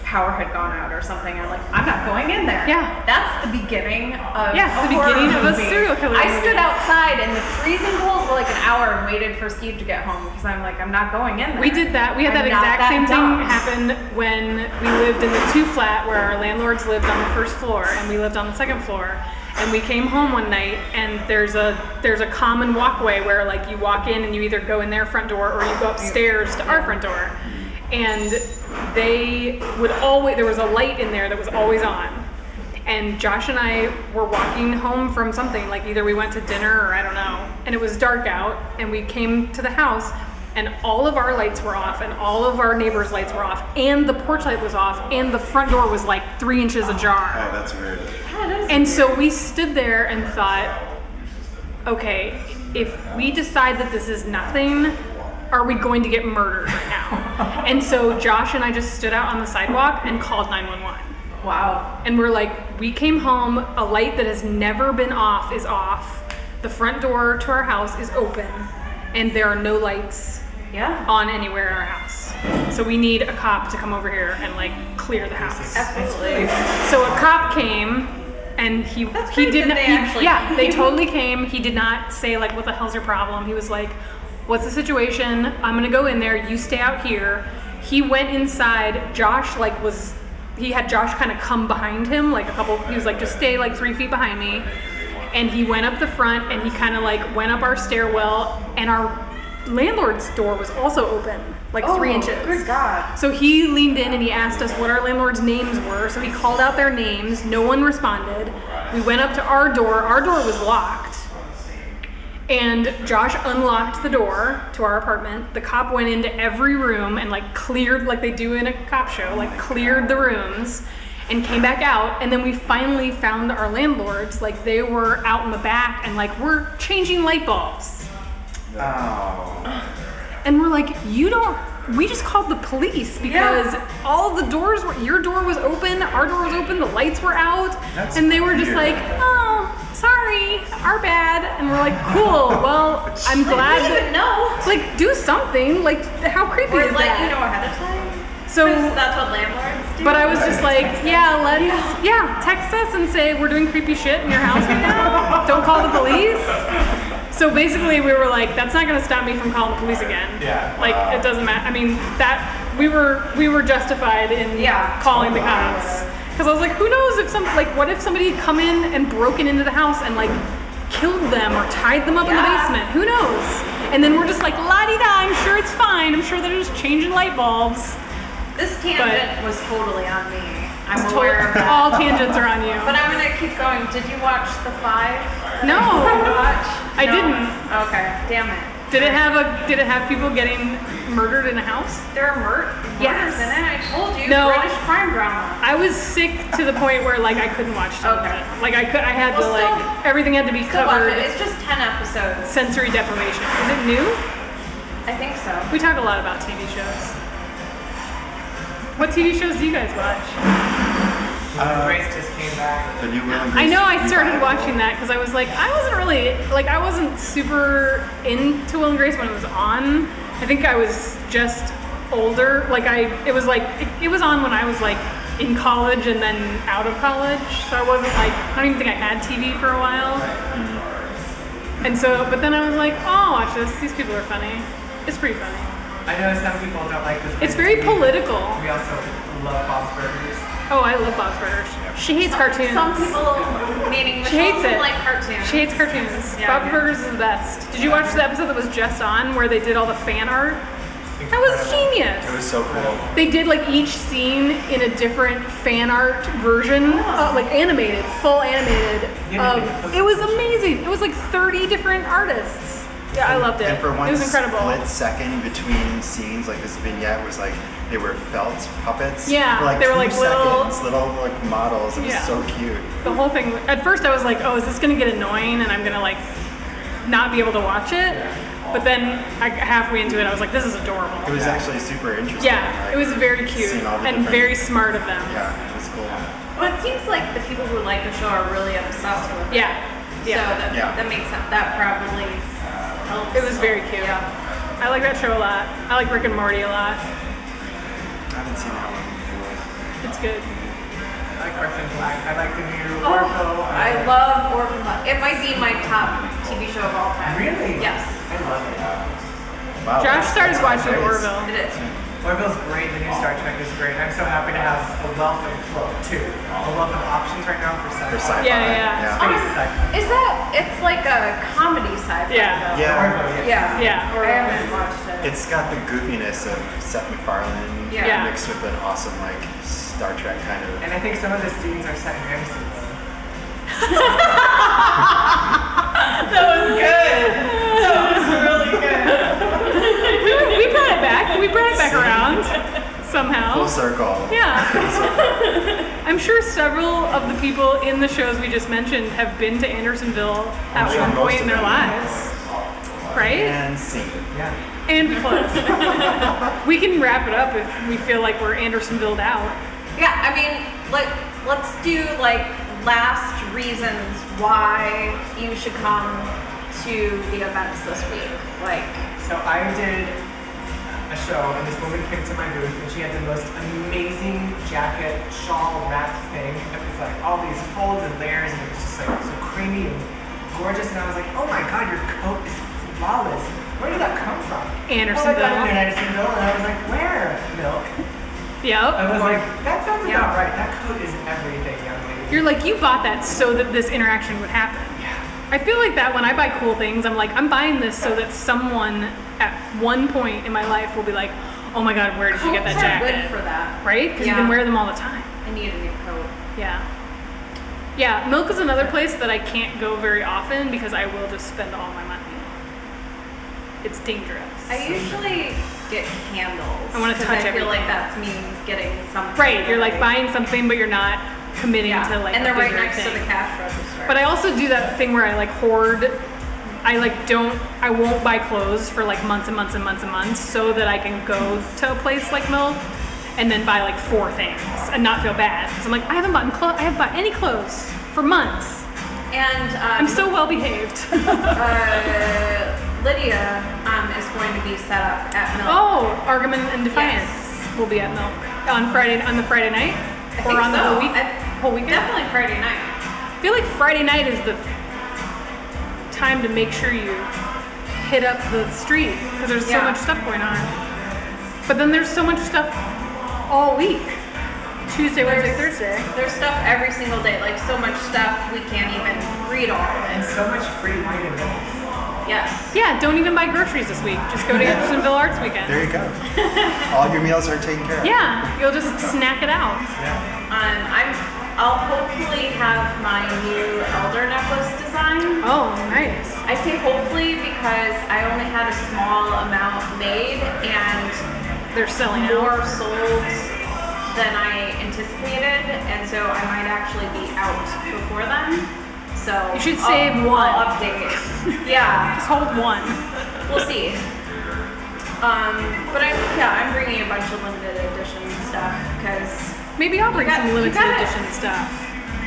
Speaker 3: power had gone out or something. I'm like, I'm not going in there.
Speaker 1: Yeah.
Speaker 3: That's the beginning of
Speaker 1: Yeah, it's
Speaker 3: a
Speaker 1: the
Speaker 3: horror
Speaker 1: beginning of a
Speaker 3: movie.
Speaker 1: serial killer
Speaker 3: I
Speaker 1: movie.
Speaker 3: stood outside in the freezing cold for like an hour and waited for Steve to get home because I'm like, I'm not going in there.
Speaker 1: you. We did that. We had that
Speaker 3: I'm not
Speaker 1: exact same
Speaker 3: dumb.
Speaker 1: thing happen when we lived in the two flat where our landlords lived on the first floor and we lived on the second floor. and we came home one night and there's a there's a common walkway where like you walk in and you either go in their front door or you go upstairs to our front door and they would always there was a light in there that was always on and Josh and I were walking home from something like either we went to dinner or I don't know and it was dark out and we came to the house and all of our lights were off and all of our neighbors lights were off and the porch light was off and the front door was like 3 inches ajar
Speaker 2: Oh, that's weird.
Speaker 1: and so we stood there and thought, okay, if we decide that this is nothing, are we going to get murdered right now? and so Josh and I just stood out on the sidewalk and called 911.
Speaker 5: Wow.
Speaker 1: And we're like, we came home, a light that has never been off is off. The front door to our house is open, and there are no lights
Speaker 5: Yeah.
Speaker 1: on anywhere in our house. So we need a cop to come over here and like clear the house.
Speaker 5: Absolutely.
Speaker 1: So a cop came and he
Speaker 3: That's
Speaker 1: he
Speaker 3: great
Speaker 1: did
Speaker 3: that
Speaker 1: not
Speaker 3: they
Speaker 1: he-
Speaker 3: actually
Speaker 1: yeah they
Speaker 3: came.
Speaker 1: totally came he did not say like what the hell's your problem he was like what's the situation I'm gonna go in there you stay out here he went inside Josh like was he had Josh kind of come behind him like a couple he was like just stay like three feet behind me and he went up the front and he kind of like went up our stairwell and our landlord's door was also open like three inches
Speaker 3: Oh, Good God.
Speaker 1: so he leaned in and he asked us what our landlord's names were. So he called out their names. No one responded. We went up to our door. Our door was locked. And Josh unlocked the door to our apartment. The cop went into every room and like cleared like they do in a cop show, like cleared the rooms and came back out and then we finally found our landlords like they were out in the back and like we're changing light bulbs.
Speaker 2: Oh,
Speaker 1: And we're like, you don't. We just called the police because all the doors were. Your door was open, our door was open, the lights were out,
Speaker 2: That's
Speaker 1: and they were just
Speaker 2: weird.
Speaker 1: like, oh, sorry, our bad. And we're like, cool. Well, I'm glad
Speaker 3: Like, we
Speaker 1: that.
Speaker 3: didn't know.
Speaker 1: Like, do something. Like, how creepy
Speaker 3: Or
Speaker 1: is
Speaker 3: like,
Speaker 1: that?
Speaker 3: you know, ahead of time.
Speaker 1: so.
Speaker 3: Because that's what landlords do.
Speaker 1: But I was just like, yeah, let's, yeah, text us and say we're doing creepy shit in your house right now. Don't call the police. So basically, we were like, that's not going to stop me from calling the police again.
Speaker 2: Yeah.
Speaker 1: Like it doesn't matter. I mean, that we were we were justified in
Speaker 3: Yeah.
Speaker 1: calling the cops because I was like, who knows if some like what if somebody had come in and broken into the house and like killed them or tied them up in the
Speaker 3: Yeah.
Speaker 1: basement. Who knows? And then we're just like, la di da. I'm sure it's fine. I'm sure they're just changing light bulbs.
Speaker 3: this tangent was totally on me. I'm
Speaker 1: It's
Speaker 3: aware of
Speaker 1: totally- Oh.
Speaker 3: that.
Speaker 1: all tangents are on you.
Speaker 3: But I'm gonna keep going. Did you watch the five?
Speaker 1: no.
Speaker 3: Did you watch?
Speaker 1: I
Speaker 3: No.
Speaker 1: didn't.
Speaker 3: Okay. Damn it.
Speaker 1: Did it have a? Did it have people getting murdered in a house?
Speaker 3: There are mur-
Speaker 1: Yes.
Speaker 3: murders in it. I told you.
Speaker 1: No.
Speaker 3: British crime drama.
Speaker 1: I was sick to the point where like I couldn't watch it.
Speaker 3: Okay.
Speaker 1: Like I could. I had
Speaker 3: Well,
Speaker 1: to
Speaker 3: still-
Speaker 1: like everything had to be
Speaker 3: Still watch
Speaker 1: covered.
Speaker 3: it. It's just ten episodes.
Speaker 1: Sensory deprivation. Is it new?
Speaker 3: I think so.
Speaker 1: We talk a lot about TV shows. What TV shows do you guys watch?
Speaker 2: Uh,
Speaker 4: Grace just came back.
Speaker 2: the new Will and
Speaker 1: I
Speaker 2: Grace
Speaker 1: know I started
Speaker 2: revival.
Speaker 1: watching that because I was like, I wasn't really like I wasn't super into Will and Grace when it was on. I think I was just older. Like I, it was like it, it was on when I was like in college and then out of college. So I wasn't like I don't even think I had TV for a while. And so, but then I was like, oh, I'll watch this. These people are funny. It's pretty funny.
Speaker 4: I know some people don't like this.
Speaker 1: It's very political.
Speaker 4: We also love Bob's Burgers.
Speaker 1: Oh, I love Bob's Burgers. She hates cartoons.
Speaker 3: Some people, meaning
Speaker 1: She hates
Speaker 3: Michelle,
Speaker 1: it.
Speaker 3: like cartoons.
Speaker 1: She hates cartoons.
Speaker 3: Yeah,
Speaker 1: Bob's
Speaker 3: yeah.
Speaker 1: Burgers is the best. Did you watch the episode that was just on where they did all the fan art? That was
Speaker 4: Incredible.
Speaker 1: genius.
Speaker 2: It was so cool.
Speaker 1: they did like each scene in a different fan art version,
Speaker 2: Oh.
Speaker 1: uh, like animated, full animated.
Speaker 4: Yeah, yeah,
Speaker 1: Of,
Speaker 4: yeah.
Speaker 1: it was amazing. It was like 30 different artists. Yeah, I loved it.
Speaker 2: And for one
Speaker 1: it was incredible.
Speaker 2: split second between scenes, like this vignette was like they were felt puppets.
Speaker 1: Yeah,
Speaker 2: for, like
Speaker 1: they were,
Speaker 2: two
Speaker 1: like, little-
Speaker 2: seconds, little like models. It was
Speaker 1: Yeah.
Speaker 2: so cute.
Speaker 1: The whole thing. At first, I was like, "Oh, is this gonna get annoying?" And I'm gonna like not be able to watch it. But then, I, halfway into it, I was like, "This is adorable."
Speaker 2: It was actually super interesting.
Speaker 1: Yeah,
Speaker 2: like,
Speaker 1: it was very cute
Speaker 2: seeing all the
Speaker 1: and
Speaker 2: different-
Speaker 1: very smart of them.
Speaker 2: Yeah, it was cool.
Speaker 3: Well, it seems like the people who like the show are really obsessed with it.
Speaker 1: Yeah,
Speaker 3: So
Speaker 1: yeah.
Speaker 3: that,
Speaker 2: Yeah.
Speaker 3: that makes sense. That probably helps.
Speaker 1: it was very cute.
Speaker 3: Yeah.
Speaker 1: I like that show a lot. I like Rick and Morty a lot.
Speaker 2: I haven't seen that one.
Speaker 1: It's good.
Speaker 4: I like Orphan Black. I like the new
Speaker 3: Oh,
Speaker 4: Orville.
Speaker 3: I love Orphan Black. It might be my top TV show of all time.
Speaker 4: Really?
Speaker 3: Yes.
Speaker 4: I love it.
Speaker 1: Josh
Speaker 2: Wow, Oh, that's-
Speaker 1: started
Speaker 2: that's
Speaker 1: watching
Speaker 2: nice.
Speaker 1: Orville.
Speaker 3: It is.
Speaker 4: Orville's great. The new Star Trek is great. I'm so happy to have have a wealth of flow too. A wealth of options right now for sci-fi.
Speaker 2: For sci-fi.
Speaker 1: Yeah, yeah.
Speaker 2: yeah.
Speaker 4: Space
Speaker 3: Um,
Speaker 4: sci-fi.
Speaker 3: Is that? It's like a comedy sci-fi.
Speaker 1: Yeah.
Speaker 3: though.
Speaker 2: Yeah.
Speaker 4: Orville, yes.
Speaker 3: Yeah.
Speaker 1: Yeah,
Speaker 3: I
Speaker 1: or-
Speaker 3: haven't watched it.
Speaker 2: It's got the goofiness of Seth MacFarlane
Speaker 3: Yeah.
Speaker 1: Yeah.
Speaker 2: mixed with an awesome like Star Trek kind of.
Speaker 4: And I think some of the scenes are set in Andersonville.
Speaker 1: we, we brought it back. We brought it back around somehow.
Speaker 2: Full circle.
Speaker 1: Oh. Yeah. I'm sure several of the people in the shows we just mentioned have been to Andersonville at
Speaker 2: I'm sure
Speaker 1: one
Speaker 2: most
Speaker 1: point in
Speaker 2: of
Speaker 1: their
Speaker 2: them.
Speaker 1: lives. Right?
Speaker 2: And scene.
Speaker 4: Yeah.
Speaker 1: And we close. we can wrap it up if we feel like we're Andersonvilled out.
Speaker 3: Yeah, I mean, like, let's do like last reasons why you should come to the events this week. Like,
Speaker 4: So I did a show, and this woman came to my booth, and she had the most amazing jacket, shawl wrap thing. It was like all these folds and layers, and it was just like so creamy and gorgeous. And I was like, oh my god, your coat is flawless. Where did that come from? Oh, I got it in
Speaker 1: Andersonville.
Speaker 4: Andersonville, and I was like, where? Milk. I
Speaker 1: Yep.
Speaker 4: was like, that sounds
Speaker 3: Yeah.
Speaker 4: about right. That coat is everything, young lady.
Speaker 1: You're like, you bought that so that this interaction would happen. I feel like that when I buy cool things, I'm like, I'm buying this so that someone at one point in my life will be like, oh my god, where did you get that
Speaker 3: coats are good
Speaker 1: jacket?
Speaker 3: for that.
Speaker 1: Right? Because you
Speaker 3: Yeah.
Speaker 1: can wear them all the time.
Speaker 3: I need a new coat.
Speaker 1: Yeah. Yeah, milk is another place that I can't go very often because I will just spend all my money. It's dangerous.
Speaker 3: I usually get candles.
Speaker 1: I wanna
Speaker 3: 'cause
Speaker 1: touch
Speaker 3: I feel like
Speaker 1: everything.
Speaker 3: that's me getting something.
Speaker 1: right, you're like
Speaker 3: that I-
Speaker 1: buying something but you're not committing
Speaker 3: Yeah,
Speaker 1: to like a
Speaker 3: and they're right
Speaker 1: bigger
Speaker 3: next
Speaker 1: thing.
Speaker 3: to the cash register.
Speaker 1: But I also do that thing where I like hoard. I like don't. I won't buy clothes for like months and months and months and months so that I can go to a place like Milk and then buy like four things and not feel bad. Because I'm like I haven't bought clothes. I haven't bought any clothes for months.
Speaker 3: and um,
Speaker 1: I'm so well behaved.
Speaker 3: uh, Lydia um, is going to be set up at Milk.
Speaker 1: oh, Argument and Defiance
Speaker 3: Yes.
Speaker 1: will be at Milk on Friday on the Friday night
Speaker 3: I
Speaker 1: or
Speaker 3: think
Speaker 1: on the
Speaker 3: so.
Speaker 1: whole week.
Speaker 3: I-
Speaker 1: whole weekend.
Speaker 3: definitely Friday night.
Speaker 1: I feel like Friday night is the time to make sure you hit up the street because there's so
Speaker 3: Yeah.
Speaker 1: much stuff going on. But then there's so much stuff all week. Tuesday, Wednesday,
Speaker 3: There's-
Speaker 1: Thursday.
Speaker 3: There's stuff every single day, like so much stuff we can't even read all of
Speaker 4: And
Speaker 3: it.
Speaker 4: so much free wine and milk.
Speaker 3: Yes.
Speaker 1: Yeah, don't even buy groceries this week. Just go to Andersonville Arts Weekend.
Speaker 2: There you go. All your meals are taken care of.
Speaker 1: Yeah, you'll just snack it out.
Speaker 3: Um, I'm. I'll hopefully have my new elder necklace design.
Speaker 1: Oh, nice.
Speaker 3: I say hopefully because I only had a small amount made and
Speaker 1: They're selling out.
Speaker 3: more sold than I anticipated, and so I might actually be out before then. So
Speaker 1: You should
Speaker 3: I'll-
Speaker 1: save one.
Speaker 3: I'll update. yeah.
Speaker 1: Just hold one.
Speaker 3: We'll see. Um, but I'm yeah, I'm bringing a bunch of limited edition stuff because
Speaker 1: Maybe I'll bring
Speaker 3: got-
Speaker 1: some
Speaker 3: you
Speaker 1: limited
Speaker 3: got it.
Speaker 1: edition stuff.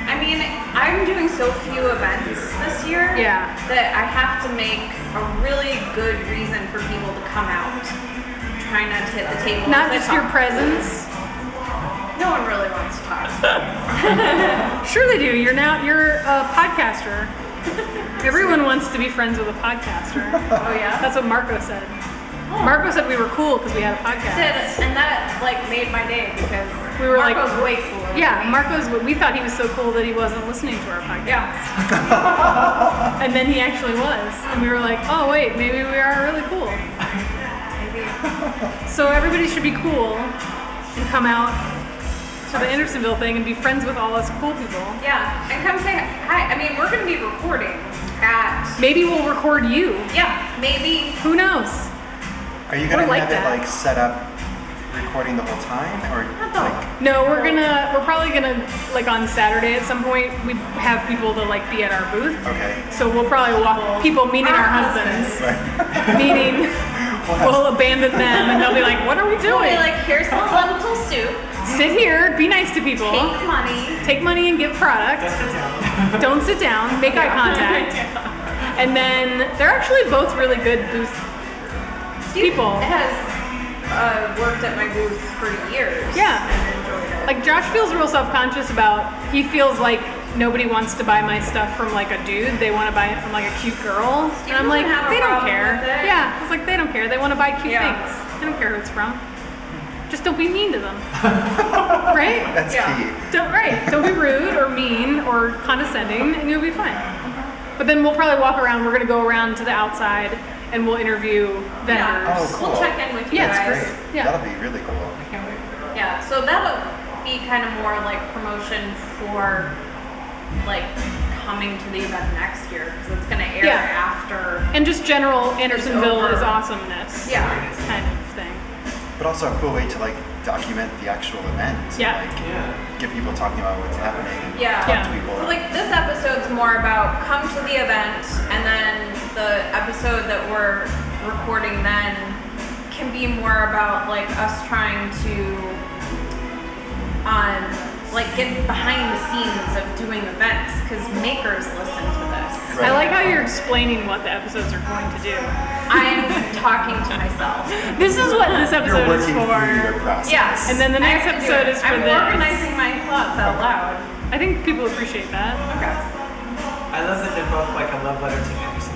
Speaker 3: I mean I'm doing so few events this year.
Speaker 1: Yeah.
Speaker 3: That I have to make a really good reason for people to come out. Trying not to hit the table.
Speaker 1: Not
Speaker 3: as I
Speaker 1: just your
Speaker 3: talk.
Speaker 1: presence.
Speaker 3: No one really wants to talk.
Speaker 1: Sure they do. You're now you're a podcaster. Everyone wants to be friends with a podcaster.
Speaker 3: Oh yeah.
Speaker 1: That's what Marco said. Marco said we were cool because we had a podcast.
Speaker 3: That's it. And that like made my day because
Speaker 1: We were like-
Speaker 3: Marco's way cooler. than
Speaker 1: Yeah,
Speaker 3: me.
Speaker 1: Marco's. We thought he was so cool that he wasn't listening to our podcast.
Speaker 3: Yeah.
Speaker 1: And then he actually was, and we were like, oh wait, maybe we are really cool. so everybody should be cool and come out to the Andersonville thing and be friends with all us cool people.
Speaker 3: Yeah. And come say hi. I mean, we're gonna be recording at
Speaker 1: Maybe we'll record you.
Speaker 3: Yeah, maybe.
Speaker 1: Who knows?
Speaker 2: Are you gonna
Speaker 1: Or like
Speaker 2: have
Speaker 1: that.
Speaker 2: it like set up, recording the whole time, or
Speaker 3: Not the-
Speaker 2: like
Speaker 1: No, we're gonna. We're probably gonna like on Saturday at some point. We have people to like be at our booth.
Speaker 2: okay?
Speaker 1: So we'll probably walk people meeting our husbands, meeting. We'll abandon them, and they'll be like, "What are we
Speaker 3: We'll be
Speaker 1: doing?
Speaker 3: like, here's some lentil soup.
Speaker 1: Sit here, be nice to people,
Speaker 3: Take money.
Speaker 1: take money and give product.
Speaker 4: That's it down.
Speaker 1: Don't sit down, make eye contact." And then they're actually both really good booth.
Speaker 3: Steve
Speaker 1: People.
Speaker 3: has uh, worked at my booth for years.
Speaker 1: Yeah.
Speaker 3: And enjoyed it.
Speaker 1: Like Josh feels real self-conscious about. He feels like nobody wants to buy my stuff from like a dude. They want to buy it from like a cute girl. And I'm like,
Speaker 3: doesn't have a
Speaker 1: they don't
Speaker 3: problem
Speaker 1: care.
Speaker 3: with it.
Speaker 1: Yeah, it's like they don't care. They want to buy cute
Speaker 3: Yeah.
Speaker 1: things. They don't care who it's from. Just don't be mean to them. right?
Speaker 2: That's
Speaker 3: Yeah.
Speaker 2: key.
Speaker 1: Don't right. Don't be rude or mean or condescending, and you'll be fine. But then we'll probably walk around. We're gonna go around to the outside, and we'll interview vendors.
Speaker 2: Oh, cool.
Speaker 3: We'll check in with you
Speaker 1: Yeah, it's
Speaker 3: guys.
Speaker 2: Great.
Speaker 1: Yeah.
Speaker 2: That'll be really cool.
Speaker 4: I can't wait.
Speaker 3: Yeah, so that'll be kind of more like promotion for like coming to the event next year because it's gonna air
Speaker 1: Yeah.
Speaker 3: after.
Speaker 1: And just general Andersonville
Speaker 3: over.
Speaker 1: is awesomeness.
Speaker 3: Yeah,
Speaker 1: Kind of thing.
Speaker 2: But also a cool way to like document the actual event. and,
Speaker 1: Yeah.
Speaker 2: Like
Speaker 4: Yeah.
Speaker 2: get people talking about what's happening.
Speaker 3: yeah.
Speaker 1: Yeah.
Speaker 2: To people.
Speaker 3: So like this episode's more about come to the event, and then the episode that we're recording then can be more about like us trying to um like get behind the scenes of doing events because makers listen to this.
Speaker 2: Right.
Speaker 1: I like how you're explaining what the episodes are going to do.
Speaker 3: I'm talking to myself.
Speaker 1: This is what this
Speaker 2: You're
Speaker 1: episode is
Speaker 2: working through your
Speaker 1: for.
Speaker 2: process.
Speaker 3: Yes.
Speaker 1: And then the
Speaker 3: I
Speaker 1: next
Speaker 3: have to do
Speaker 1: episode
Speaker 3: it.
Speaker 1: is for
Speaker 3: I'm
Speaker 1: this.
Speaker 3: organizing my thoughts out loud.
Speaker 1: I think people appreciate that.
Speaker 3: Okay.
Speaker 4: I love that they're both like a love letter to Anderson.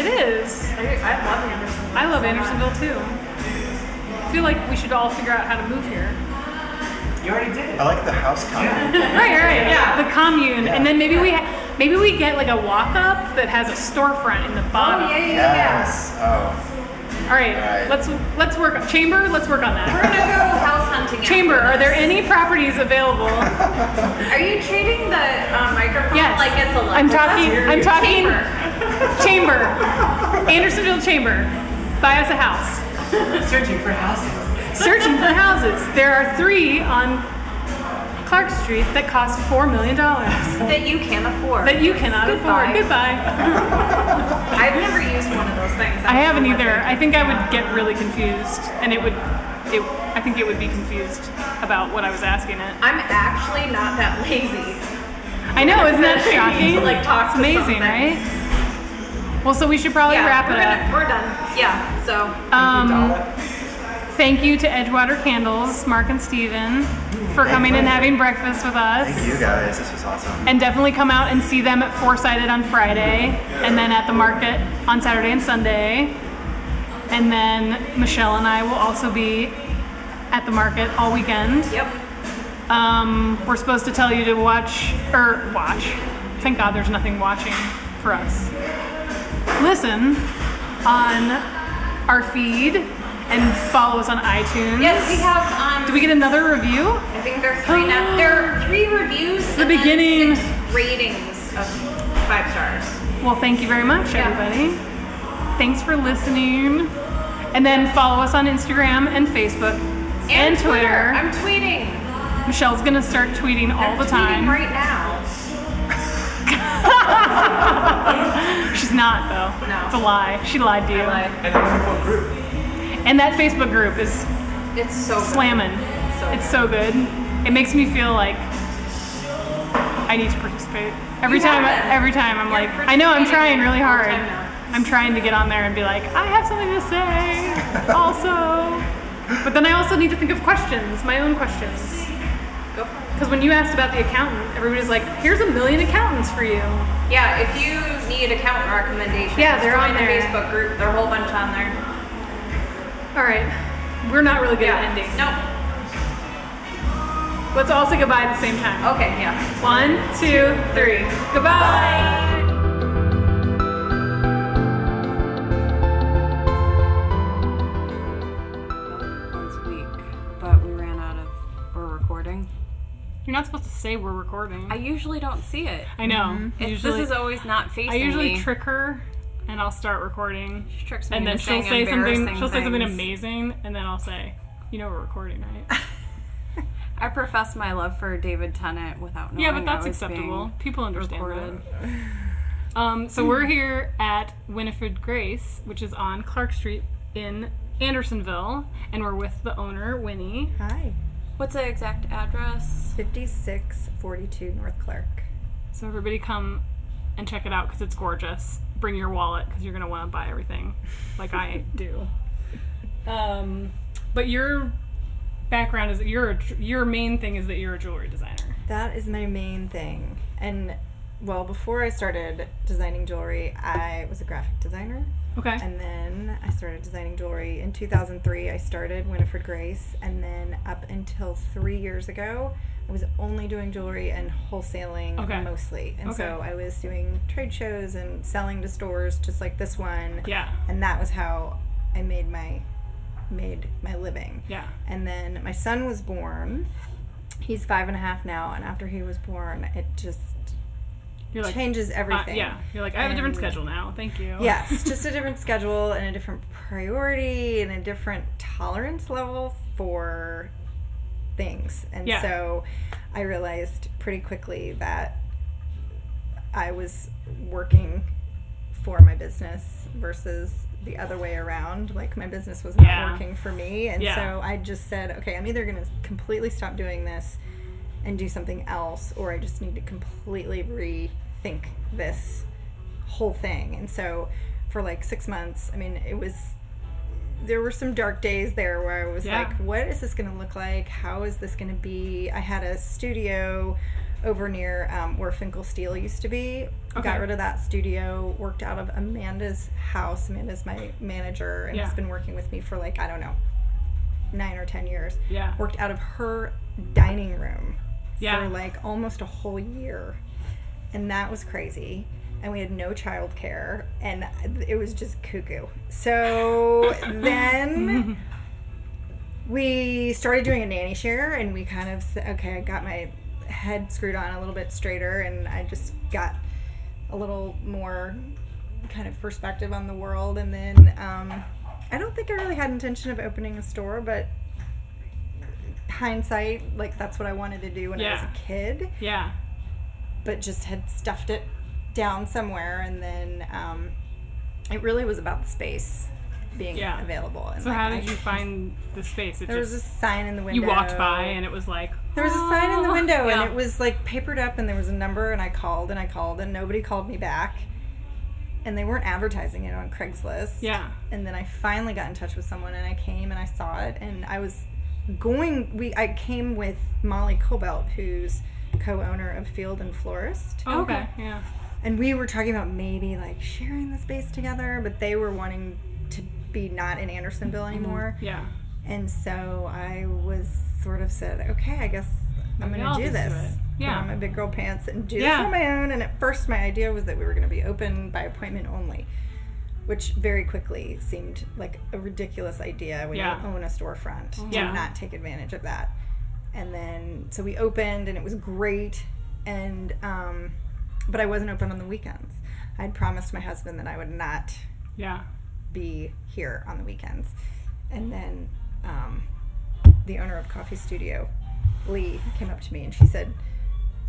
Speaker 1: It is.
Speaker 3: I, I love Anderson.
Speaker 1: I love Andersonville too. I feel like we should all figure out how to move here.
Speaker 4: You already did it.
Speaker 2: I like the house comment.
Speaker 1: Right, right, yeah. The commune,
Speaker 2: Yeah.
Speaker 1: and then maybe we ha- maybe we get like a walk up that has a storefront in the bottom.
Speaker 3: Oh yeah, yeah, yeah.
Speaker 2: yes. Oh.
Speaker 1: All right,
Speaker 2: Right.
Speaker 1: let's let's work chamber. Let's work on
Speaker 3: We're
Speaker 1: that.
Speaker 3: gonna go house hunting.
Speaker 1: chamber,
Speaker 3: after
Speaker 1: are there
Speaker 3: this.
Speaker 1: any properties available?
Speaker 3: Are you treating the uh, microphone
Speaker 1: Yes.
Speaker 3: like it's a
Speaker 1: I'm talking. I'm talking.
Speaker 3: Chamber.
Speaker 1: Chamber. Andersonville Chamber. Buy us a house.
Speaker 4: Searching for houses.
Speaker 1: Searching for houses. There are three on Clark Street that cost four million dollars
Speaker 3: That you can afford.
Speaker 1: that you cannot
Speaker 3: Goodbye.
Speaker 1: afford. Goodbye.
Speaker 3: I've never used one of those things.
Speaker 1: I haven't either. I think I would get really confused, and it would. It. I think it would be confused about what I was asking it.
Speaker 3: I'm actually not that lazy.
Speaker 1: I know, isn't that shocking?
Speaker 3: Like,
Speaker 1: it's
Speaker 3: talk to
Speaker 1: amazing,
Speaker 3: something.
Speaker 1: right? Well, so we should probably
Speaker 3: yeah,
Speaker 1: Oh, wrap
Speaker 3: we're
Speaker 1: it up.
Speaker 3: Gonna, we're done. Yeah. So.
Speaker 1: Um,
Speaker 4: Dollar.
Speaker 1: Thank you to Edgewater Candles, Mark and Steven, for coming and having breakfast with
Speaker 2: Thank
Speaker 1: us.
Speaker 2: you guys. This was awesome.
Speaker 1: And definitely come out and see them at Foresighted on Friday, and then at the market on Saturday and Sunday. And then Michelle and I will also be at the market all weekend.
Speaker 3: Yep.
Speaker 1: Um, we're supposed to tell you to watch or watch. Thank God there's nothing watching for us. Listen on our feed and follow us on iTunes.
Speaker 3: Yes, we have. Um,
Speaker 1: Do we get another review?
Speaker 3: I think there are three now. There are three reviews.
Speaker 1: The
Speaker 3: and then
Speaker 1: beginning.
Speaker 3: Six ratings of five stars.
Speaker 1: Well, thank you very much,
Speaker 3: Yeah.
Speaker 1: everybody. Thanks for listening. And then follow us on Instagram and Facebook and, Twitter.
Speaker 3: I'm tweeting.
Speaker 1: Michelle's gonna start tweeting all
Speaker 3: I'm
Speaker 1: the
Speaker 3: tweeting
Speaker 1: time.
Speaker 3: right now.
Speaker 1: She's not though.
Speaker 3: No.
Speaker 1: It's a lie. She lied to you.
Speaker 3: Like,
Speaker 4: And a wonderful group.
Speaker 1: And that Facebook group is
Speaker 3: it's so good.
Speaker 1: slamming.
Speaker 3: So
Speaker 1: It's so good. It makes me feel like I need to participate. Every
Speaker 3: You
Speaker 1: time,
Speaker 3: haven't.
Speaker 1: every time I'm
Speaker 3: You're
Speaker 1: like, I know I'm
Speaker 3: participating
Speaker 1: trying really
Speaker 3: all the
Speaker 1: hard.
Speaker 3: time now.
Speaker 1: I'm trying to get on there and be like, I have something to say, also. But then I also need to think of questions, my own questions.
Speaker 3: Go for it.
Speaker 1: Because when you asked about the accountant, everybody's like, here's a million accountants for you.
Speaker 3: Yeah, if you need accountant recommendations,
Speaker 1: Yeah, they're
Speaker 3: join
Speaker 1: on
Speaker 3: the
Speaker 1: there.
Speaker 3: Facebook group. There are a whole bunch on there.
Speaker 1: All right, we're not really good
Speaker 3: yeah.
Speaker 1: at ending.
Speaker 3: No.
Speaker 1: Let's all say goodbye at the same time.
Speaker 3: Okay. Yeah.
Speaker 1: One, two, three. Goodbye.
Speaker 6: once a week, but we ran out of we're recording.
Speaker 1: You're not supposed to say we're recording.
Speaker 6: I usually don't see it.
Speaker 1: I know.
Speaker 6: It-
Speaker 1: Usually-
Speaker 6: Mm-hmm. this is always not facing
Speaker 1: I usually
Speaker 6: me.
Speaker 1: trick her, and I'll start recording,
Speaker 6: She tricks me
Speaker 1: and then
Speaker 6: into saying
Speaker 1: she'll say something.
Speaker 6: embarrassing
Speaker 1: She'll say something
Speaker 6: things. Oh,
Speaker 1: amazing, and then I'll say, "You know we're recording, right?"
Speaker 6: I profess my love for David Tennant without knowing.
Speaker 1: yeah, but
Speaker 6: I
Speaker 1: that's
Speaker 6: was
Speaker 1: acceptable.
Speaker 6: being
Speaker 1: People understand
Speaker 6: recorded.
Speaker 1: that. Um, so we're here at Winifred Grace, which is on Clark Street in Andersonville, and we're with the owner, Winnie.
Speaker 7: Hi,
Speaker 6: What's the exact address?
Speaker 7: 5642 North Clark.
Speaker 1: So everybody come and check it out because it's gorgeous. Bring your wallet because you're gonna want to buy everything, like I do. Um, but your background is that you're a, ju- your main thing is that you're a jewelry designer.
Speaker 7: That is my main thing. And well, before I started designing jewelry, I was a graphic designer.
Speaker 1: Okay.
Speaker 7: And then I started designing jewelry. In 2003, I started Winifred Grace. And then up until three years ago, I was only doing jewelry and wholesaling
Speaker 1: Okay.
Speaker 7: mostly. And so
Speaker 1: Okay.
Speaker 7: I was doing trade shows and selling to stores, just like this one.
Speaker 1: Yeah.
Speaker 7: And that was how I made my made my living.
Speaker 1: Yeah.
Speaker 7: And then my son was born. He's five and a half now, and after he was born, it just
Speaker 1: You're like,
Speaker 7: changes
Speaker 1: uh,
Speaker 7: everything.
Speaker 1: yeah. You're like, I have a different
Speaker 7: And-
Speaker 1: schedule now. Thank you.
Speaker 7: Yes, just a different schedule and a different priority and a different tolerance level for things. And
Speaker 1: Yeah.
Speaker 7: so I realized pretty quickly that I was working for my business versus the other way around. Like my business was not
Speaker 1: Yeah.
Speaker 7: working for me. And
Speaker 1: Yeah.
Speaker 7: so I just said, okay, I'm either going to completely stop doing this and do something else, or I just need to completely rethink this whole thing. And so for like six months, I mean, it was there were some dark days there where I was
Speaker 1: Yeah.
Speaker 7: like, what is this going to look like? How is this going to be? I had a studio over near um, where Finkel Steel used to be.
Speaker 1: Okay.
Speaker 7: Got rid of that studio, worked out of Amanda's house. Amanda's my manager and has
Speaker 1: Yeah.
Speaker 7: been working with me for like, I don't know, nine or 10 years.
Speaker 1: Yeah.
Speaker 7: Worked out of her dining room
Speaker 1: Yeah.
Speaker 7: for like almost a whole year. And that was crazy. And we had no childcare, and it was just cuckoo. So then we started doing a nanny share, and we kind of said, okay, I got my head screwed on a little bit straighter, and I just got a little more kind of perspective on the world. And then um, I don't think I really had intention of opening a store, but hindsight, like that's what I wanted to do when I was
Speaker 1: Yeah.
Speaker 7: a kid,
Speaker 1: Yeah.
Speaker 7: but just had stuffed it down somewhere. And then um, it really was about the space being
Speaker 1: Yeah.
Speaker 7: available. And
Speaker 1: So
Speaker 7: like,
Speaker 1: how
Speaker 7: I-
Speaker 1: did you find the space? It
Speaker 7: There was
Speaker 1: just
Speaker 7: a sign in the window.
Speaker 1: you walked by and it was like
Speaker 7: There was a sign in the
Speaker 1: "Oh."
Speaker 7: window
Speaker 1: Yeah.
Speaker 7: and it was like papered up and there was a number and I called and I called and nobody called me back. And they weren't advertising it on Craigslist.
Speaker 1: yeah
Speaker 7: And then I finally got in touch with someone and I came and I saw it and I was going we I came with Molly Cobelt who's co-owner of Field and Florist
Speaker 1: Oh, okay. yeah
Speaker 7: and we were talking about maybe like sharing the space together but they were wanting to be not in Andersonville
Speaker 1: Mm-hmm.
Speaker 7: anymore.
Speaker 1: yeah
Speaker 7: And so I was sort of said, okay, I guess I'm
Speaker 1: Maybe
Speaker 7: going
Speaker 1: I'll
Speaker 7: to
Speaker 1: just
Speaker 7: do this.
Speaker 1: do it.
Speaker 7: Put
Speaker 1: Yeah.
Speaker 7: on my big girl pants and do
Speaker 1: Yeah.
Speaker 7: this on my own. And at first, my idea was that we were going to be open by appointment only, which very quickly seemed like a ridiculous idea when
Speaker 1: Yeah.
Speaker 7: you own a storefront to
Speaker 1: Yeah.
Speaker 7: not take advantage of that. And then, so we opened and it was great. And, um, but I wasn't open on the weekends. I'd promised my husband that I would not
Speaker 1: yeah
Speaker 7: be here on the weekends. And then um, the owner of Coffee Studio, Lee, came up to me and she said,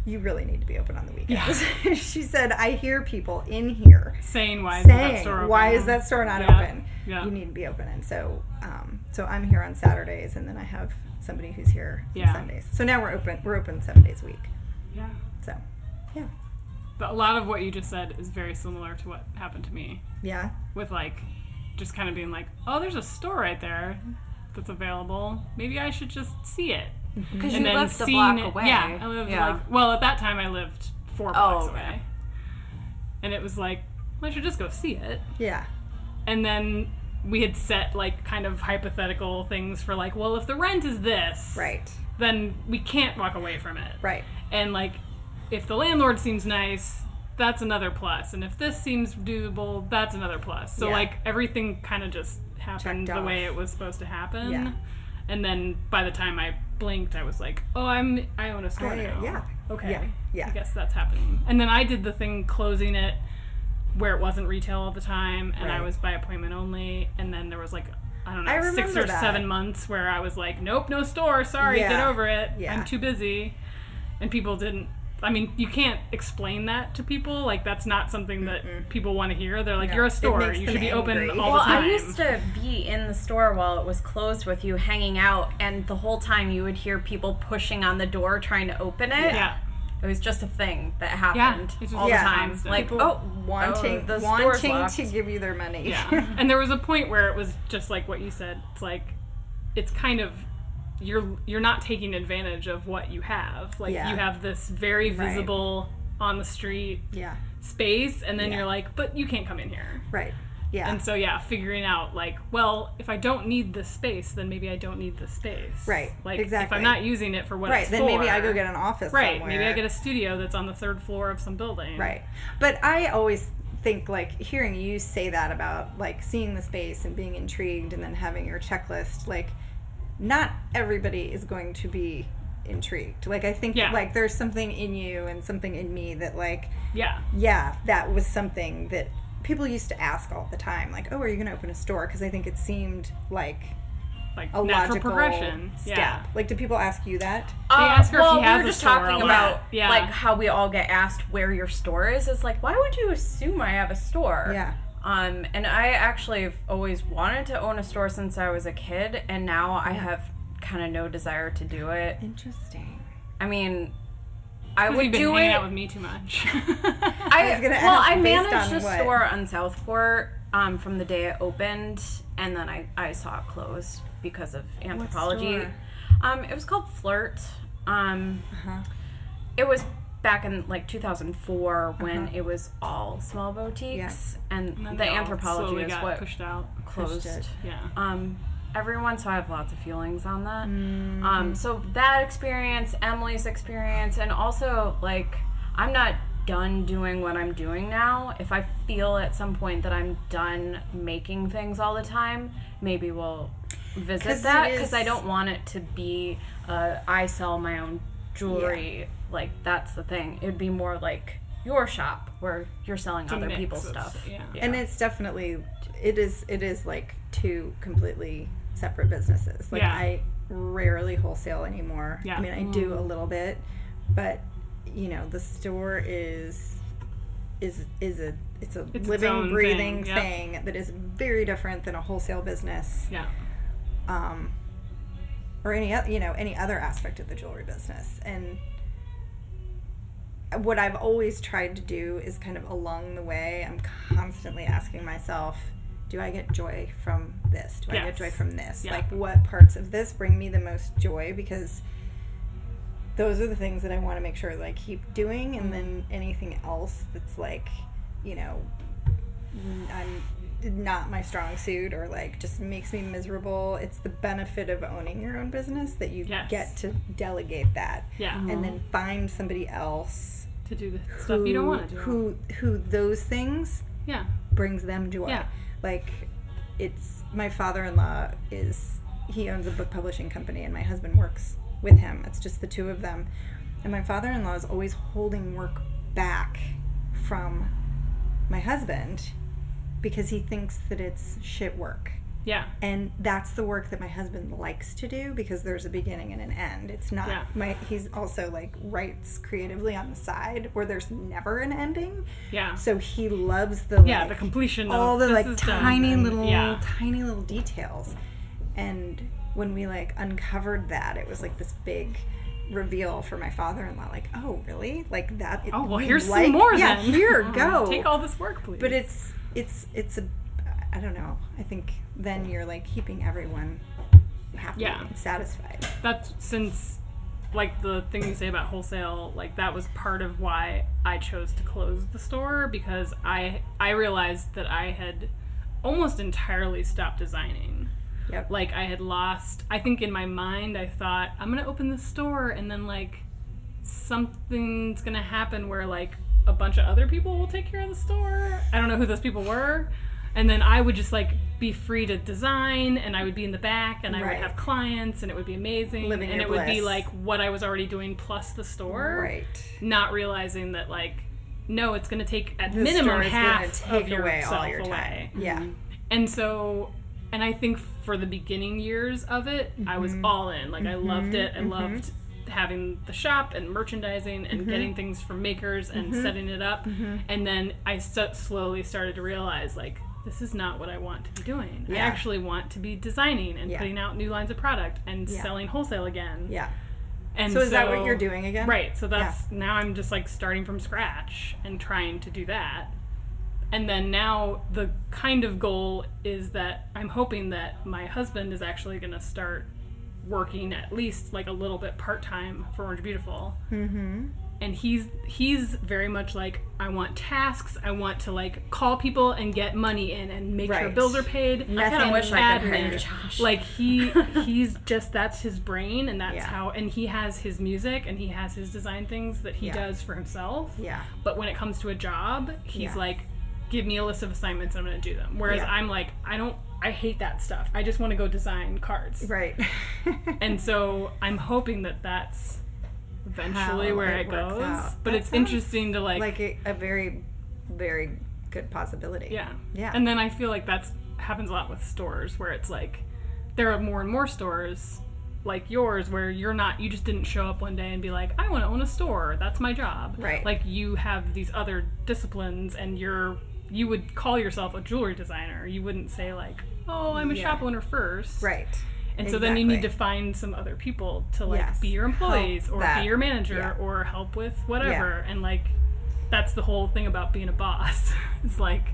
Speaker 7: You really need to be open on the weekends. she said, I hear people in here
Speaker 1: saying why is that
Speaker 7: saying,
Speaker 1: store
Speaker 7: Why
Speaker 1: open?
Speaker 7: is that store not
Speaker 1: Yeah,
Speaker 7: open?
Speaker 1: yeah.
Speaker 7: You need to be open. And so, um, so I'm here on Saturdays and then I have somebody who's here
Speaker 1: Yeah.
Speaker 7: on Sundays. So now we're open, we're open seven days a week.
Speaker 1: yeah
Speaker 7: So, yeah.
Speaker 1: but a lot of what you just said is very similar to what happened to me
Speaker 7: Yeah.
Speaker 1: with like just kind of being like oh there's a store right there that's available maybe I should just see it
Speaker 6: Because
Speaker 1: Mm-hmm. and
Speaker 6: you
Speaker 1: then
Speaker 6: lived a
Speaker 1: seeing
Speaker 6: block
Speaker 1: it-
Speaker 6: away. Oh,
Speaker 1: yeah I lived like well at that time I lived four blocks
Speaker 6: okay.
Speaker 1: away and it was like well, I should just go see it
Speaker 7: Yeah.
Speaker 1: and then we had set like kind of hypothetical things for like well if the rent is this
Speaker 7: Right.
Speaker 1: then we can't walk away from it
Speaker 7: Right.
Speaker 1: and like if the landlord seems nice that's another plus and if this seems doable that's another plus so
Speaker 7: Yeah.
Speaker 1: like everything kind of just happened
Speaker 7: Checked
Speaker 1: the way
Speaker 7: off.
Speaker 1: it was supposed to happen
Speaker 7: Yeah.
Speaker 1: and then by the time i blinked i was like oh i'm i own a store
Speaker 7: I-
Speaker 1: now
Speaker 7: yeah.
Speaker 1: okay
Speaker 7: Yeah. Yeah.
Speaker 1: i guess that's happening and then i did the thing closing it where it wasn't retail all the time and i
Speaker 7: Right.
Speaker 1: was by appointment only and then there was like i don't know
Speaker 7: I
Speaker 1: six or
Speaker 7: remember that.
Speaker 1: seven months where i was like nope no store sorry get
Speaker 7: Yeah.
Speaker 1: over it
Speaker 7: Yeah.
Speaker 1: i'm too busy and people didn't I mean, you can't explain that to people. Like, that's not something that people want to hear. They're like,
Speaker 7: No.
Speaker 1: "You're a
Speaker 7: It
Speaker 1: store.
Speaker 7: makes
Speaker 1: You
Speaker 7: them
Speaker 1: should be
Speaker 7: angry.
Speaker 1: open all
Speaker 5: Well,
Speaker 1: the time."
Speaker 5: I used to be in the store while it was closed with you hanging out, and the whole time you would hear people pushing on the door trying to open it.
Speaker 1: yeah,
Speaker 5: It was just a thing that
Speaker 1: Yeah,
Speaker 5: happened
Speaker 1: it's just
Speaker 5: all
Speaker 7: Yeah.
Speaker 5: the time.
Speaker 1: constant.
Speaker 5: Like,
Speaker 1: People
Speaker 5: oh,
Speaker 7: Wanting,
Speaker 5: oh, the store's
Speaker 7: wanting
Speaker 5: locked.
Speaker 7: to give you their money.
Speaker 1: yeah. and there was a point where it was just like what you said. It's like, it's kind of you're you're not taking advantage of what you have. Like,
Speaker 7: Yeah.
Speaker 1: you have this very visible on the street
Speaker 7: Yeah.
Speaker 1: space, and then
Speaker 7: Yeah.
Speaker 1: you're like, but you can't come in here.
Speaker 7: Right. Yeah.
Speaker 1: And so yeah, figuring out like, well, if I don't need this space, then maybe I don't need this space.
Speaker 7: Right,
Speaker 1: Like if
Speaker 7: exactly.
Speaker 1: I'm not using it for what
Speaker 7: right.
Speaker 1: it's
Speaker 7: Then maybe I go
Speaker 1: for-
Speaker 7: get an office.
Speaker 1: Right.
Speaker 7: Somewhere.
Speaker 1: Maybe I get a studio that's on the third floor of some building.
Speaker 7: Right. But I always think like hearing you say that about like seeing the space and being intrigued and then having your checklist like not everybody is going to be intrigued. Like I think
Speaker 1: Yeah.
Speaker 7: like there's something in you and something in me that like
Speaker 1: Yeah.
Speaker 7: yeah, that was something that people used to ask all the time like oh are you going to open a store because I think it seemed like
Speaker 1: Like
Speaker 7: a
Speaker 1: natural
Speaker 7: logical
Speaker 1: progression.
Speaker 7: step.
Speaker 1: Yeah.
Speaker 7: Like do people ask you that?
Speaker 1: They ask her if
Speaker 3: Oh, well,
Speaker 1: he has
Speaker 3: we
Speaker 1: a
Speaker 3: were just
Speaker 1: store a
Speaker 3: talking
Speaker 1: lot.
Speaker 3: about
Speaker 1: Yeah.
Speaker 3: like how we all get asked where your store is. It's like, why would you assume I have a store?
Speaker 7: Yeah.
Speaker 3: Um, and I actually have always wanted to own a store since I was a kid, and now I have kind of no desire to do it.
Speaker 7: Interesting.
Speaker 3: I mean, I
Speaker 1: 'Cause
Speaker 3: would
Speaker 1: you've been
Speaker 3: do
Speaker 1: hanging
Speaker 3: it.
Speaker 1: out with me too much.
Speaker 3: I,
Speaker 7: was gonna
Speaker 3: well,
Speaker 7: ask
Speaker 3: I
Speaker 7: based
Speaker 3: managed
Speaker 7: on
Speaker 3: a
Speaker 7: what?
Speaker 3: store on Southport um, from the day it opened, and then I, I saw it closed because of anthropology.
Speaker 7: store?
Speaker 3: Um, it was called Flirt. Um,
Speaker 7: Uh-huh.
Speaker 3: It was back in like 2004
Speaker 7: Uh-huh.
Speaker 3: when it was all small boutiques, and,
Speaker 1: And then
Speaker 3: the
Speaker 1: they all
Speaker 3: anthropology
Speaker 1: slowly
Speaker 3: is
Speaker 1: got
Speaker 3: what
Speaker 1: pushed out.
Speaker 3: closed.
Speaker 7: it.
Speaker 1: Yeah.
Speaker 3: Um, everyone, so I have lots of feelings on that.
Speaker 1: Mm.
Speaker 3: Um, so that experience, Emily's experience, and also like I'm not done doing what I'm doing now. If I feel at some point that I'm done making things all the time, maybe we'll
Speaker 7: 'Cause
Speaker 3: visit
Speaker 7: it
Speaker 3: that because I
Speaker 7: is-
Speaker 3: don't want it to be uh, I sell my own jewelry. Like that's the thing. It'd be more like your shop where you're selling
Speaker 1: a
Speaker 3: other
Speaker 1: mix
Speaker 3: people's
Speaker 1: of-
Speaker 3: stuff.
Speaker 1: yeah.
Speaker 7: and it's definitely it is it is like two completely separate businesses like
Speaker 1: Yeah.
Speaker 7: i rarely wholesale anymore
Speaker 1: Yeah.
Speaker 7: i mean i do a little bit but you know the store is is is a it's a
Speaker 1: its
Speaker 7: living
Speaker 1: own thing,
Speaker 7: breathing
Speaker 1: yep.
Speaker 7: thing that is very different than a wholesale business
Speaker 1: Yeah.
Speaker 7: um, or any oth- you know any other aspect of the jewelry business and what i've always tried to do is kind of along the way i'm constantly asking myself do i get joy from this do i get
Speaker 1: Yes.
Speaker 7: joy from this
Speaker 1: Yeah.
Speaker 7: like what parts of this bring me the most joy because those are the things that i want to make sure that i keep doing
Speaker 1: Mm-hmm.
Speaker 7: and then anything else that's like you know I'm not my strong suit or like just makes me miserable. It's the benefit of owning your own business that you
Speaker 1: Yes.
Speaker 7: get to delegate that
Speaker 1: Yeah.
Speaker 7: and then find somebody else
Speaker 1: To do the stuff you don't want to do.
Speaker 7: who who those things
Speaker 1: Yeah.
Speaker 7: brings them joy.
Speaker 1: Yeah.
Speaker 7: Like it's my father-in-law is he owns a book publishing company and my husband works with him. It's just the two of them. And my father-in-law is always holding work back from my husband because he thinks that it's shit work.
Speaker 1: Yeah.
Speaker 7: And that's the work that my husband likes to do because there's a beginning and an end. It's not
Speaker 1: Yeah.
Speaker 7: my he's also like writes creatively on the side where there's never an ending.
Speaker 1: Yeah.
Speaker 7: So he loves the
Speaker 1: Yeah,
Speaker 7: like,
Speaker 1: the completion of
Speaker 7: all the
Speaker 1: this
Speaker 7: like
Speaker 1: is done,
Speaker 7: tiny
Speaker 1: and-
Speaker 7: little
Speaker 1: yeah.
Speaker 7: tiny little details. And when we like uncovered that, it was like this big reveal for my father-in-law. Like, oh really? Like that?
Speaker 1: Oh well,
Speaker 7: you
Speaker 1: here's
Speaker 7: like-
Speaker 1: some more.
Speaker 7: Yeah,
Speaker 1: then.
Speaker 7: here, go.
Speaker 1: Take all this work, please.
Speaker 7: But it's it's it's a I don't know. I think then you're like keeping everyone happy
Speaker 1: Yeah.
Speaker 7: and satisfied.
Speaker 1: that's since like the thing you say about wholesale like that was part of why i chose to close the store because i i realized that i had almost entirely stopped designing
Speaker 7: Yep.
Speaker 1: like i had lost i think in my mind i thought i'm gonna open this store and then like something's gonna happen where like a bunch of other people will take care of the store i don't know who those people were and then i would just like be free to design and i would be in the back and i
Speaker 7: Right.
Speaker 1: would have clients and it would be amazing
Speaker 7: Living
Speaker 1: and
Speaker 7: your
Speaker 1: it would be
Speaker 7: bliss.
Speaker 1: like what i was already doing plus the store
Speaker 7: right.
Speaker 1: not realizing that like no it's gonna take at
Speaker 7: The
Speaker 1: minimum
Speaker 7: store is gonna
Speaker 1: half
Speaker 7: take
Speaker 1: of your
Speaker 7: away all
Speaker 1: self
Speaker 7: your time.
Speaker 1: away Mm-hmm.
Speaker 7: Yeah.
Speaker 1: and so and i think for the beginning years of it i was
Speaker 7: Mm-hmm.
Speaker 1: all in like i loved it i loved having the shop and merchandising and
Speaker 7: Mm-hmm.
Speaker 1: getting things from makers and setting it up and then i so- slowly started to realize like this is not what i want to be doing i
Speaker 7: Yeah.
Speaker 1: actually want to be designing and
Speaker 7: Yeah.
Speaker 1: putting out new lines of product and
Speaker 7: Yeah.
Speaker 1: selling wholesale again
Speaker 7: Yeah.
Speaker 1: and
Speaker 7: So is that what you're doing again?
Speaker 1: Right. So that's now I'm just like starting from scratch and trying to do that. And then now the kind of goal is that I'm hoping that my husband is actually going to start working at least like a little bit part time for Orange Beautiful. Mm-hmm. and he's he's very much like I want tasks. I want to like call people and get money in and make sure
Speaker 7: Right.
Speaker 1: bills are paid.
Speaker 7: I kinda wish
Speaker 5: I could
Speaker 1: admin.
Speaker 5: hire Josh.
Speaker 1: Like he he's just that's his brain and that's
Speaker 7: Yeah.
Speaker 1: how Oh, and he has his music and he has his design things that he
Speaker 7: Yeah.
Speaker 1: does for himself.
Speaker 7: Yeah.
Speaker 1: But when it comes to a job, he's
Speaker 7: Yeah.
Speaker 1: like, give me a list of assignments and I'm gonna do them. Whereas
Speaker 7: Yeah.
Speaker 1: I'm like, I don't I hate that stuff. I just want to go design cards.
Speaker 7: Right.
Speaker 1: And so I'm hoping that that's eventually
Speaker 7: How
Speaker 1: where
Speaker 7: it
Speaker 1: it,
Speaker 7: works
Speaker 1: goes.
Speaker 7: out.
Speaker 1: But
Speaker 7: That
Speaker 1: it's
Speaker 7: sounds
Speaker 1: interesting to like,
Speaker 7: like a, a very, very good possibility.
Speaker 1: yeah.
Speaker 7: Yeah.
Speaker 1: And then I feel like that's happens a lot with stores where it's like there are more and more stores like yours where you're not you just didn't show up one day and be like, I want to own a store. That's my job.
Speaker 7: Right.
Speaker 1: Like you have these other disciplines and you're you would call yourself a jewelry designer. You wouldn't say like, "Oh, I'm a shop owner first.
Speaker 7: Right.
Speaker 1: And so then you need to
Speaker 7: Exactly.
Speaker 1: find some other people to like
Speaker 7: Yes.
Speaker 1: be your employees
Speaker 7: Help
Speaker 1: or
Speaker 7: that.
Speaker 1: be your manager
Speaker 7: Yeah.
Speaker 1: or help with whatever. And like that's the whole thing about being a boss. it's like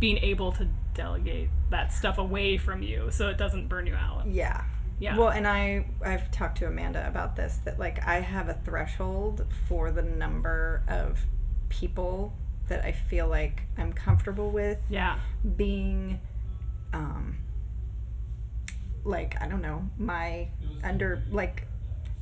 Speaker 1: being able to delegate that stuff away from you so it doesn't burn you out.
Speaker 7: Yeah.
Speaker 1: Yeah.
Speaker 7: Well, and I I've talked to Amanda about this that like I have a threshold for the number of people that I feel like I'm comfortable with
Speaker 1: yeah.
Speaker 7: being um like I don't know, my under like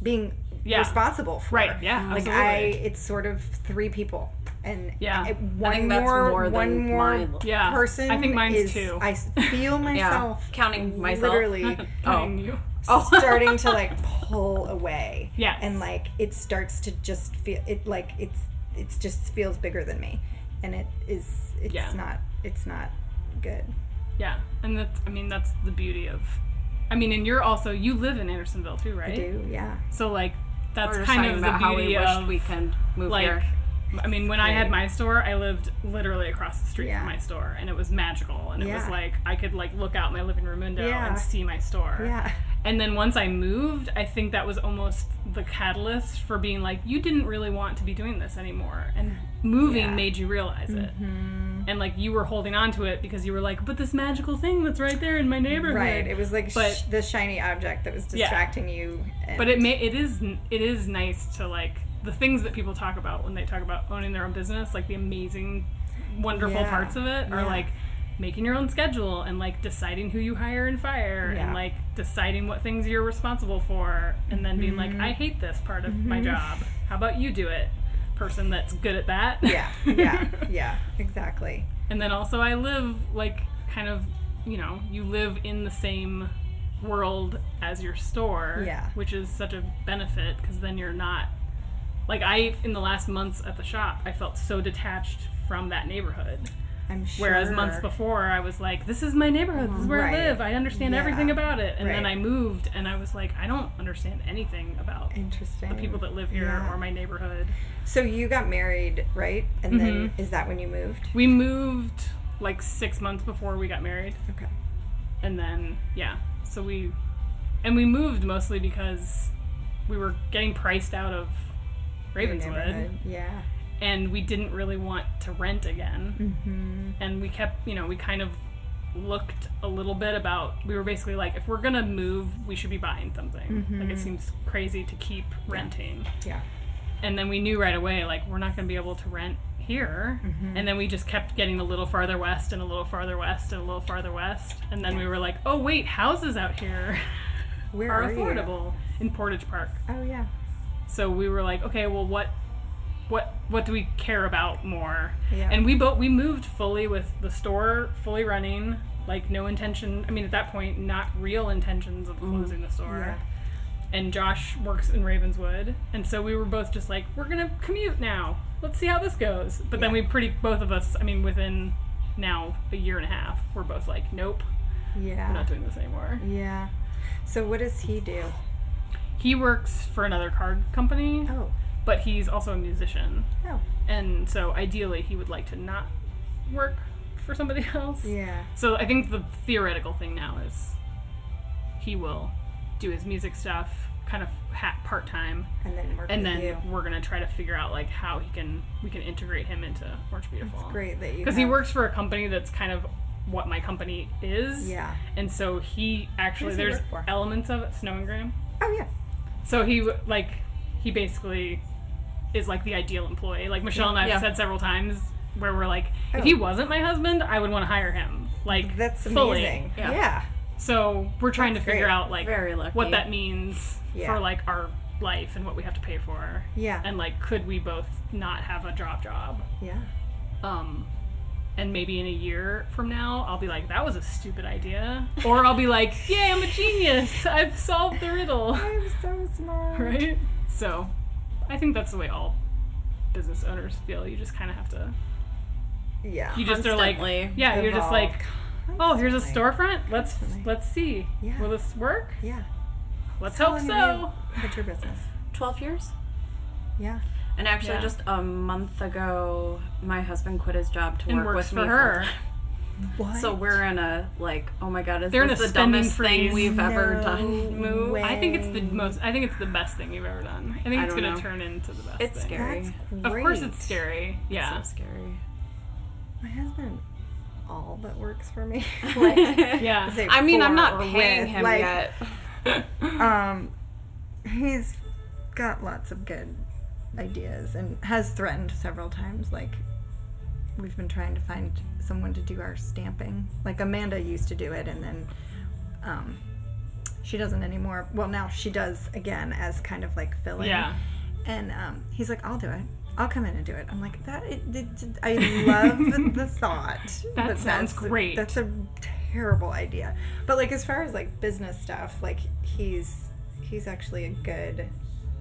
Speaker 7: being
Speaker 1: Yeah.
Speaker 7: responsible for.
Speaker 1: Right, yeah,
Speaker 7: Like I
Speaker 1: absolutely.
Speaker 7: it's sort of three people and
Speaker 1: Yeah.
Speaker 7: I-
Speaker 1: I
Speaker 7: one
Speaker 5: think that's
Speaker 7: more,
Speaker 5: more than
Speaker 7: one more
Speaker 5: mine.
Speaker 1: Yeah.
Speaker 7: person
Speaker 1: I think mine's
Speaker 7: is-
Speaker 1: two.
Speaker 7: I s- feel myself
Speaker 5: Counting myself.
Speaker 7: literally
Speaker 1: Knowing you.
Speaker 5: Oh.
Speaker 7: starting to like pull away.
Speaker 1: Yes.
Speaker 7: And like it starts to just feel it like it's it's just feels bigger than me. And it is it's
Speaker 1: Yeah.
Speaker 7: not it's not good.
Speaker 1: Yeah. And that's I mean that's the beauty of I mean and you're also you live in Andersonville too, right?
Speaker 7: I do, yeah.
Speaker 1: So like that's
Speaker 5: We're just
Speaker 1: kind
Speaker 5: talking
Speaker 1: of the
Speaker 5: about how we
Speaker 1: beauty
Speaker 5: wished
Speaker 1: of
Speaker 5: we could move
Speaker 1: like
Speaker 5: here.
Speaker 1: I mean, when I had my store, I lived literally across the street
Speaker 7: Yeah.
Speaker 1: from my store, and it was magical. And it was
Speaker 7: Yeah.
Speaker 1: like I could like look out my living room window
Speaker 7: Yeah.
Speaker 1: and see my store.
Speaker 7: Yeah.
Speaker 1: And then once I moved, I think that was almost the catalyst for being like, you didn't really want to be doing this anymore, and moving
Speaker 7: Yeah. Mm-hmm.
Speaker 1: made you realize it. And like you were holding on to it because you were like, but this magical thing that's right there in my neighborhood.
Speaker 7: Right. It was like
Speaker 1: But-
Speaker 7: sh- the shiny object that was
Speaker 1: Yeah.
Speaker 7: distracting you. And
Speaker 1: But it may it is it is nice to like the things that people talk about when they talk about owning their own business, like the amazing, wonderful
Speaker 7: Yeah.
Speaker 1: parts of it, are
Speaker 7: Yeah.
Speaker 1: like making your own schedule and like deciding who you hire and fire
Speaker 7: Yeah.
Speaker 1: and like deciding what things you're responsible for and then being
Speaker 7: Mm-hmm.
Speaker 1: like I hate this part of my job. How about you do it? Person that's good at that.
Speaker 7: yeah, yeah, yeah, exactly.
Speaker 1: And then also I live like kind of, you know, you live in the same world as your store,
Speaker 7: Yeah.
Speaker 1: which is such a benefit because then you're not like I in the last months at the shop, I felt so detached from that neighborhood.
Speaker 7: I'm sure.
Speaker 1: Whereas months before, I was like, "This is my neighborhood. This is where
Speaker 7: Right.
Speaker 1: I live. I understand
Speaker 7: Yeah.
Speaker 1: everything about it." And then
Speaker 7: Right.
Speaker 1: I moved, and I was like, "I don't understand anything about
Speaker 7: Interesting.
Speaker 1: the people that live here
Speaker 7: Yeah.
Speaker 1: or my neighborhood."
Speaker 7: So you got married, right? And then is that when you moved?
Speaker 1: Mm-hmm. We moved like six months before we got married.
Speaker 7: Okay.
Speaker 1: and then yeah so we and we moved mostly because we were getting priced out of
Speaker 7: Your
Speaker 1: ravenswood
Speaker 7: neighborhood. Yeah.
Speaker 1: and we didn't really want to rent again
Speaker 7: Mm-hmm.
Speaker 1: and we kept you know we kind of looked a little bit about we were basically like if we're gonna move we should be buying something like it seems crazy to keep renting
Speaker 7: Mm-hmm. Yeah.
Speaker 1: and then we knew right away like we're not going to be able to rent here and then we just kept getting a little farther west and a little farther west and a little farther west and then we were like oh wait houses out here
Speaker 7: Where
Speaker 1: are
Speaker 7: are you?
Speaker 1: affordable in portage park
Speaker 7: Oh yeah.
Speaker 1: so we were like okay well what what what do we care about more
Speaker 7: Yeah.
Speaker 1: and we both we moved fully with the store fully running like no intention i mean at that point not real intentions of
Speaker 7: Mm-hmm.
Speaker 1: closing the store and josh works in ravenswood and so we were both just like we're gonna commute now let's see how this goes but then we pretty both of us i mean within now a year and a half we're both like nope
Speaker 7: Yeah.
Speaker 1: we're not doing this anymore
Speaker 7: Yeah. So what does he do?
Speaker 1: he works for another card company
Speaker 7: Oh.
Speaker 1: but he's also a musician
Speaker 7: Oh.
Speaker 1: and so ideally he would like to not work for somebody else
Speaker 7: Yeah.
Speaker 1: so i think the theoretical thing now is he will do his music stuff kind of ha- part-time
Speaker 7: And then work
Speaker 1: and
Speaker 7: with
Speaker 1: then
Speaker 7: you.
Speaker 1: we're gonna try to figure out like how he can we can integrate him into orange beautiful
Speaker 7: It's great that you
Speaker 1: because he
Speaker 7: have-
Speaker 1: works for a company that's kind of what my company is
Speaker 7: Yeah.
Speaker 1: and so he actually
Speaker 7: does he
Speaker 1: there's
Speaker 7: work for?
Speaker 1: elements of it snow and graham
Speaker 7: Oh yeah.
Speaker 1: so he like he basically is like the ideal employee. Like Michelle and I have
Speaker 3: Yeah.
Speaker 1: said several times where we're like, if
Speaker 7: Oh.
Speaker 1: he wasn't my husband, I would want to hire him. Like
Speaker 7: That's
Speaker 1: fully.
Speaker 7: amazing.
Speaker 3: Yeah.
Speaker 7: yeah.
Speaker 1: So we're trying
Speaker 7: That's
Speaker 1: to figure
Speaker 7: great.
Speaker 1: out like
Speaker 3: Very lucky.
Speaker 1: what that means
Speaker 7: Yeah.
Speaker 1: for like our life and what we have to pay for.
Speaker 7: Yeah.
Speaker 1: And like could we both not have a job job?
Speaker 7: Yeah.
Speaker 1: Um and maybe in a year from now I'll be like, that was a stupid idea. Or I'll be like, Yay, I'm a genius. I've solved the riddle.
Speaker 7: I'm so smart.
Speaker 1: Right? So I think that's the way all business owners feel. You just kinda have to
Speaker 7: Yeah.
Speaker 1: you just are like
Speaker 3: Constantly
Speaker 1: Yeah, you're just
Speaker 7: evolve.
Speaker 1: like Oh, here's a
Speaker 7: Constantly.
Speaker 1: storefront. Let's
Speaker 7: Constantly.
Speaker 1: let's see.
Speaker 7: Yeah.
Speaker 1: Will this work?
Speaker 7: Yeah.
Speaker 1: Let's
Speaker 7: How
Speaker 1: hope
Speaker 7: long have
Speaker 1: so.
Speaker 7: you Had your business.
Speaker 3: 12 years?
Speaker 7: Yeah.
Speaker 3: And actually,
Speaker 1: Yeah.
Speaker 3: just a month ago, my husband quit his job to
Speaker 1: And
Speaker 3: work
Speaker 1: works
Speaker 3: with
Speaker 1: for
Speaker 3: me
Speaker 1: her.
Speaker 3: full-time.
Speaker 7: What?
Speaker 3: So we're in a like, oh my god, is
Speaker 1: They're in
Speaker 3: this
Speaker 1: a
Speaker 3: the
Speaker 1: spending
Speaker 3: dumbest
Speaker 1: freeze.
Speaker 3: thing we've ever
Speaker 7: No
Speaker 3: done? Move.
Speaker 7: way.
Speaker 1: I think it's the most. I think it's the best thing you've ever done. I think
Speaker 3: I
Speaker 1: it's
Speaker 3: don't
Speaker 1: going
Speaker 3: know.
Speaker 1: to turn into the best.
Speaker 3: It's
Speaker 1: thing.
Speaker 3: scary.
Speaker 7: That's great.
Speaker 1: Of course, it's scary. Yeah,
Speaker 3: So scary.
Speaker 7: My husband, all but works for me. like,
Speaker 1: yeah.
Speaker 7: say
Speaker 3: I mean, I'm
Speaker 7: for
Speaker 3: not
Speaker 7: or
Speaker 3: paying
Speaker 7: with,
Speaker 3: him
Speaker 7: like,
Speaker 3: yet.
Speaker 7: Um, he's got lots of good ideas and has threatened several times. Like, we've been trying to find someone to do our stamping. Like, Amanda used to do it, and then um, she doesn't anymore. Well, now she does again as kind of like filling.
Speaker 1: Yeah.
Speaker 7: And um, he's like, I'll do it. I'll come in and do it. I'm like, that. It, it, it- I love the thought.
Speaker 1: That
Speaker 7: but
Speaker 1: sounds
Speaker 7: that's-
Speaker 1: great.
Speaker 7: That's a terrible idea. But like, as far as like business stuff, like he's he's actually a good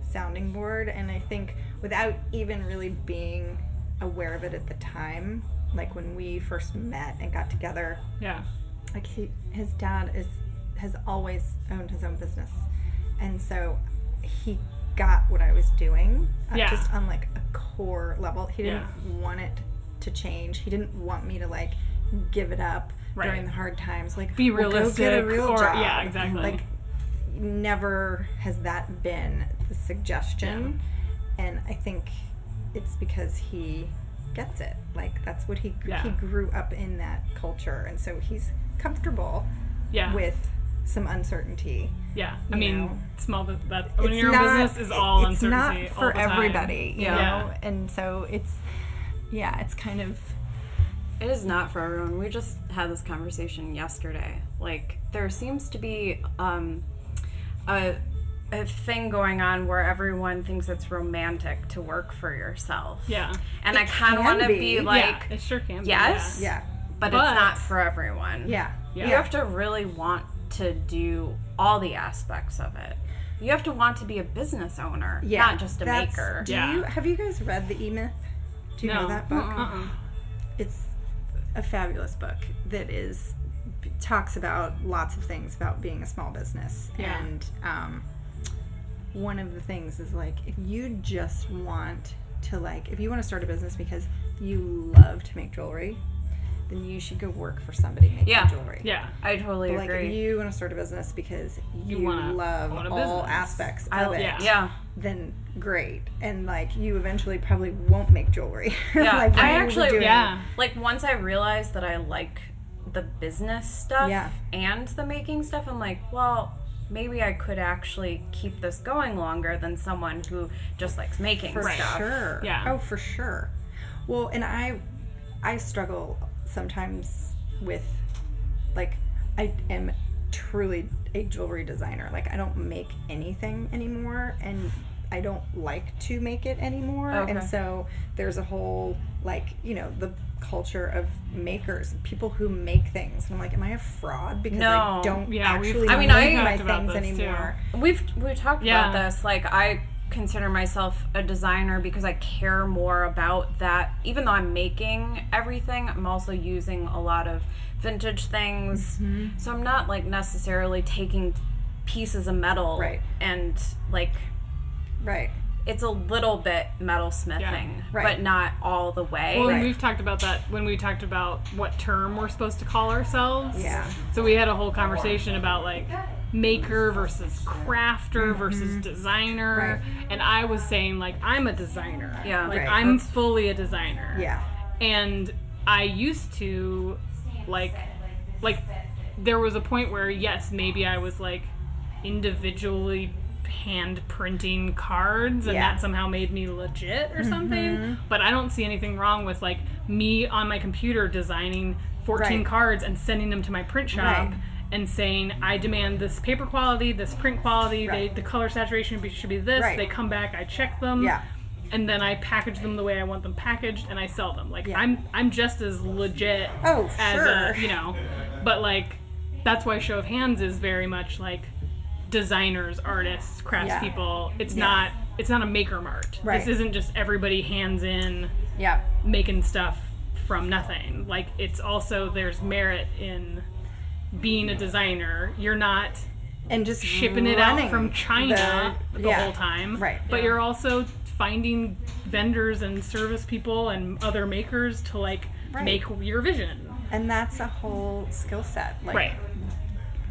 Speaker 7: sounding board, and I think without even really being aware of it at the time, like when we first met and got together,
Speaker 1: yeah.
Speaker 7: like he, his dad is has always owned his own business and so he got what i was doing uh,
Speaker 1: Yeah.
Speaker 7: just on like a core level he didn't
Speaker 1: Yeah.
Speaker 7: want it to change he didn't want me to like give it up
Speaker 1: Right.
Speaker 7: during the hard times like
Speaker 1: Be
Speaker 7: well, go get a
Speaker 1: realistic
Speaker 7: real
Speaker 1: or-
Speaker 7: job.
Speaker 1: yeah, exactly.
Speaker 7: like never has that been the suggestion and i think it's because he gets it like that's what he gr-
Speaker 1: Yeah.
Speaker 7: he grew up in that culture and so he's comfortable
Speaker 1: Yeah.
Speaker 7: with some uncertainty
Speaker 1: yeah. I
Speaker 7: you
Speaker 1: mean,
Speaker 7: know.
Speaker 1: small bu- that owning
Speaker 7: It's
Speaker 1: your own
Speaker 7: not-
Speaker 1: business is all
Speaker 7: it's
Speaker 1: uncertainty
Speaker 7: not
Speaker 1: all
Speaker 7: for
Speaker 1: the time.
Speaker 7: everybody you
Speaker 1: Yeah.
Speaker 7: know and so it's yeah it's kind of
Speaker 3: It is not for everyone. We just had this conversation yesterday. Like there seems to be um, a a thing going on where everyone thinks it's romantic to work for yourself.
Speaker 1: Yeah.
Speaker 3: And I kind of
Speaker 7: can
Speaker 3: want to
Speaker 7: be.
Speaker 3: be
Speaker 7: Yeah.
Speaker 3: like,
Speaker 1: yeah, it sure can. Be,
Speaker 3: yes,
Speaker 1: Yeah.
Speaker 7: yeah
Speaker 3: but,
Speaker 1: But-
Speaker 3: it's not for everyone.
Speaker 7: yeah
Speaker 1: Yeah.
Speaker 3: You have to really want to do all the aspects of it. You have to want to be a business owner,
Speaker 7: yeah
Speaker 3: not just a
Speaker 7: That's-
Speaker 3: maker.
Speaker 7: do
Speaker 1: Yeah.
Speaker 7: you have you guys read the e-myth do you
Speaker 1: no.
Speaker 7: know that book
Speaker 1: Uh-uh.
Speaker 7: it's a fabulous book that is talks about lots of things about being a small business
Speaker 1: Yeah.
Speaker 7: and um, one of the things is like if you just want to like if you want to start a business because you love to make jewelry then you should go work for somebody making
Speaker 3: Yeah.
Speaker 7: jewelry
Speaker 1: Yeah.
Speaker 3: I totally
Speaker 7: but like
Speaker 3: agree.
Speaker 7: if you want to start a business because
Speaker 1: You
Speaker 7: you,
Speaker 1: wanna
Speaker 7: love
Speaker 1: own a
Speaker 7: all
Speaker 1: business.
Speaker 7: aspects of
Speaker 3: I-
Speaker 7: it
Speaker 1: yeah.
Speaker 3: yeah.
Speaker 7: then great and like you eventually probably won't make jewelry
Speaker 3: Yeah,
Speaker 7: like
Speaker 3: I
Speaker 7: you will be
Speaker 3: actually-
Speaker 7: doing-
Speaker 1: Yeah.
Speaker 3: like once I realized that I like the business stuff
Speaker 7: Yeah.
Speaker 3: and the making stuff, I'm like, well, maybe I could actually keep this going longer than someone who just likes making
Speaker 7: for
Speaker 3: stuff.
Speaker 7: sure.
Speaker 1: Yeah.
Speaker 7: Oh, for sure. Well, and I, I struggle sometimes with, like, I am truly a jewelry designer. Like, I don't make anything anymore, and I don't like to make it anymore. And
Speaker 3: Okay.
Speaker 7: so there's a whole like, you know, the culture of makers, people who make things. And I'm like, am I a fraud because I
Speaker 3: No.
Speaker 7: don't
Speaker 1: Yeah, we've-
Speaker 7: actually
Speaker 1: I
Speaker 3: mean, I
Speaker 7: make my
Speaker 1: talked about
Speaker 7: things
Speaker 1: this, too.
Speaker 7: anymore?
Speaker 3: We've we talked
Speaker 1: Yeah.
Speaker 3: about this. Like I consider myself a designer because I care more about that. Even though I'm making everything, I'm also using a lot of vintage things.
Speaker 1: Mm-hmm.
Speaker 3: So I'm not like necessarily taking pieces of metal
Speaker 7: Right.
Speaker 3: and like
Speaker 7: Right.
Speaker 3: it's a little bit metalsmithing,
Speaker 7: Right.
Speaker 3: but not all the way.
Speaker 1: Well, and
Speaker 7: Right.
Speaker 1: we've talked about that when we talked about what term we're supposed to call ourselves.
Speaker 7: Yeah.
Speaker 1: So we had a whole conversation about like maker versus
Speaker 7: Mm-hmm.
Speaker 1: crafter versus designer, and I was saying like I'm a designer.
Speaker 3: Yeah.
Speaker 1: Like
Speaker 7: Right.
Speaker 1: I'm fully a designer.
Speaker 7: Yeah.
Speaker 1: And I used to like like there was a point where yes, maybe I was like individually hand printing cards and
Speaker 7: Yeah. Mm-hmm.
Speaker 1: that somehow made me legit or something. But I don't see anything wrong with like me on my computer designing 14
Speaker 7: Right.
Speaker 1: cards and sending them to my print shop.
Speaker 7: Right.
Speaker 1: And saying, I demand this paper quality, this print quality,
Speaker 7: Right.
Speaker 1: they, the color saturation be- should be this.
Speaker 7: Right.
Speaker 1: They come back, I check them,
Speaker 7: Yeah.
Speaker 1: and then I package them the way I want them packaged, and I sell them. Like
Speaker 7: Yeah.
Speaker 1: I'm, I'm just as legit
Speaker 7: Oh,
Speaker 1: as
Speaker 7: sure.
Speaker 1: a you know but like that's why show of hands is very much like designers artists craftspeople it's not it's not a maker mart
Speaker 7: Right.
Speaker 1: this isn't just everybody hands in
Speaker 7: yeah.
Speaker 1: making stuff from nothing like it's also there's merit in being a designer you're not
Speaker 7: And just
Speaker 1: shipping it
Speaker 7: running
Speaker 1: out from china
Speaker 7: the-
Speaker 1: the,
Speaker 7: yeah.
Speaker 1: whole time
Speaker 7: Right.
Speaker 1: but you're also finding vendors and service people and other makers to like
Speaker 7: Right.
Speaker 1: make your vision
Speaker 7: And that's a whole skill set. Like
Speaker 1: right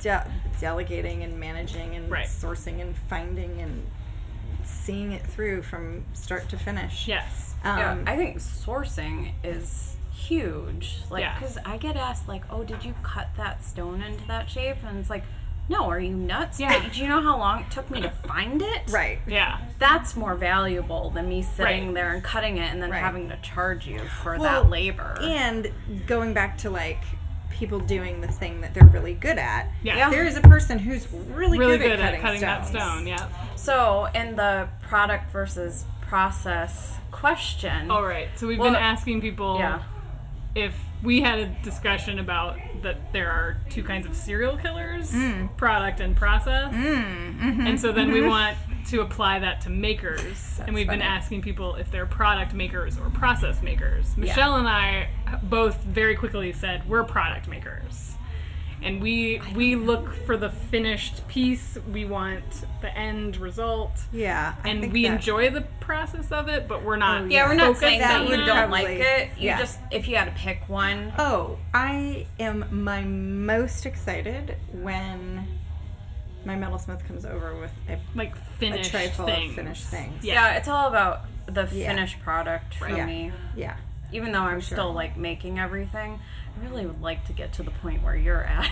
Speaker 7: de- delegating and managing and
Speaker 1: Right.
Speaker 7: sourcing and finding and seeing it through from start to finish.
Speaker 1: Yes.
Speaker 7: Um,
Speaker 3: yeah, I think sourcing is huge. Like,
Speaker 1: Yeah.
Speaker 3: because I get asked, like, oh, did you cut that stone into that shape? And it's like, no, are you nuts?
Speaker 1: Yeah.
Speaker 3: But do you know how long it took me to find it?
Speaker 7: right.
Speaker 1: Yeah.
Speaker 3: That's more valuable than me sitting
Speaker 1: Right.
Speaker 3: there and cutting it and then
Speaker 7: Right.
Speaker 3: having to charge you for
Speaker 7: Well,
Speaker 3: that labor.
Speaker 7: And going back to like people doing the thing that they're really good at.
Speaker 1: Yeah. Yeah.
Speaker 7: There is a person who's really,
Speaker 1: Really
Speaker 7: good, at cutting,
Speaker 1: that
Speaker 7: stones.
Speaker 1: stone. Yeah.
Speaker 3: So, in the product versus process question,
Speaker 7: Oh,
Speaker 1: All right. So we've
Speaker 3: Well,
Speaker 1: been asking people
Speaker 3: yeah.
Speaker 1: if we had a discussion about that there are two kinds of serial killers,
Speaker 3: Mm.
Speaker 1: product and process.
Speaker 3: mm-hmm,
Speaker 1: And so then we want to apply that to makers. and we've been asking people if they're product makers or process makers. Michelle and I both very quickly said we're product makers. And we we look for the finished piece. We want the end result.
Speaker 7: Yeah. I
Speaker 1: and
Speaker 7: think
Speaker 1: we
Speaker 7: that-
Speaker 1: enjoy the process of it, but we're not.
Speaker 3: Oh, Yeah, we're not
Speaker 1: focused
Speaker 3: saying
Speaker 1: on
Speaker 3: that you
Speaker 7: would
Speaker 3: don't
Speaker 7: probably-
Speaker 3: like it. You
Speaker 7: yeah.
Speaker 3: just, if you had to pick one,
Speaker 7: Oh, I am my most excited when my metalsmith comes over with a,
Speaker 1: like
Speaker 7: a
Speaker 1: finished
Speaker 7: tray full
Speaker 1: things.
Speaker 7: of finished things.
Speaker 1: Yeah.
Speaker 3: Yeah, it's all about the
Speaker 7: Yeah.
Speaker 3: finished product for
Speaker 7: Yeah.
Speaker 3: me.
Speaker 7: Yeah.
Speaker 3: Even though I'm still like making everything, I really would like to get to the point where you're at.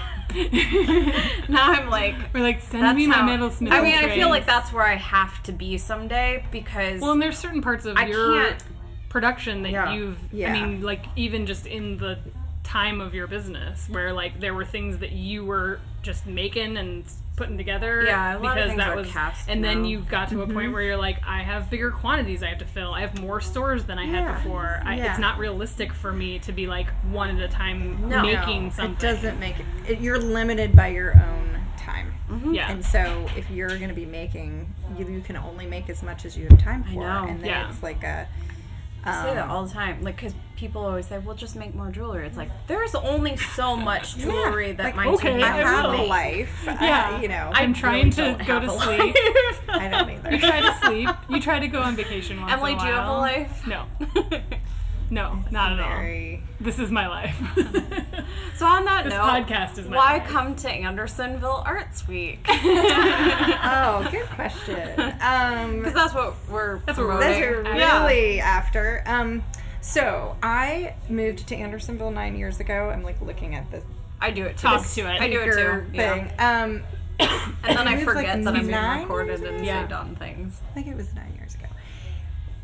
Speaker 3: now I'm like,
Speaker 1: We're like, send
Speaker 3: that's
Speaker 1: me my
Speaker 3: how.
Speaker 1: metal smith.
Speaker 3: I mean, I feel like that's where I have to be someday because
Speaker 1: Well, and there's certain parts of
Speaker 3: I
Speaker 1: your
Speaker 3: can't-
Speaker 1: production that
Speaker 7: Yeah.
Speaker 1: you've.
Speaker 7: Yeah.
Speaker 1: I mean, like even just in the time of your business, where like there were things that you were just making and putting together.
Speaker 3: Yeah, a lot of
Speaker 1: because
Speaker 3: things
Speaker 1: that
Speaker 3: are
Speaker 1: was.
Speaker 3: cast
Speaker 1: and then
Speaker 3: now.
Speaker 1: you got to a
Speaker 7: Mm-hmm.
Speaker 1: point where you're like, I have bigger quantities I have to fill. I have more stores than I
Speaker 7: Yeah.
Speaker 1: had before. I,
Speaker 7: Yeah.
Speaker 1: It's not realistic for me to be like one at a time
Speaker 3: No.
Speaker 1: making
Speaker 7: No,
Speaker 1: something.
Speaker 7: It doesn't make it, it- You're limited by your own time.
Speaker 1: Yeah.
Speaker 7: And so if you're going to be making, you, you can only make as much as you have time for.
Speaker 3: know.
Speaker 7: And then
Speaker 1: Yeah.
Speaker 7: it's like a. um,
Speaker 3: I say
Speaker 1: um,
Speaker 3: that all the time. Like, because people always say, "Well, just make more jewelry." It's like there's only so much jewelry that
Speaker 7: like,
Speaker 3: my
Speaker 1: okay,
Speaker 3: team
Speaker 7: I
Speaker 1: I
Speaker 3: has
Speaker 7: have
Speaker 3: to
Speaker 7: a
Speaker 1: will.
Speaker 3: make.
Speaker 7: life. I, you know,
Speaker 1: I'm trying to
Speaker 3: don't
Speaker 1: go
Speaker 3: have
Speaker 1: to
Speaker 3: a life.
Speaker 1: sleep.
Speaker 7: I don't
Speaker 1: you
Speaker 7: either.
Speaker 1: try to sleep. You try to go on vacation once
Speaker 3: Emily,
Speaker 1: in a
Speaker 3: do you have a
Speaker 1: while.
Speaker 3: life?
Speaker 1: No. No, not at all.
Speaker 7: Very-
Speaker 1: This is my life.
Speaker 3: So on that
Speaker 1: This
Speaker 3: note,
Speaker 1: podcast is my
Speaker 3: why
Speaker 1: life.
Speaker 3: come to Andersonville Arts Week?
Speaker 7: Oh, good question. Um,
Speaker 3: Because that's what we're
Speaker 1: That's what we're
Speaker 3: promoting.
Speaker 1: doing.
Speaker 7: Those
Speaker 1: Yeah.
Speaker 7: are really after. Um, so I moved to Andersonville nine years ago. I'm like looking at this
Speaker 3: I do it too.
Speaker 1: Talk to it.
Speaker 3: I do it
Speaker 7: bigger
Speaker 3: too.
Speaker 7: thing.
Speaker 3: Yeah.
Speaker 7: Um,
Speaker 3: And then
Speaker 7: I
Speaker 3: I
Speaker 7: moved, like,
Speaker 3: forget that I'm
Speaker 7: nine
Speaker 3: being recorded
Speaker 7: years
Speaker 3: and
Speaker 1: ago?
Speaker 3: saved on things.
Speaker 7: I think it was nine years ago.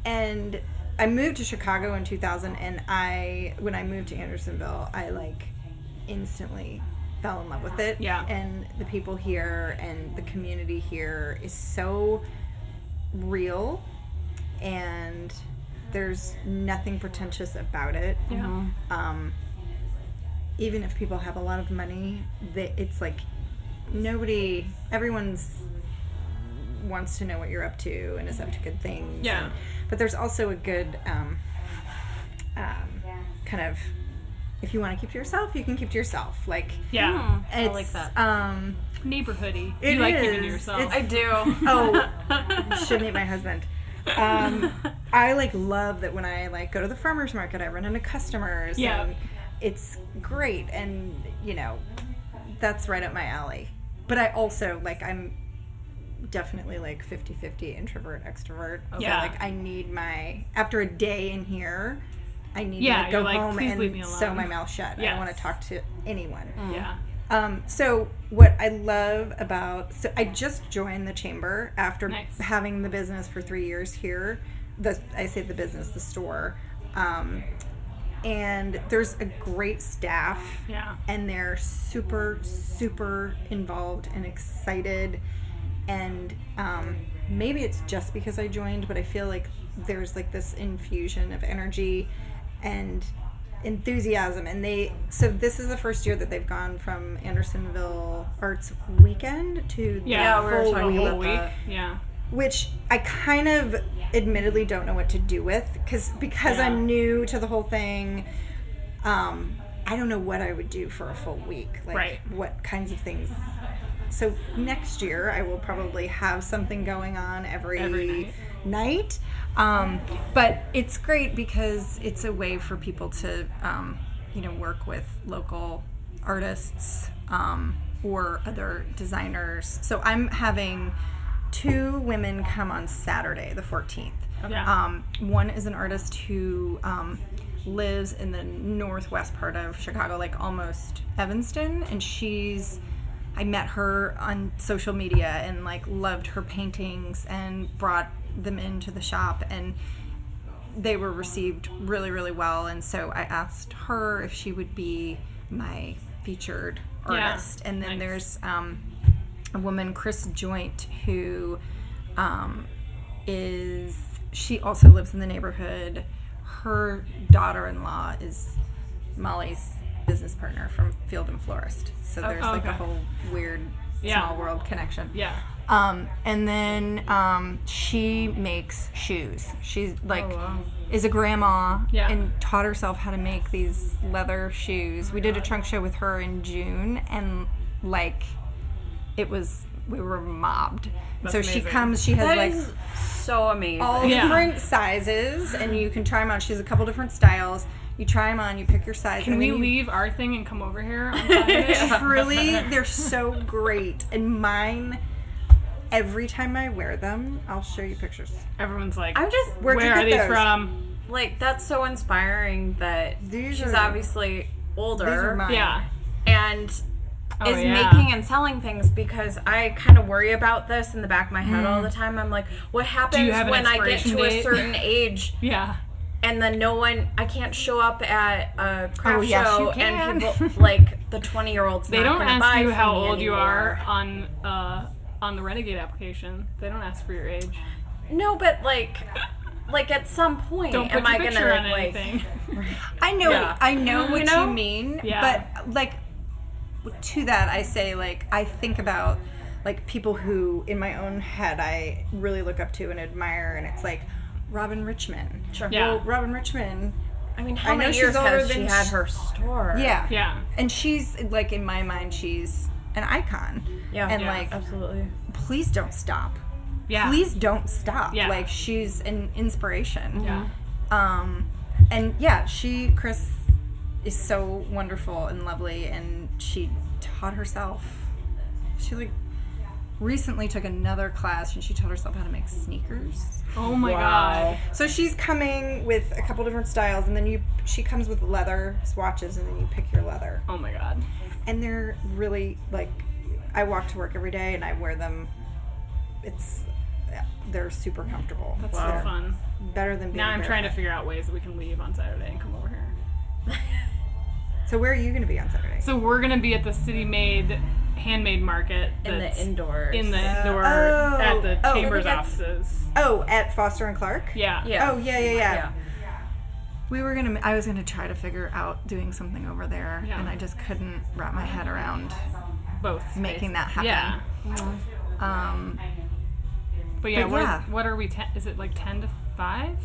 Speaker 7: And I moved to Chicago in 2000, and I when I moved to Andersonville, I like instantly fell in love with it.
Speaker 1: Yeah.
Speaker 7: And the people here and the community here is so real, and there's nothing pretentious about it.
Speaker 1: Yeah.
Speaker 7: um, even if people have a lot of money, they, it's like nobody, everyone's wants to know what you're up to and is up to good things.
Speaker 1: Yeah.
Speaker 7: but there's also a good um, um, kind of, if you want to keep to yourself, you can keep to yourself. Like,
Speaker 1: Yeah.
Speaker 7: it's,
Speaker 3: like that.
Speaker 7: Um,
Speaker 5: Hmm.
Speaker 1: Neighborhoody.
Speaker 7: It
Speaker 1: you like keeping to
Speaker 7: is.
Speaker 1: yourself.
Speaker 3: I do.
Speaker 7: oh, shouldn't eat my husband. Um, I like love that when I like go to the farmers market, I run into customers.
Speaker 1: Yeah.
Speaker 7: and it's great, and you know, that's right up my alley. But I also like I'm definitely like 50-50 introvert extrovert.
Speaker 1: Yeah.
Speaker 7: So, like I need my after a day in here, I need
Speaker 1: Yeah,
Speaker 7: to go
Speaker 1: you're like,
Speaker 7: home
Speaker 1: "Please
Speaker 7: and
Speaker 1: leave me
Speaker 7: sew
Speaker 1: alone."
Speaker 7: my mouth shut. I don't
Speaker 1: Yes. Mm.
Speaker 7: want to talk to anyone.
Speaker 1: yeah.
Speaker 7: Um, so what I love about so I just joined the chamber after
Speaker 1: Nice.
Speaker 7: having the business for three years here. The I say the business, the store. Um, and there's a great staff
Speaker 1: Yeah.
Speaker 7: and they're super super involved and excited and um, maybe it's just because i joined but i feel like there's like this infusion of energy and enthusiasm and they so this is the first year that they've gone from andersonville arts weekend to the
Speaker 1: Yeah,
Speaker 5: we were
Speaker 7: full
Speaker 5: talking
Speaker 7: week
Speaker 5: about
Speaker 1: Week.
Speaker 5: that.
Speaker 1: Yeah.
Speaker 7: which I kind of admittedly don't know what to do with because because I'm new to the whole thing. Um, I don't know what I would do for a full week. Like
Speaker 1: Right.
Speaker 7: what kinds of things. So next year I will probably have something going on every,
Speaker 1: Every night.
Speaker 7: night. Um, but it's great because it's a way for people to um, you know work with local artists um, or other designers. So I'm having two women come on Saturday, the 14th.
Speaker 1: Yeah.
Speaker 7: Um, one is an artist who um, lives in the northwest part of Chicago, like almost Evanston, and she's. I met her on social media and like loved her paintings and brought them into the shop and they were received really really well and so I asked her if she would be my featured
Speaker 1: Yeah.
Speaker 7: artist and
Speaker 1: Nice.
Speaker 7: then there's um, a woman Chris Joint who um, is she also lives in the neighborhood her daughter-in-law is Molly's business partner from Field and Florist so there's
Speaker 1: Oh,
Speaker 7: like a
Speaker 1: okay.
Speaker 7: whole weird
Speaker 1: Yeah.
Speaker 7: small world connection
Speaker 1: Yeah.
Speaker 7: um, and then um, she makes shoes. She's like is a grandma
Speaker 1: Oh, Yeah.
Speaker 7: and taught herself how to make these leather shoes. we did a trunk show with her in June, and like it was we were mobbed. so she comes. She has
Speaker 5: That
Speaker 7: like
Speaker 5: is so amazing.
Speaker 7: all
Speaker 1: Yeah.
Speaker 7: different sizes, and you can try them on. She has a couple different styles. You try them on. You pick your size.
Speaker 1: Can
Speaker 7: and then
Speaker 1: we
Speaker 7: you-
Speaker 1: leave our thing and come over here? On Saturday?
Speaker 7: Truly, they're so great. And mine, every time I wear them, I'll show you pictures.
Speaker 1: Everyone's like,
Speaker 5: I'm just
Speaker 7: Where'd you
Speaker 1: where are
Speaker 7: get
Speaker 1: these
Speaker 7: those?
Speaker 1: from?
Speaker 5: like that's so inspiring that
Speaker 7: These
Speaker 5: she's
Speaker 7: are-
Speaker 5: obviously older
Speaker 7: These are mine.
Speaker 1: Yeah.
Speaker 5: and
Speaker 1: Oh,
Speaker 5: is
Speaker 1: yeah.
Speaker 5: making and selling things because I kind of worry about this in the back of my head all the time. I'm like, what happens
Speaker 1: Mm. have an
Speaker 5: when I get
Speaker 1: expiration
Speaker 5: to
Speaker 1: date?
Speaker 5: a certain age
Speaker 1: Yeah.
Speaker 5: and then no one I can't show up at a craft
Speaker 7: Oh, yes,
Speaker 5: show
Speaker 7: you can.
Speaker 5: and people like the 20 year olds
Speaker 1: They don't ask you how old you are on uh, on the Renegade application. They don't ask for your age.
Speaker 5: No, but like like at some point
Speaker 1: Don't put
Speaker 5: am
Speaker 1: your
Speaker 5: I going
Speaker 1: picture on
Speaker 5: to like
Speaker 1: anything.
Speaker 7: I know,
Speaker 5: Yeah.
Speaker 7: I know what you,
Speaker 5: know?
Speaker 7: mean,
Speaker 1: Yeah.
Speaker 7: but like to that, I say like I think about like people who in my own head I really look up to and admire, and it's like Robin Richmond. Sure.
Speaker 1: Yeah.
Speaker 7: Well, Robin Richmond.
Speaker 5: I mean, how
Speaker 7: I know
Speaker 5: many
Speaker 7: she's
Speaker 5: years
Speaker 7: older
Speaker 5: has she
Speaker 7: than
Speaker 5: had
Speaker 7: sh-
Speaker 5: her store?
Speaker 7: Yeah.
Speaker 1: yeah.
Speaker 7: And she's like in my mind, she's an icon.
Speaker 5: Yeah.
Speaker 7: And
Speaker 1: Yeah.
Speaker 7: like,
Speaker 5: Absolutely.
Speaker 7: please don't stop.
Speaker 1: Yeah.
Speaker 7: Please don't stop.
Speaker 1: Yeah.
Speaker 7: Like she's an inspiration.
Speaker 1: Yeah.
Speaker 7: Um, and yeah, she Chris is so wonderful and lovely, and she taught herself. She like recently took another class, and she taught herself how to make sneakers.
Speaker 1: Oh my god.
Speaker 7: So she's coming with a couple different styles, and then you she comes with leather swatches, and then you pick your leather,
Speaker 1: Oh my god.
Speaker 7: and they're really like. I walk to work every day, and I wear them. It's they're super comfortable.
Speaker 1: That's so fun.
Speaker 7: Better than being
Speaker 1: Now I'm trying to
Speaker 7: barefoot.
Speaker 1: figure out ways that we can leave on Saturday and come over here.
Speaker 7: So where are you going to be on Saturday?
Speaker 1: So we're gonna be at the city made handmade market
Speaker 5: In the
Speaker 1: that's
Speaker 5: indoors.
Speaker 1: in the
Speaker 7: Uh,
Speaker 1: indoor
Speaker 7: oh,
Speaker 1: at the
Speaker 7: oh,
Speaker 1: chambers
Speaker 7: that's-
Speaker 1: offices.
Speaker 7: Oh, at Foster and Clark.
Speaker 1: Yeah.
Speaker 5: yeah.
Speaker 7: Oh yeah, yeah, yeah.
Speaker 5: Yeah.
Speaker 7: We were gonna. I was gonna try to figure out doing something over there,
Speaker 1: Yeah.
Speaker 7: and I just couldn't wrap my head around
Speaker 1: Both.
Speaker 7: making that happen.
Speaker 1: Yeah.
Speaker 7: Um,
Speaker 1: But yeah,
Speaker 7: But
Speaker 1: what,
Speaker 7: yeah.
Speaker 1: what are we? Ten, is it like ten to five?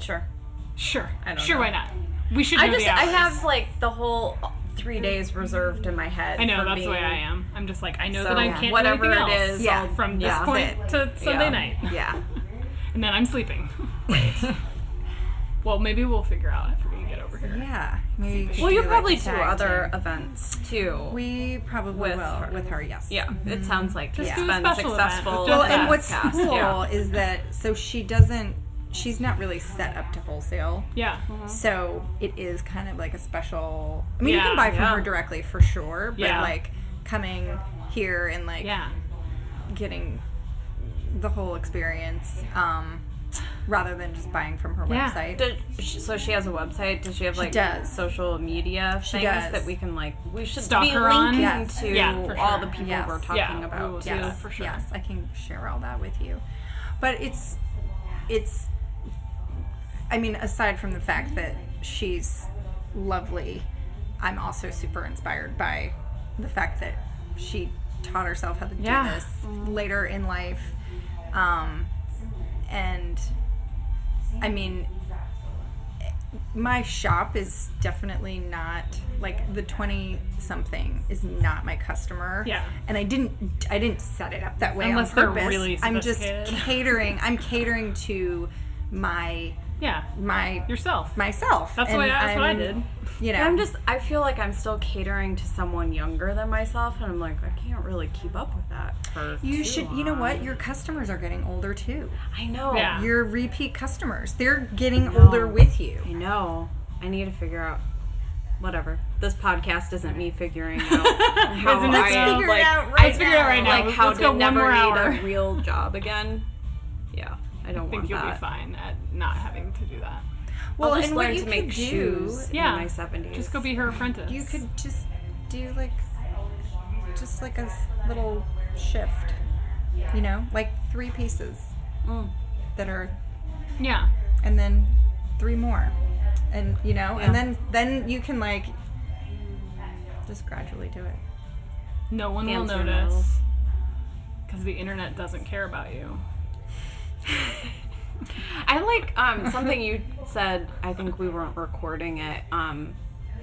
Speaker 5: Sure.
Speaker 1: Sure.
Speaker 5: I don't
Speaker 1: sure.
Speaker 5: know.
Speaker 1: Why not? We should.
Speaker 5: I
Speaker 1: know
Speaker 5: just
Speaker 1: the
Speaker 5: I
Speaker 1: hours.
Speaker 5: have like the whole three days reserved in my head.
Speaker 1: I know
Speaker 5: for
Speaker 1: that's
Speaker 5: being,
Speaker 1: the way I am. I'm just like I know
Speaker 5: So,
Speaker 1: that I
Speaker 5: yeah.
Speaker 1: can't
Speaker 5: whatever
Speaker 1: do anything
Speaker 5: it
Speaker 1: else
Speaker 5: is,
Speaker 7: Yeah.
Speaker 5: I'll-
Speaker 1: from this
Speaker 5: yeah.
Speaker 1: point to Sunday
Speaker 5: Yeah.
Speaker 1: night,
Speaker 7: yeah.
Speaker 1: and then I'm sleeping. well, maybe we'll figure out after we get over here.
Speaker 7: Yeah. Maybe.
Speaker 5: Well, you'll probably do
Speaker 7: two
Speaker 5: other events too.
Speaker 7: We probably
Speaker 5: with
Speaker 7: will
Speaker 5: her.
Speaker 7: with her. Yes.
Speaker 5: yeah, it sounds like
Speaker 1: Mm-hmm. Just
Speaker 5: it's
Speaker 1: do a
Speaker 5: been
Speaker 1: special event
Speaker 5: successful.
Speaker 1: with
Speaker 7: Well,
Speaker 1: just
Speaker 7: and
Speaker 1: us.
Speaker 7: what's
Speaker 5: podcast,
Speaker 7: cool
Speaker 5: yeah.
Speaker 7: is that so she doesn't she's not really set up to wholesale.
Speaker 1: Yeah.
Speaker 7: So it is kind of like a special. I mean, you
Speaker 1: Yeah,
Speaker 7: can buy from
Speaker 1: yeah.
Speaker 7: her directly for sure, but
Speaker 1: Yeah.
Speaker 7: like coming here and like
Speaker 1: Yeah.
Speaker 7: getting the whole experience um, rather than just buying from her
Speaker 1: Yeah.
Speaker 7: website.
Speaker 3: Does she- so she has a website. Does she have like
Speaker 7: does.
Speaker 3: social media things
Speaker 7: does.
Speaker 3: that we can like? We should
Speaker 1: Stalk
Speaker 3: be
Speaker 1: her on?
Speaker 3: linking
Speaker 7: Yes.
Speaker 3: to
Speaker 1: Yeah, for
Speaker 3: all
Speaker 1: sure.
Speaker 3: the people
Speaker 7: Yes.
Speaker 3: we're talking
Speaker 1: Yeah, we
Speaker 3: about.
Speaker 1: will do.
Speaker 3: too.
Speaker 1: Yeah,
Speaker 7: Yes,
Speaker 1: for sure.
Speaker 7: Yes, I can share all that with you. But it's it's I mean, aside from the fact that she's lovely, I'm also super inspired by the fact that she taught herself how to do
Speaker 1: Yeah.
Speaker 7: this later in life. Um and I mean eh, my shop is definitely not like the 20 something is not my customer
Speaker 1: Yeah.
Speaker 7: and i didn't i didn't set it up that way on
Speaker 1: Unless they're
Speaker 7: purpose.
Speaker 1: really
Speaker 7: i'm just
Speaker 1: sophisticated.
Speaker 7: catering i'm catering to my
Speaker 1: Yeah.
Speaker 7: my
Speaker 1: Yourself.
Speaker 7: myself
Speaker 1: That's the way.
Speaker 7: And
Speaker 1: That's what I
Speaker 7: I'm,
Speaker 1: did.
Speaker 7: you know
Speaker 3: I'm just. I feel like I'm still catering to someone younger than myself, and I'm like, I can't really keep up with that. For
Speaker 7: you
Speaker 3: too
Speaker 7: should you know
Speaker 3: long.
Speaker 7: what your customers are getting older too
Speaker 1: Ah.
Speaker 3: I know.
Speaker 1: Yeah.
Speaker 7: your repeat customers they're getting older with you
Speaker 3: I know. I need to figure out. Whatever. This podcast isn't me figuring out how
Speaker 1: Isn't it
Speaker 3: I
Speaker 1: so?
Speaker 3: am,
Speaker 1: Figure it
Speaker 3: like,
Speaker 7: out
Speaker 1: I figured it out right now.
Speaker 3: like how
Speaker 1: Let's
Speaker 3: to
Speaker 1: go one
Speaker 3: never
Speaker 1: more
Speaker 3: need
Speaker 1: hour.
Speaker 3: a real job again. Yeah, I don't
Speaker 1: I think
Speaker 3: want
Speaker 1: you'll
Speaker 3: that.
Speaker 1: be fine at not having to do that.
Speaker 7: well
Speaker 3: I'll just
Speaker 7: and
Speaker 3: learn
Speaker 7: what you
Speaker 3: to make
Speaker 7: could
Speaker 3: shoes
Speaker 7: do,
Speaker 1: Yeah.
Speaker 3: in my seventies.
Speaker 1: Just go be her apprentice.
Speaker 7: you could just do like just like a s- little shift you know like three pieces
Speaker 1: Mm.
Speaker 7: that are
Speaker 1: Yeah.
Speaker 7: and then three more and you know and then then you can like just gradually do it
Speaker 1: No one will
Speaker 3: Dancer
Speaker 1: notice
Speaker 3: models.
Speaker 1: because the internet doesn't care about you.
Speaker 3: I like um, something you said. I think we weren't recording it. Um,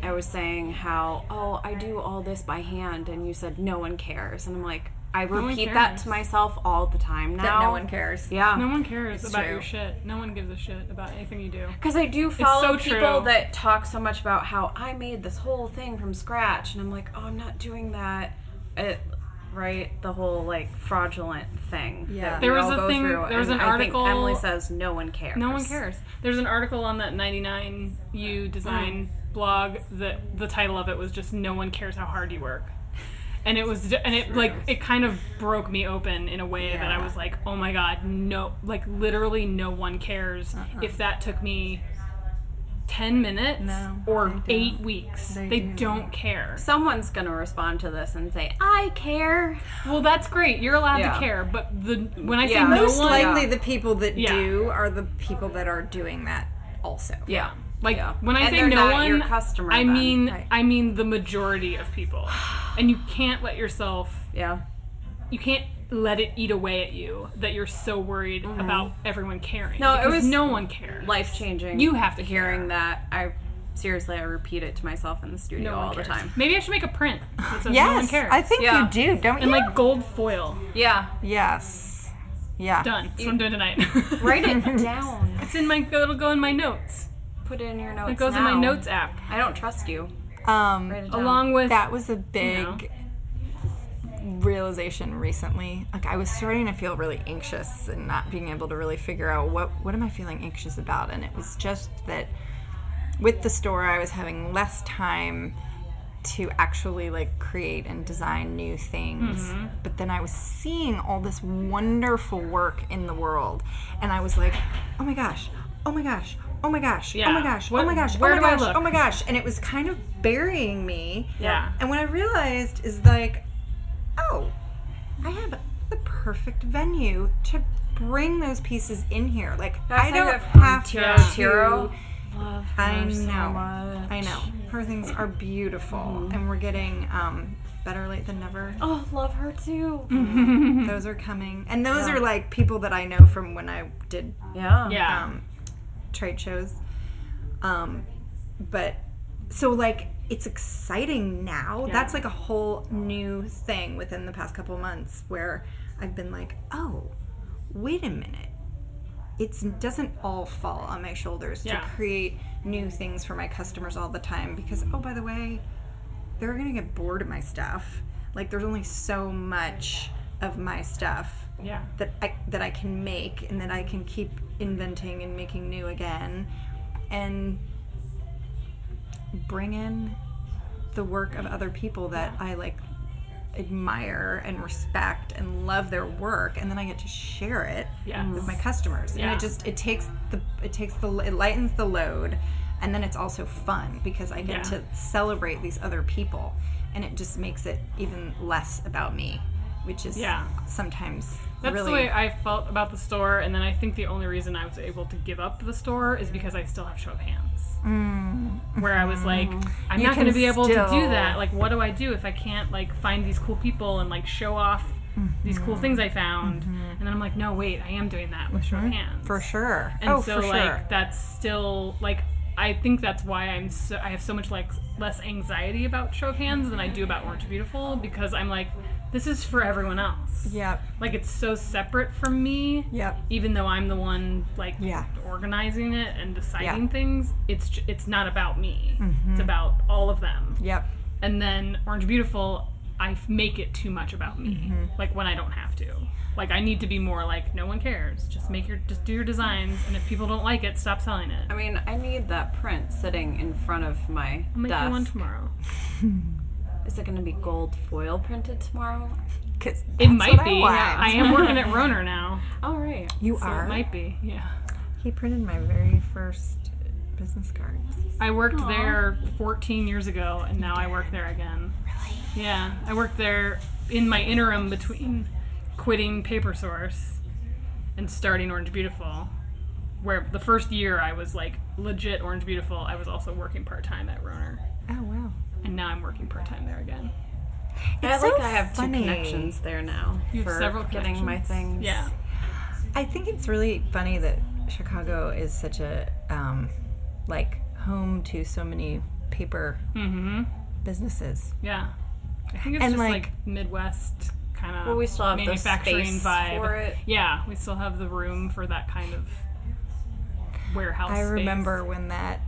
Speaker 3: I was saying how oh I do all this by hand, and you said no one cares, and I'm like I
Speaker 1: one
Speaker 3: repeat that
Speaker 1: cares.
Speaker 3: to myself all the time now.
Speaker 7: that no one cares
Speaker 3: Yeah.
Speaker 1: No one cares about
Speaker 7: true.
Speaker 1: your shit. No one gives a shit about anything you do.
Speaker 3: Because I do follow
Speaker 1: so true.
Speaker 3: people that talk so much about how I made this whole thing from scratch, and I'm like, oh, I'm not doing that. It, right? The whole like fraudulent thing.
Speaker 7: Yeah.
Speaker 3: that we
Speaker 1: There was
Speaker 3: all
Speaker 1: a
Speaker 3: go
Speaker 1: thing-
Speaker 3: Through,
Speaker 1: there was
Speaker 3: and
Speaker 1: an
Speaker 3: I think
Speaker 1: article-
Speaker 3: Emily says no one cares.
Speaker 1: No one cares. There's an article on that 99U design blog that the title of it was just "No one cares how hard you work," and it was and it like it kind of broke me open in a way that I was like, "Oh my god, no!" Like literally, no one cares
Speaker 7: Uh-huh.
Speaker 1: if that took me. 10 minutes
Speaker 7: No,
Speaker 1: or 8 weeks. They,
Speaker 7: They do.
Speaker 1: don't care.
Speaker 3: Someone's gonna respond to this and say, I care.
Speaker 1: Well, that's great. You're allowed
Speaker 3: Yeah.
Speaker 1: to care, but the when I say
Speaker 3: Yeah.
Speaker 1: no
Speaker 7: most
Speaker 1: one
Speaker 7: likely the people that
Speaker 1: Yeah.
Speaker 7: do are the people that are doing that also
Speaker 3: Yeah.
Speaker 1: Like
Speaker 3: Yeah.
Speaker 1: when I
Speaker 3: And
Speaker 1: say
Speaker 3: they're
Speaker 1: no
Speaker 3: not
Speaker 1: one,
Speaker 3: your customer,
Speaker 1: I
Speaker 3: then.
Speaker 1: mean
Speaker 7: Right.
Speaker 1: I mean the majority of people, and you can't let yourself
Speaker 3: Yeah.
Speaker 1: you can't let it eat away at you that you're so worried about everyone caring.
Speaker 3: Mm-hmm. No, it
Speaker 1: because
Speaker 3: was
Speaker 1: no one cares.
Speaker 3: Life changing.
Speaker 1: You have to care.
Speaker 3: hearing that. I seriously, I repeat it to myself in the studio
Speaker 1: no one
Speaker 3: all
Speaker 1: cares.
Speaker 3: the time.
Speaker 1: Maybe I should make a print that says no one
Speaker 7: yes
Speaker 1: cares.
Speaker 7: i think
Speaker 3: Yeah.
Speaker 7: you do don't
Speaker 1: and
Speaker 7: you
Speaker 1: like gold foil.
Speaker 3: Yeah.
Speaker 7: yes yeah
Speaker 1: Done. That's what I'm doing tonight.
Speaker 3: Write it down.
Speaker 1: It's in my it'll go in my notes.
Speaker 3: Put it in your notes.
Speaker 1: It goes in
Speaker 3: now.
Speaker 1: my notes app.
Speaker 3: I don't trust you.
Speaker 7: um
Speaker 3: Write it down.
Speaker 1: Along with
Speaker 7: that was a big
Speaker 1: know.
Speaker 7: realization recently. Like I was starting to feel really anxious and not being able to really figure out what what am I feeling anxious about and it was just that with the store I was having less time to actually like create and design new things.
Speaker 1: Mm-hmm.
Speaker 7: But then I was seeing all this wonderful work in the world and I was like, "Oh my gosh. Oh my gosh. Oh my gosh. Oh
Speaker 1: Yeah.
Speaker 7: my gosh.
Speaker 1: What-
Speaker 7: oh my gosh.
Speaker 1: where
Speaker 7: oh my
Speaker 1: do I
Speaker 7: gosh.
Speaker 1: look?
Speaker 7: Oh my gosh." And it was kind of burying me.
Speaker 1: Yeah.
Speaker 7: And what I realized is like, oh, I have the perfect venue to bring those pieces in here. Like
Speaker 3: That's
Speaker 7: I
Speaker 3: like
Speaker 7: don't
Speaker 3: that from
Speaker 7: have
Speaker 3: Tiro
Speaker 7: to.
Speaker 3: Tiro. Love her
Speaker 7: I know.
Speaker 3: so much. Mm-hmm.
Speaker 7: I know. Her things are beautiful, and we're getting um, better late than never.
Speaker 3: Oh, love her too. Mm-hmm.
Speaker 7: Those are coming, and those are like people that I know from when I did
Speaker 3: Yeah.
Speaker 1: Yeah.
Speaker 7: um, trade shows. Um, but so like it's exciting now. That's like a whole new thing within the past couple months where I've been like, oh, wait a minute. It doesn't all fall on my shoulders
Speaker 1: Yeah.
Speaker 7: to create new things for my customers all the time because, oh, by the way, they're gonna get bored of my stuff. Like, there's only so much of my stuff
Speaker 4: Yeah.
Speaker 7: that I that I can make and that I can keep inventing and making new again and bring in the work of other people that I like admire and respect and love their work and then I get to share it
Speaker 1: Yes.
Speaker 7: with my customers and
Speaker 1: Yeah.
Speaker 7: it just it takes the it takes the it lightens the load and then it's also fun because I get
Speaker 1: Yeah.
Speaker 7: to celebrate these other people and it just makes it even less about me which is
Speaker 1: Yeah.
Speaker 7: sometimes
Speaker 1: That's
Speaker 7: really
Speaker 1: the way I felt about the store, and then I think the only reason I was able to give up the store is because I still have show of hands. Where I was like, I'm
Speaker 7: Mm. You
Speaker 1: not going to
Speaker 7: can
Speaker 1: be able to do
Speaker 7: still-
Speaker 1: that. Like, what do I do if I can't like find these cool people and like show off these cool things I found? And then I'm like, no, wait, I am doing that with show of hands
Speaker 7: Mm-hmm. for sure.
Speaker 1: and
Speaker 7: oh,
Speaker 1: so
Speaker 7: for
Speaker 1: like
Speaker 7: sure.
Speaker 1: that's still like I think that's why I'm so I have so much like less anxiety about show of hands than I do about Orange Beautiful because I'm like this is for everyone else.
Speaker 7: Yep.
Speaker 1: Like it's so separate from me.
Speaker 7: Yep.
Speaker 1: Even though I'm the one like
Speaker 7: Yeah.
Speaker 1: organizing it and deciding
Speaker 7: Yeah. Mm-hmm.
Speaker 1: things, it's j- it's not about me. It's about all of them.
Speaker 7: Yep.
Speaker 1: And then Orange Beautiful, I f- make it too much about me.
Speaker 7: Mm-hmm.
Speaker 1: Like when I don't have to. Like I need to be more like no one cares. Just make your just do your designs, and if people don't like it, stop selling it.
Speaker 5: I mean, I need that print sitting in front of my
Speaker 1: I'll make you one
Speaker 5: desk.
Speaker 1: tomorrow.
Speaker 5: Is it going to be gold foil printed tomorrow?
Speaker 7: Because
Speaker 1: It might
Speaker 7: what I
Speaker 1: be.
Speaker 7: want.
Speaker 1: yeah. I am working at Roner now.
Speaker 5: All right.
Speaker 7: you
Speaker 1: So
Speaker 7: are.
Speaker 1: it might be. Yeah.
Speaker 7: he printed my very first business card.
Speaker 1: I worked there 14 years ago, and now I work there again. Really? Yeah, I worked there in my interim between quitting Paper Source and starting Orange Beautiful, where the first year I was like legit Orange Beautiful. I was also working part time at Roner,
Speaker 7: Oh wow.
Speaker 1: and now I'm working part time there again.
Speaker 5: I
Speaker 7: It's
Speaker 5: like
Speaker 7: so
Speaker 5: I have
Speaker 7: funny.
Speaker 5: two connections there now
Speaker 1: You have
Speaker 5: for
Speaker 1: several
Speaker 5: getting my
Speaker 1: connections.
Speaker 5: things.
Speaker 1: Yeah,
Speaker 7: I think it's really funny that Chicago is such a um, like home to so many paper
Speaker 1: Mm-hmm.
Speaker 7: businesses.
Speaker 1: yeah. I think it's
Speaker 7: And,
Speaker 1: just like,
Speaker 7: like-
Speaker 1: Midwest kind of
Speaker 5: Well, we still have the
Speaker 1: manufacturing
Speaker 5: space
Speaker 1: vibe.
Speaker 5: for it.
Speaker 1: Yeah, we still have the room for that kind of warehouse.
Speaker 7: I
Speaker 1: space.
Speaker 7: remember when that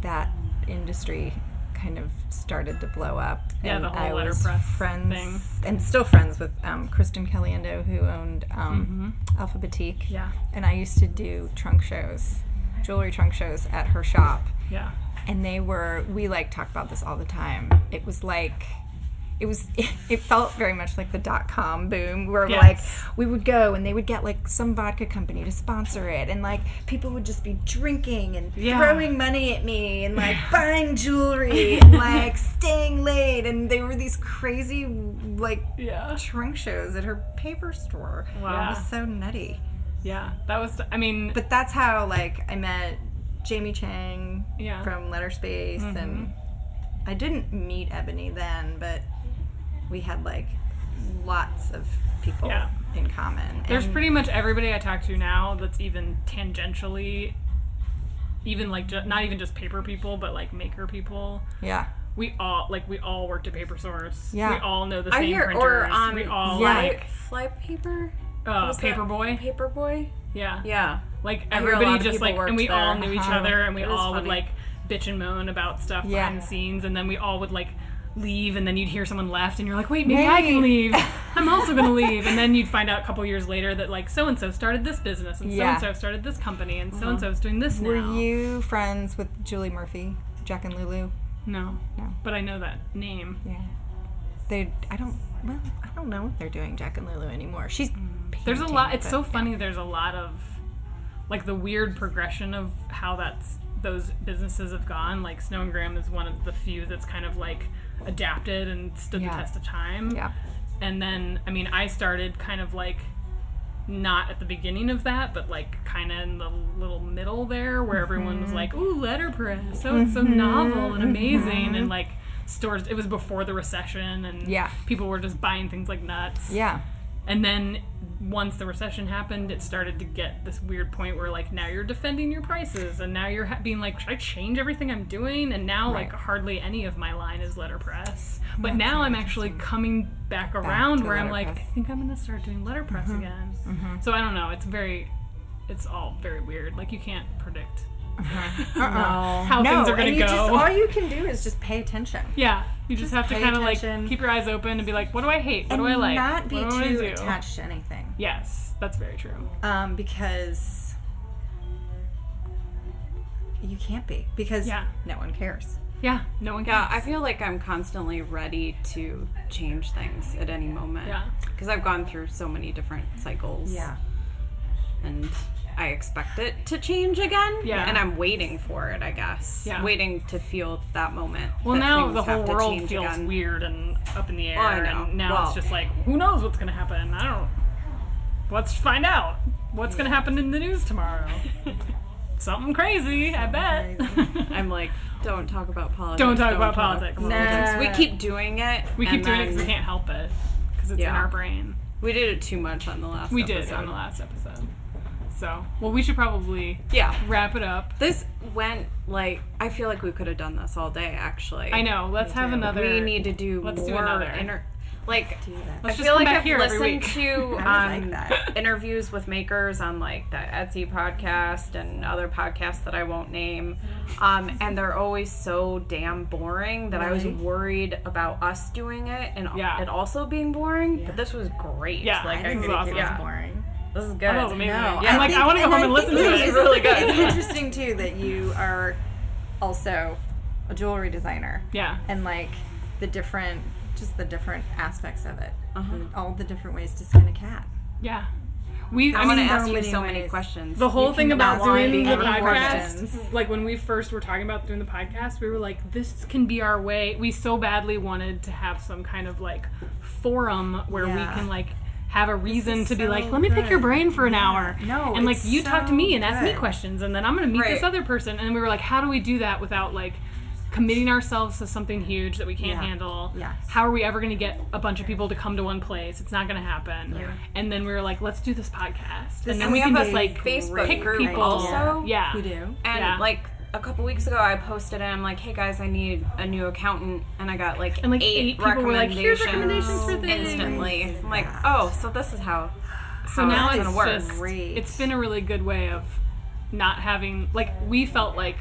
Speaker 7: that industry kind of started to blow up.
Speaker 1: Yeah,
Speaker 7: and
Speaker 1: the whole
Speaker 7: I was
Speaker 1: letterpress
Speaker 7: friends,
Speaker 1: thing.
Speaker 7: and still friends with um, Kristen Caliendo, who owned um, Alpha Boutique.
Speaker 1: Mm-hmm. Yeah.
Speaker 7: and I used to do trunk shows, jewelry trunk shows at her shop,
Speaker 1: Yeah.
Speaker 7: and they were we like talk about this all the time. It was like. It was. It felt very much like the dot com boom, where
Speaker 1: Yes.
Speaker 7: like we would go and they would get like some vodka company to sponsor it, and like people would just be drinking and
Speaker 1: Yeah.
Speaker 7: throwing money at me and like buying jewelry and like staying late, and they were these crazy like
Speaker 1: Yeah.
Speaker 7: trunk shows at her paper store.
Speaker 1: Wow.
Speaker 7: it was so nutty.
Speaker 1: Yeah, that was. I mean,
Speaker 7: But that's how like I met Jamie Chang
Speaker 1: Yeah. Mm-hmm.
Speaker 7: from Letterspace and I didn't meet Ebony then, but we had like lots of people
Speaker 1: Yeah.
Speaker 7: in common.
Speaker 1: there's
Speaker 7: and
Speaker 1: pretty much everybody I talk to now that's even tangentially, even like ju- not even just paper people, but like maker people.
Speaker 7: Yeah.
Speaker 1: We all like we all worked at Paper Source.
Speaker 7: Yeah.
Speaker 1: we all know the
Speaker 5: I
Speaker 1: same
Speaker 5: hear
Speaker 1: printers.
Speaker 5: or um
Speaker 1: we all
Speaker 7: yeah.
Speaker 1: like
Speaker 5: fly paper.
Speaker 1: uh,
Speaker 5: was that?
Speaker 1: Paperboy.
Speaker 5: Paper boy.
Speaker 1: Yeah,
Speaker 5: Yeah.
Speaker 1: like
Speaker 5: hear a lot
Speaker 1: everybody
Speaker 5: of
Speaker 1: just
Speaker 5: people
Speaker 1: like, and
Speaker 5: worked
Speaker 1: we all
Speaker 5: there.
Speaker 1: knew each
Speaker 7: Uh-huh.
Speaker 1: other, and we
Speaker 5: It is
Speaker 1: all would
Speaker 5: funny.
Speaker 1: like bitch and moan about stuff
Speaker 7: Yeah.
Speaker 1: behind the scenes, and then we all would like leave, and then you'd hear someone left, and you're like, wait, maybe I can
Speaker 7: Wait.
Speaker 1: leave. I'm also gonna leave, and then you'd find out a couple years later that like so and so started this business, and so
Speaker 7: Yeah.
Speaker 1: and so started this company, and
Speaker 5: Uh-huh.
Speaker 1: so and so is doing this
Speaker 7: Were
Speaker 1: now.
Speaker 7: you friends with Julie Murphy, Jack and Lulu?
Speaker 1: No,
Speaker 7: No.
Speaker 1: but I know that name.
Speaker 7: Yeah. They I don't well, I don't know if they're doing Jack and Lulu anymore. She's
Speaker 1: Mm. There's a
Speaker 7: painting,
Speaker 1: lot. It's
Speaker 7: but-
Speaker 1: so funny. There's a lot of like the weird progression of how that's those businesses have gone. Like Snow and Graham is one of the few that's kind of like adapted and stood the
Speaker 7: Yeah.
Speaker 1: test of time.
Speaker 7: Yeah.
Speaker 1: And then I mean I started kind of like not at the beginning of that, but like kind of in the little middle there where everyone
Speaker 7: Mm-hmm.
Speaker 1: was like, "Ooh, letterpress! So it's so novel and amazing!" And like stores. It was before the recession, and
Speaker 7: Mm-hmm. Yeah.
Speaker 1: people were just buying things like nuts.
Speaker 7: Yeah.
Speaker 1: And then once the recession happened, it started to get this weird point where like now you're defending your prices and now you're ha- being like, should I change everything I'm doing? And now like hardly any of my line is letterpress. But now I'm actually coming back around
Speaker 7: to Mm-hmm.
Speaker 1: where I'm like, I
Speaker 7: letterpress.
Speaker 1: think I'm gonna start doing
Speaker 7: Mm-hmm.
Speaker 1: letterpress again. So I don't know. It's very, it's all very weird. Like you can't predict Oh. how
Speaker 7: Mm-hmm. Uh-uh. no,
Speaker 1: things are going
Speaker 7: and
Speaker 1: to go.
Speaker 7: you Just, all you can do is just pay attention.
Speaker 1: yeah, you just, have to
Speaker 7: pay
Speaker 1: kind of like
Speaker 7: attention.
Speaker 1: keep your eyes open and be like, what do I hate? What
Speaker 7: and
Speaker 1: do I like?
Speaker 7: not be
Speaker 1: what do I wanna
Speaker 7: too
Speaker 1: do?
Speaker 7: attached to anything.
Speaker 1: Yes, that's very true.
Speaker 7: Um, because you can't be. Because
Speaker 1: Yeah.
Speaker 7: no one cares.
Speaker 1: Yeah, no one.
Speaker 3: Yeah,
Speaker 1: cares.
Speaker 3: I feel like I'm constantly ready to change things at any moment.
Speaker 1: Yeah.
Speaker 3: Because I've gone through so many different cycles. And I expect it to change again.
Speaker 1: Yeah.
Speaker 3: And I'm waiting for it, I guess.
Speaker 1: Yeah.
Speaker 3: Waiting to feel that moment.
Speaker 1: Well,
Speaker 3: that
Speaker 1: now
Speaker 3: things
Speaker 1: the whole
Speaker 3: have to
Speaker 1: world
Speaker 3: change
Speaker 1: feels
Speaker 3: again.
Speaker 1: weird and up in the air,
Speaker 3: I know.
Speaker 1: and now
Speaker 3: Well-
Speaker 1: it's just like, who knows what's going to happen? I don't. Let's find out what's going to happen in the news tomorrow. Something crazy, I bet.
Speaker 3: I'm like, don't talk about politics.
Speaker 1: don't talk about politics.
Speaker 7: Nah.
Speaker 3: We keep doing it.
Speaker 1: We keep
Speaker 3: and
Speaker 1: doing it because we
Speaker 3: then-
Speaker 1: can't help it because it's in
Speaker 3: Yeah.
Speaker 1: our brain.
Speaker 3: We did it too much on the last.
Speaker 1: We did
Speaker 3: episode.
Speaker 1: on the last episode. So, well, we should probably
Speaker 3: Yeah.
Speaker 1: wrap it up.
Speaker 3: This went like I feel like we could have done this all day. Actually,
Speaker 1: I know. Let's have another.
Speaker 3: We need to do
Speaker 1: Let's
Speaker 3: more
Speaker 1: do another.
Speaker 3: inter- like
Speaker 7: that.
Speaker 3: I
Speaker 1: Let's just
Speaker 3: feel
Speaker 1: come
Speaker 3: like
Speaker 1: back
Speaker 3: I've
Speaker 1: here every
Speaker 3: listened
Speaker 1: week.
Speaker 3: to
Speaker 7: I would
Speaker 3: um,
Speaker 7: like that.
Speaker 3: interviews with makers on like the Etsy podcast and other podcasts that I won't name, um, and they're always so damn boring that I was
Speaker 7: Really?
Speaker 3: worried about us doing it and
Speaker 1: Yeah.
Speaker 3: it also being boring. But this was great.
Speaker 1: Yeah,
Speaker 3: like
Speaker 1: I
Speaker 3: I,
Speaker 1: think
Speaker 3: think
Speaker 1: it was awesome.
Speaker 3: Yeah,
Speaker 7: boring.
Speaker 3: this is good.
Speaker 1: Oh, amazing.
Speaker 7: No,
Speaker 1: I'm like, I want to go home and
Speaker 7: I
Speaker 1: listen
Speaker 7: think
Speaker 1: to
Speaker 7: it's-
Speaker 1: it. Really good.
Speaker 7: It's interesting too that you are also a jewelry designer
Speaker 1: Yeah.
Speaker 7: and like the different, just the different aspects of it,
Speaker 1: Uh-huh.
Speaker 7: and all the different ways to skin a cat.
Speaker 1: Yeah. We. I
Speaker 3: I want to
Speaker 1: mean,
Speaker 7: so
Speaker 3: ask you
Speaker 7: many
Speaker 3: so many
Speaker 7: ways.
Speaker 3: questions.
Speaker 1: the whole
Speaker 7: you
Speaker 1: thing
Speaker 7: can
Speaker 1: about
Speaker 7: ask me
Speaker 1: doing the
Speaker 7: any
Speaker 1: podcast,
Speaker 7: questions.
Speaker 1: like when we first were talking about doing the podcast, we were like, this can be our way. We so badly wanted to have some kind of like forum where
Speaker 7: Yeah.
Speaker 1: we can like have a reason
Speaker 7: is
Speaker 1: to be
Speaker 7: so
Speaker 1: like, let me pick
Speaker 7: good.
Speaker 1: your brain for an hour.
Speaker 7: No,
Speaker 1: And like
Speaker 7: it's
Speaker 1: you talk to
Speaker 7: so
Speaker 1: me and ask me
Speaker 7: good.
Speaker 1: questions and then I'm gonna meet this
Speaker 3: Right.
Speaker 1: other person. And we were like, how do we do that without like committing ourselves to something huge that we can't
Speaker 7: Yeah.
Speaker 1: handle?
Speaker 7: Yes.
Speaker 1: How are we ever gonna get a bunch of people to come to one place? It's not gonna happen. And then we were like, let's do this podcast.
Speaker 7: This
Speaker 1: and then
Speaker 7: is
Speaker 1: we can
Speaker 7: gonna
Speaker 1: just
Speaker 7: be
Speaker 1: like
Speaker 3: Facebook
Speaker 1: pick
Speaker 3: group
Speaker 1: people
Speaker 3: also.
Speaker 1: Yeah.
Speaker 7: We do.
Speaker 3: And
Speaker 1: Yeah.
Speaker 3: like a couple weeks ago, I posted and I'm like, "Hey guys, I need a new accountant," and I got like
Speaker 1: And like eight,
Speaker 3: eight,
Speaker 1: people were like, here's
Speaker 3: recommendations,
Speaker 1: recommendations for things.
Speaker 3: instantly. I'm like, "Oh, so this is how."
Speaker 1: So
Speaker 7: Oh,
Speaker 1: now
Speaker 3: how it's
Speaker 1: it's
Speaker 3: gonna work.
Speaker 1: just
Speaker 7: Great.
Speaker 1: it's been a really good way of not having like we felt like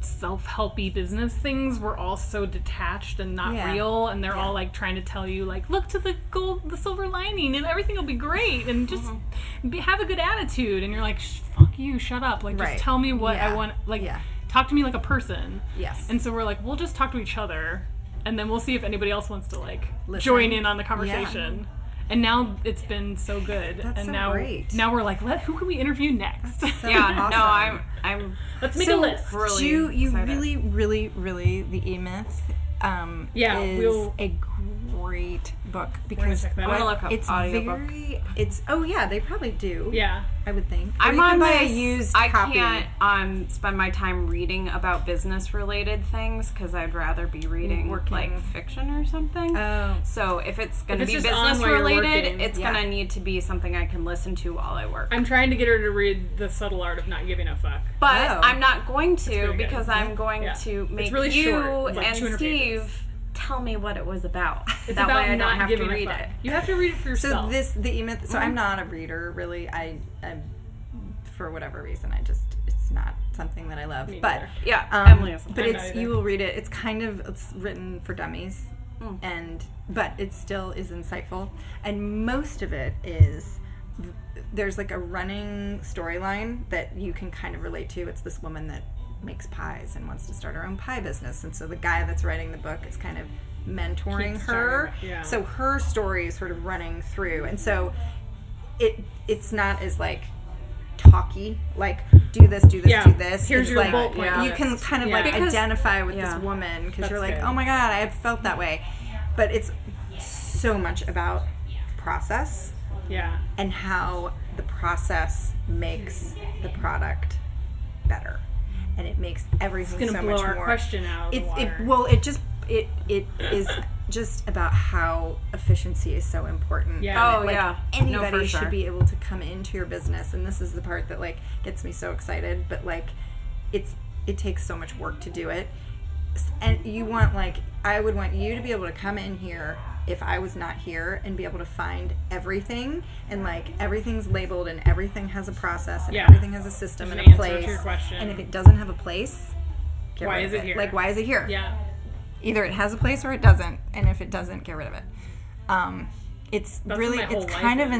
Speaker 1: self-helpy business things were all so detached and not
Speaker 7: Yeah.
Speaker 1: real and they're all like trying to tell you like look to the gold the silver lining and everything will be great and just
Speaker 7: Mm-hmm.
Speaker 1: be, have a good attitude and you're like "Sh- fuck you shut up like
Speaker 7: Right.
Speaker 1: just tell me what I
Speaker 7: Yeah.
Speaker 1: want like
Speaker 7: Yeah.
Speaker 1: talk to me like a person
Speaker 7: Yes.
Speaker 1: and so we're like we'll just talk to each other and then we'll see if anybody else wants to like
Speaker 7: Listen.
Speaker 1: join in on the conversation and now it's been so good
Speaker 7: That's
Speaker 1: and
Speaker 7: so
Speaker 1: now
Speaker 7: great.
Speaker 1: now we're like let who can we interview next
Speaker 7: so
Speaker 3: Yeah,
Speaker 7: awesome.
Speaker 3: no, I'm I'm
Speaker 1: let's make a list
Speaker 3: really
Speaker 7: you you
Speaker 3: excited.
Speaker 7: really really really the E Myth um,
Speaker 1: Yeah,
Speaker 7: is
Speaker 1: we'll-
Speaker 7: a great book because
Speaker 1: check that out.
Speaker 3: I'm
Speaker 7: what-
Speaker 3: gonna look up
Speaker 7: it's
Speaker 3: audiobook.
Speaker 7: very it's oh yeah they probably do
Speaker 1: yeah
Speaker 7: I would think Or
Speaker 3: I'm
Speaker 7: you can
Speaker 3: on
Speaker 7: buy
Speaker 3: my
Speaker 7: a used
Speaker 3: I
Speaker 7: copy.
Speaker 3: can't um spend my time reading about business related things because I'd rather be reading
Speaker 7: Working.
Speaker 3: like fiction or something.
Speaker 7: oh
Speaker 3: So if it's gonna
Speaker 1: If it's
Speaker 3: be
Speaker 1: just on
Speaker 3: business
Speaker 1: while you're
Speaker 3: related,
Speaker 1: working,
Speaker 3: it's
Speaker 7: yeah.
Speaker 3: gonna need to be something I can listen to while I work.
Speaker 1: i'm trying to get her to read the subtle art of not giving a fuck
Speaker 3: But
Speaker 7: Oh.
Speaker 3: I'm not going
Speaker 1: pretty
Speaker 3: to
Speaker 1: good.
Speaker 3: because I'm going
Speaker 1: Yeah.
Speaker 3: to
Speaker 1: It's
Speaker 3: make
Speaker 1: really
Speaker 3: you
Speaker 1: short. It's like
Speaker 3: and
Speaker 1: 200
Speaker 3: Steve
Speaker 1: pages.
Speaker 3: tell me what it was about.
Speaker 1: it's
Speaker 3: that
Speaker 1: about
Speaker 3: way I
Speaker 1: not
Speaker 3: don't have to
Speaker 1: giving
Speaker 3: read
Speaker 1: a fuck
Speaker 3: it.
Speaker 1: you have to read it for
Speaker 7: so
Speaker 1: yourself
Speaker 7: this the E Myth so
Speaker 3: Mm-hmm.
Speaker 7: I'm not a reader really I, I for whatever reason I just it's not something that I love
Speaker 1: Me
Speaker 7: but
Speaker 1: neither.
Speaker 3: Yeah,
Speaker 7: Um,
Speaker 3: Emily has
Speaker 7: but
Speaker 1: I'm
Speaker 7: it's
Speaker 1: not either.
Speaker 7: you will read it. It's kind of it's written for dummies,
Speaker 1: Mm.
Speaker 7: and but it still is insightful. And most of it is there's like a running storyline that you can kind of relate to. It's this woman that makes pies and wants to start her own pie business, and so the guy that's writing the book is kind of mentoring
Speaker 1: Keeps
Speaker 7: her.
Speaker 1: starting it, yeah.
Speaker 7: So her story is sort of running through, and so it it's not as like talky like do this do this
Speaker 1: Yeah.
Speaker 7: do this
Speaker 1: Here's
Speaker 7: It's
Speaker 1: your
Speaker 7: like,
Speaker 1: bullet point
Speaker 3: on
Speaker 7: you
Speaker 1: this.
Speaker 7: can kind of
Speaker 1: Yeah.
Speaker 7: like
Speaker 3: Because-
Speaker 7: identify with
Speaker 3: yeah.
Speaker 7: this woman because you're
Speaker 1: That's
Speaker 7: like
Speaker 1: good.
Speaker 7: oh my god i have felt that way but it's so much about process
Speaker 1: yeah
Speaker 7: and how the process makes the product better and it makes everything
Speaker 1: gonna
Speaker 7: so
Speaker 1: blow
Speaker 7: much
Speaker 1: our
Speaker 7: more
Speaker 1: question out of
Speaker 7: it,
Speaker 1: the water.
Speaker 7: it well it just it it is just about how efficiency is so important
Speaker 1: Yeah.
Speaker 3: Oh
Speaker 7: like
Speaker 3: yeah,
Speaker 7: anybody
Speaker 3: no, for
Speaker 7: should
Speaker 3: sure.
Speaker 7: be able to come into your business and this is the part that like gets me so excited but like it's it takes so much work to do it S- and you want like I would want you to be able to come in here if I was not here and be able to find everything and like everything's labeled and everything has a process and
Speaker 1: Yeah.
Speaker 7: everything has a system
Speaker 1: There's
Speaker 7: and a
Speaker 1: an answer to
Speaker 7: place.
Speaker 1: your question.
Speaker 7: And if it doesn't have a place, get
Speaker 1: Why
Speaker 7: rid
Speaker 1: is
Speaker 7: of
Speaker 1: it here?
Speaker 7: Like why is it here?
Speaker 1: Yeah.
Speaker 7: Either it has a place or it doesn't, and if it doesn't, get rid of it. Um, it's
Speaker 1: That's what
Speaker 7: really
Speaker 1: my whole
Speaker 7: it's
Speaker 1: life
Speaker 7: kind of
Speaker 1: is, yeah.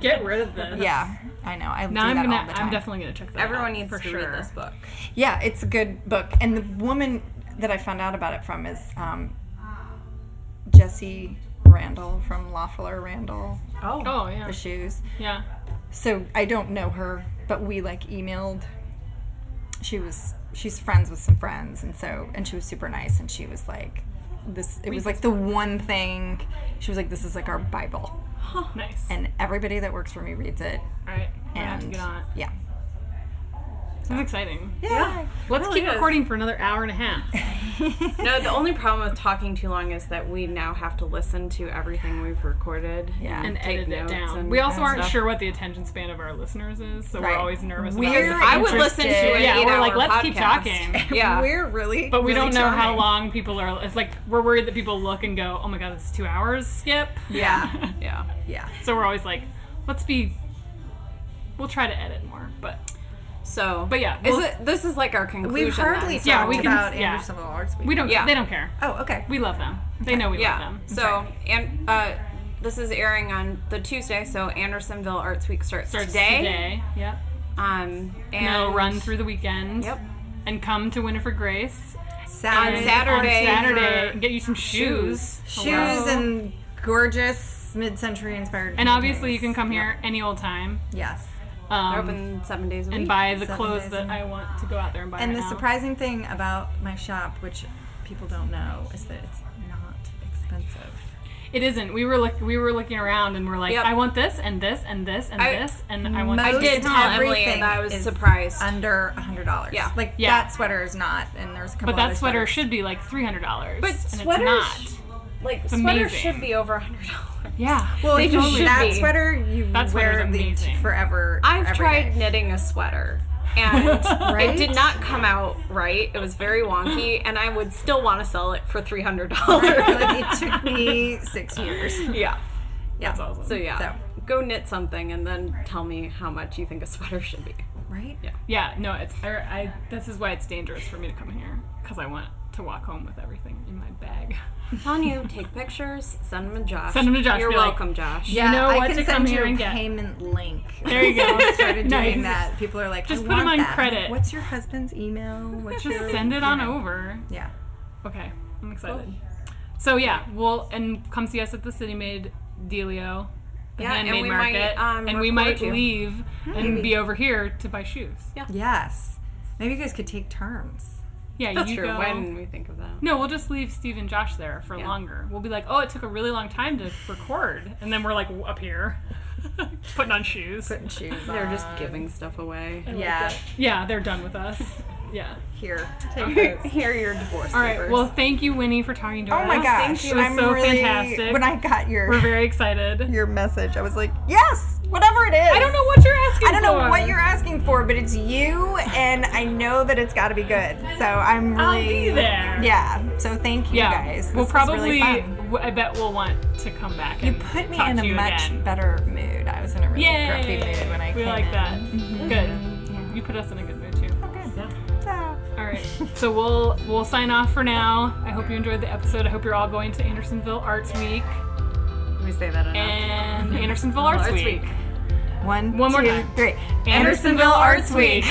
Speaker 1: Get rid of this.
Speaker 7: Yeah, I know. I do
Speaker 1: Now I'm
Speaker 7: that
Speaker 1: gonna.
Speaker 7: all the time.
Speaker 1: I'm definitely gonna check that.
Speaker 3: Everyone
Speaker 1: out,
Speaker 3: needs
Speaker 1: for
Speaker 3: to
Speaker 1: sure.
Speaker 3: read this book.
Speaker 7: yeah, it's a good book. And the woman that I found out about it from is um, Jessie Randall from Loeffler Randall,
Speaker 1: Oh yeah.
Speaker 7: the shoes.
Speaker 1: Yeah.
Speaker 7: So I don't know her, but we like emailed. She was she's friends with some friends, and so and she was super nice, and she was like, this. It was like the one thing. She was like, this is like our Bible,
Speaker 1: Nice.
Speaker 7: and everybody that works for me reads it.
Speaker 1: all right. I have
Speaker 7: And
Speaker 1: to get on it.
Speaker 7: yeah,
Speaker 1: This is exciting.
Speaker 7: yeah.
Speaker 1: Let's
Speaker 3: really
Speaker 1: keep
Speaker 3: is.
Speaker 1: recording for another hour and a half.
Speaker 3: No, the only problem with talking too long is that we now have to listen to everything we've recorded.
Speaker 7: Yeah.
Speaker 1: And
Speaker 3: Take
Speaker 1: edit it
Speaker 3: notes
Speaker 1: down.
Speaker 3: and
Speaker 1: We also
Speaker 3: that
Speaker 1: aren't
Speaker 3: stuff.
Speaker 1: sure what the attention span of our listeners is, so
Speaker 7: Right.
Speaker 1: we're always nervous
Speaker 7: We're
Speaker 1: about
Speaker 3: I would listen
Speaker 7: interested.
Speaker 3: to it.
Speaker 1: Yeah,
Speaker 3: eight
Speaker 1: we're like,
Speaker 3: hour
Speaker 1: let's keep
Speaker 3: podcast.
Speaker 1: talking.
Speaker 3: Yeah.
Speaker 7: We're really,
Speaker 1: But we
Speaker 7: really
Speaker 1: don't know how
Speaker 7: charming.
Speaker 1: long people are. It's like we're worried that people look and go, "Oh my god, this is two hours." Skip.
Speaker 7: Yeah,
Speaker 3: yeah.
Speaker 7: yeah.
Speaker 1: So we're always like, "Let's be." We'll try to edit more, but
Speaker 3: So,
Speaker 1: But yeah,
Speaker 3: is
Speaker 1: we'll-
Speaker 3: it, this is like our conclusion.
Speaker 7: We've
Speaker 3: then.
Speaker 7: hardly talked
Speaker 1: Yeah, we can-
Speaker 7: about
Speaker 1: yeah.
Speaker 7: Andersonville Arts Week.
Speaker 1: we don't.
Speaker 3: Yeah.
Speaker 1: They don't care.
Speaker 7: Oh, okay.
Speaker 1: We love them. They know we
Speaker 3: Yeah.
Speaker 1: love them.
Speaker 3: So, and uh, this is airing on the Tuesday, so Andersonville Arts Week starts,
Speaker 1: Starts
Speaker 3: today.
Speaker 1: today. Yep.
Speaker 3: Um, and
Speaker 1: And it'll run through the weekend.
Speaker 3: Yep.
Speaker 1: And come to Winifred Grace
Speaker 7: Saturday.
Speaker 3: on
Speaker 1: on
Speaker 3: Saturday
Speaker 1: Saturday
Speaker 3: for-
Speaker 1: and get you some shoes. Oh,
Speaker 7: Shoes and gorgeous mid-century inspired.
Speaker 1: And obviously, you can
Speaker 7: paintings.
Speaker 1: come here any old time
Speaker 7: Yes.
Speaker 3: They're
Speaker 1: um,
Speaker 3: open seven days a week.
Speaker 1: and buy the
Speaker 7: Seven
Speaker 1: clothes
Speaker 7: days
Speaker 1: that
Speaker 7: in.
Speaker 1: I want to go out there and buy.
Speaker 7: And
Speaker 1: right
Speaker 7: the
Speaker 1: now.
Speaker 7: surprising thing about my shop, which people don't know, is that it's not expensive.
Speaker 1: It isn't. We were look. We were looking around, and we're like,
Speaker 3: Yep.
Speaker 1: I want this, and this, and this, and
Speaker 3: I-
Speaker 1: this, and I want.
Speaker 7: Most
Speaker 1: this.
Speaker 3: I did tell Emily,
Speaker 7: everything
Speaker 3: and I was
Speaker 7: is
Speaker 3: surprised.
Speaker 7: Under a hundred dollars.
Speaker 3: Yeah.
Speaker 7: Like
Speaker 1: Yeah.
Speaker 7: that sweater is not, and there's a couple.
Speaker 1: But that
Speaker 7: other
Speaker 1: sweater
Speaker 7: sweaters.
Speaker 1: should be like three hundred dollars.
Speaker 3: But
Speaker 1: and
Speaker 3: sweaters-
Speaker 1: it's
Speaker 3: like
Speaker 1: amazing.
Speaker 3: sweaters should be over a hundred dollars.
Speaker 1: not. Yeah.
Speaker 7: Well,
Speaker 3: They
Speaker 7: if
Speaker 3: just
Speaker 7: you-
Speaker 3: should
Speaker 7: that
Speaker 3: be.
Speaker 7: sweater you
Speaker 1: That sweater's
Speaker 7: wear the
Speaker 1: amazing.
Speaker 7: forever.
Speaker 3: I've
Speaker 7: every
Speaker 3: tried
Speaker 7: day.
Speaker 3: knitting a sweater. And
Speaker 7: Right?
Speaker 3: it did not come out right. It was very wonky, and I would still want to sell it for three hundred dollars.
Speaker 7: like it took me six years.
Speaker 3: yeah.
Speaker 7: Yeah. That's
Speaker 1: awesome.
Speaker 3: So yeah,
Speaker 7: So-
Speaker 3: go knit something and then tell me how much you think a sweater should be.
Speaker 7: Right?
Speaker 1: yeah. No, it's. I, I. This is why it's dangerous for me to come here because I want to walk home with everything in my bag.
Speaker 3: I'm telling you, take pictures, send them to Josh.
Speaker 1: Send 'em to Josh,
Speaker 3: You're
Speaker 1: be like-
Speaker 3: welcome, Josh.
Speaker 1: Yeah. You know
Speaker 7: I
Speaker 1: what
Speaker 7: can
Speaker 1: to
Speaker 7: send
Speaker 1: come
Speaker 7: you
Speaker 1: here
Speaker 7: a
Speaker 1: and get.
Speaker 7: payment link.
Speaker 1: There you go.
Speaker 7: I started
Speaker 1: Nice.
Speaker 7: doing that. People are like,
Speaker 1: Just
Speaker 7: I
Speaker 1: put 'em
Speaker 7: want
Speaker 1: on
Speaker 7: that.
Speaker 1: credit.
Speaker 7: What's your husband's email? What's your
Speaker 1: Just send it on over.
Speaker 7: yeah?
Speaker 1: Okay, I'm excited. So yeah, we'll and come see us at the City Made Dealio, the
Speaker 3: Yeah, and
Speaker 1: handmade
Speaker 3: we might,
Speaker 1: market,
Speaker 3: um,
Speaker 1: and we
Speaker 3: record
Speaker 1: might
Speaker 3: you. Hmm.
Speaker 1: leave and be over here to buy shoes. Yeah,
Speaker 7: Yes. Maybe you guys could take turns.
Speaker 1: yeah,
Speaker 3: That's
Speaker 1: you
Speaker 3: true.
Speaker 1: go.
Speaker 3: Why didn't we think of that?
Speaker 1: No, we'll just leave Steve and Josh there for
Speaker 3: Yeah.
Speaker 1: longer. We'll be like, oh, it took a really long time to record, and then we're like w- up here putting on shoes.
Speaker 7: Putting shoes on.
Speaker 3: They're just giving stuff away.
Speaker 7: Yeah.
Speaker 1: yeah, they're done with us. Yeah.
Speaker 7: Here. Take this.
Speaker 3: Here, your divorce.
Speaker 1: All right. Well, thank you, Winnie, for talking to
Speaker 7: Oh
Speaker 1: us.
Speaker 7: my gosh.
Speaker 1: it was
Speaker 7: I'm
Speaker 1: so
Speaker 7: really,
Speaker 1: fantastic.
Speaker 7: When I got
Speaker 1: we're
Speaker 7: your
Speaker 1: very excited.
Speaker 7: your message, I was like, yes, whatever it is.
Speaker 1: I don't know what you're asking.
Speaker 7: I don't know
Speaker 1: for.
Speaker 7: what you're asking for, but it's you, and I know that it's got to be good. So I'm
Speaker 1: I'll
Speaker 7: really
Speaker 1: be there.
Speaker 7: Yeah. So thank you
Speaker 1: yeah.
Speaker 7: guys. This
Speaker 1: We'll
Speaker 7: was
Speaker 1: probably.
Speaker 7: really fun.
Speaker 1: w- I bet we'll want to come back.
Speaker 7: You
Speaker 1: and
Speaker 7: put me
Speaker 1: talk
Speaker 7: in
Speaker 1: to
Speaker 7: a
Speaker 1: you
Speaker 7: much
Speaker 1: again.
Speaker 7: better mood. I was in a really
Speaker 1: Yay!
Speaker 7: grumpy mood when I
Speaker 1: we
Speaker 7: came
Speaker 1: like
Speaker 7: in.
Speaker 1: that.
Speaker 7: Mm-hmm.
Speaker 1: Good. You put us in a good mood too.
Speaker 7: Good.
Speaker 1: Yeah.
Speaker 7: So,
Speaker 1: All right. So we'll we'll sign off for now. I hope you enjoyed the episode. I hope you're all going to Andersonville Arts Week
Speaker 3: we say that enough.
Speaker 1: and Andersonville Arts,
Speaker 3: Arts
Speaker 1: Week.
Speaker 3: Week.
Speaker 7: one,
Speaker 1: One more
Speaker 7: two,
Speaker 1: time.
Speaker 7: three.
Speaker 1: Andersonville Arts Week.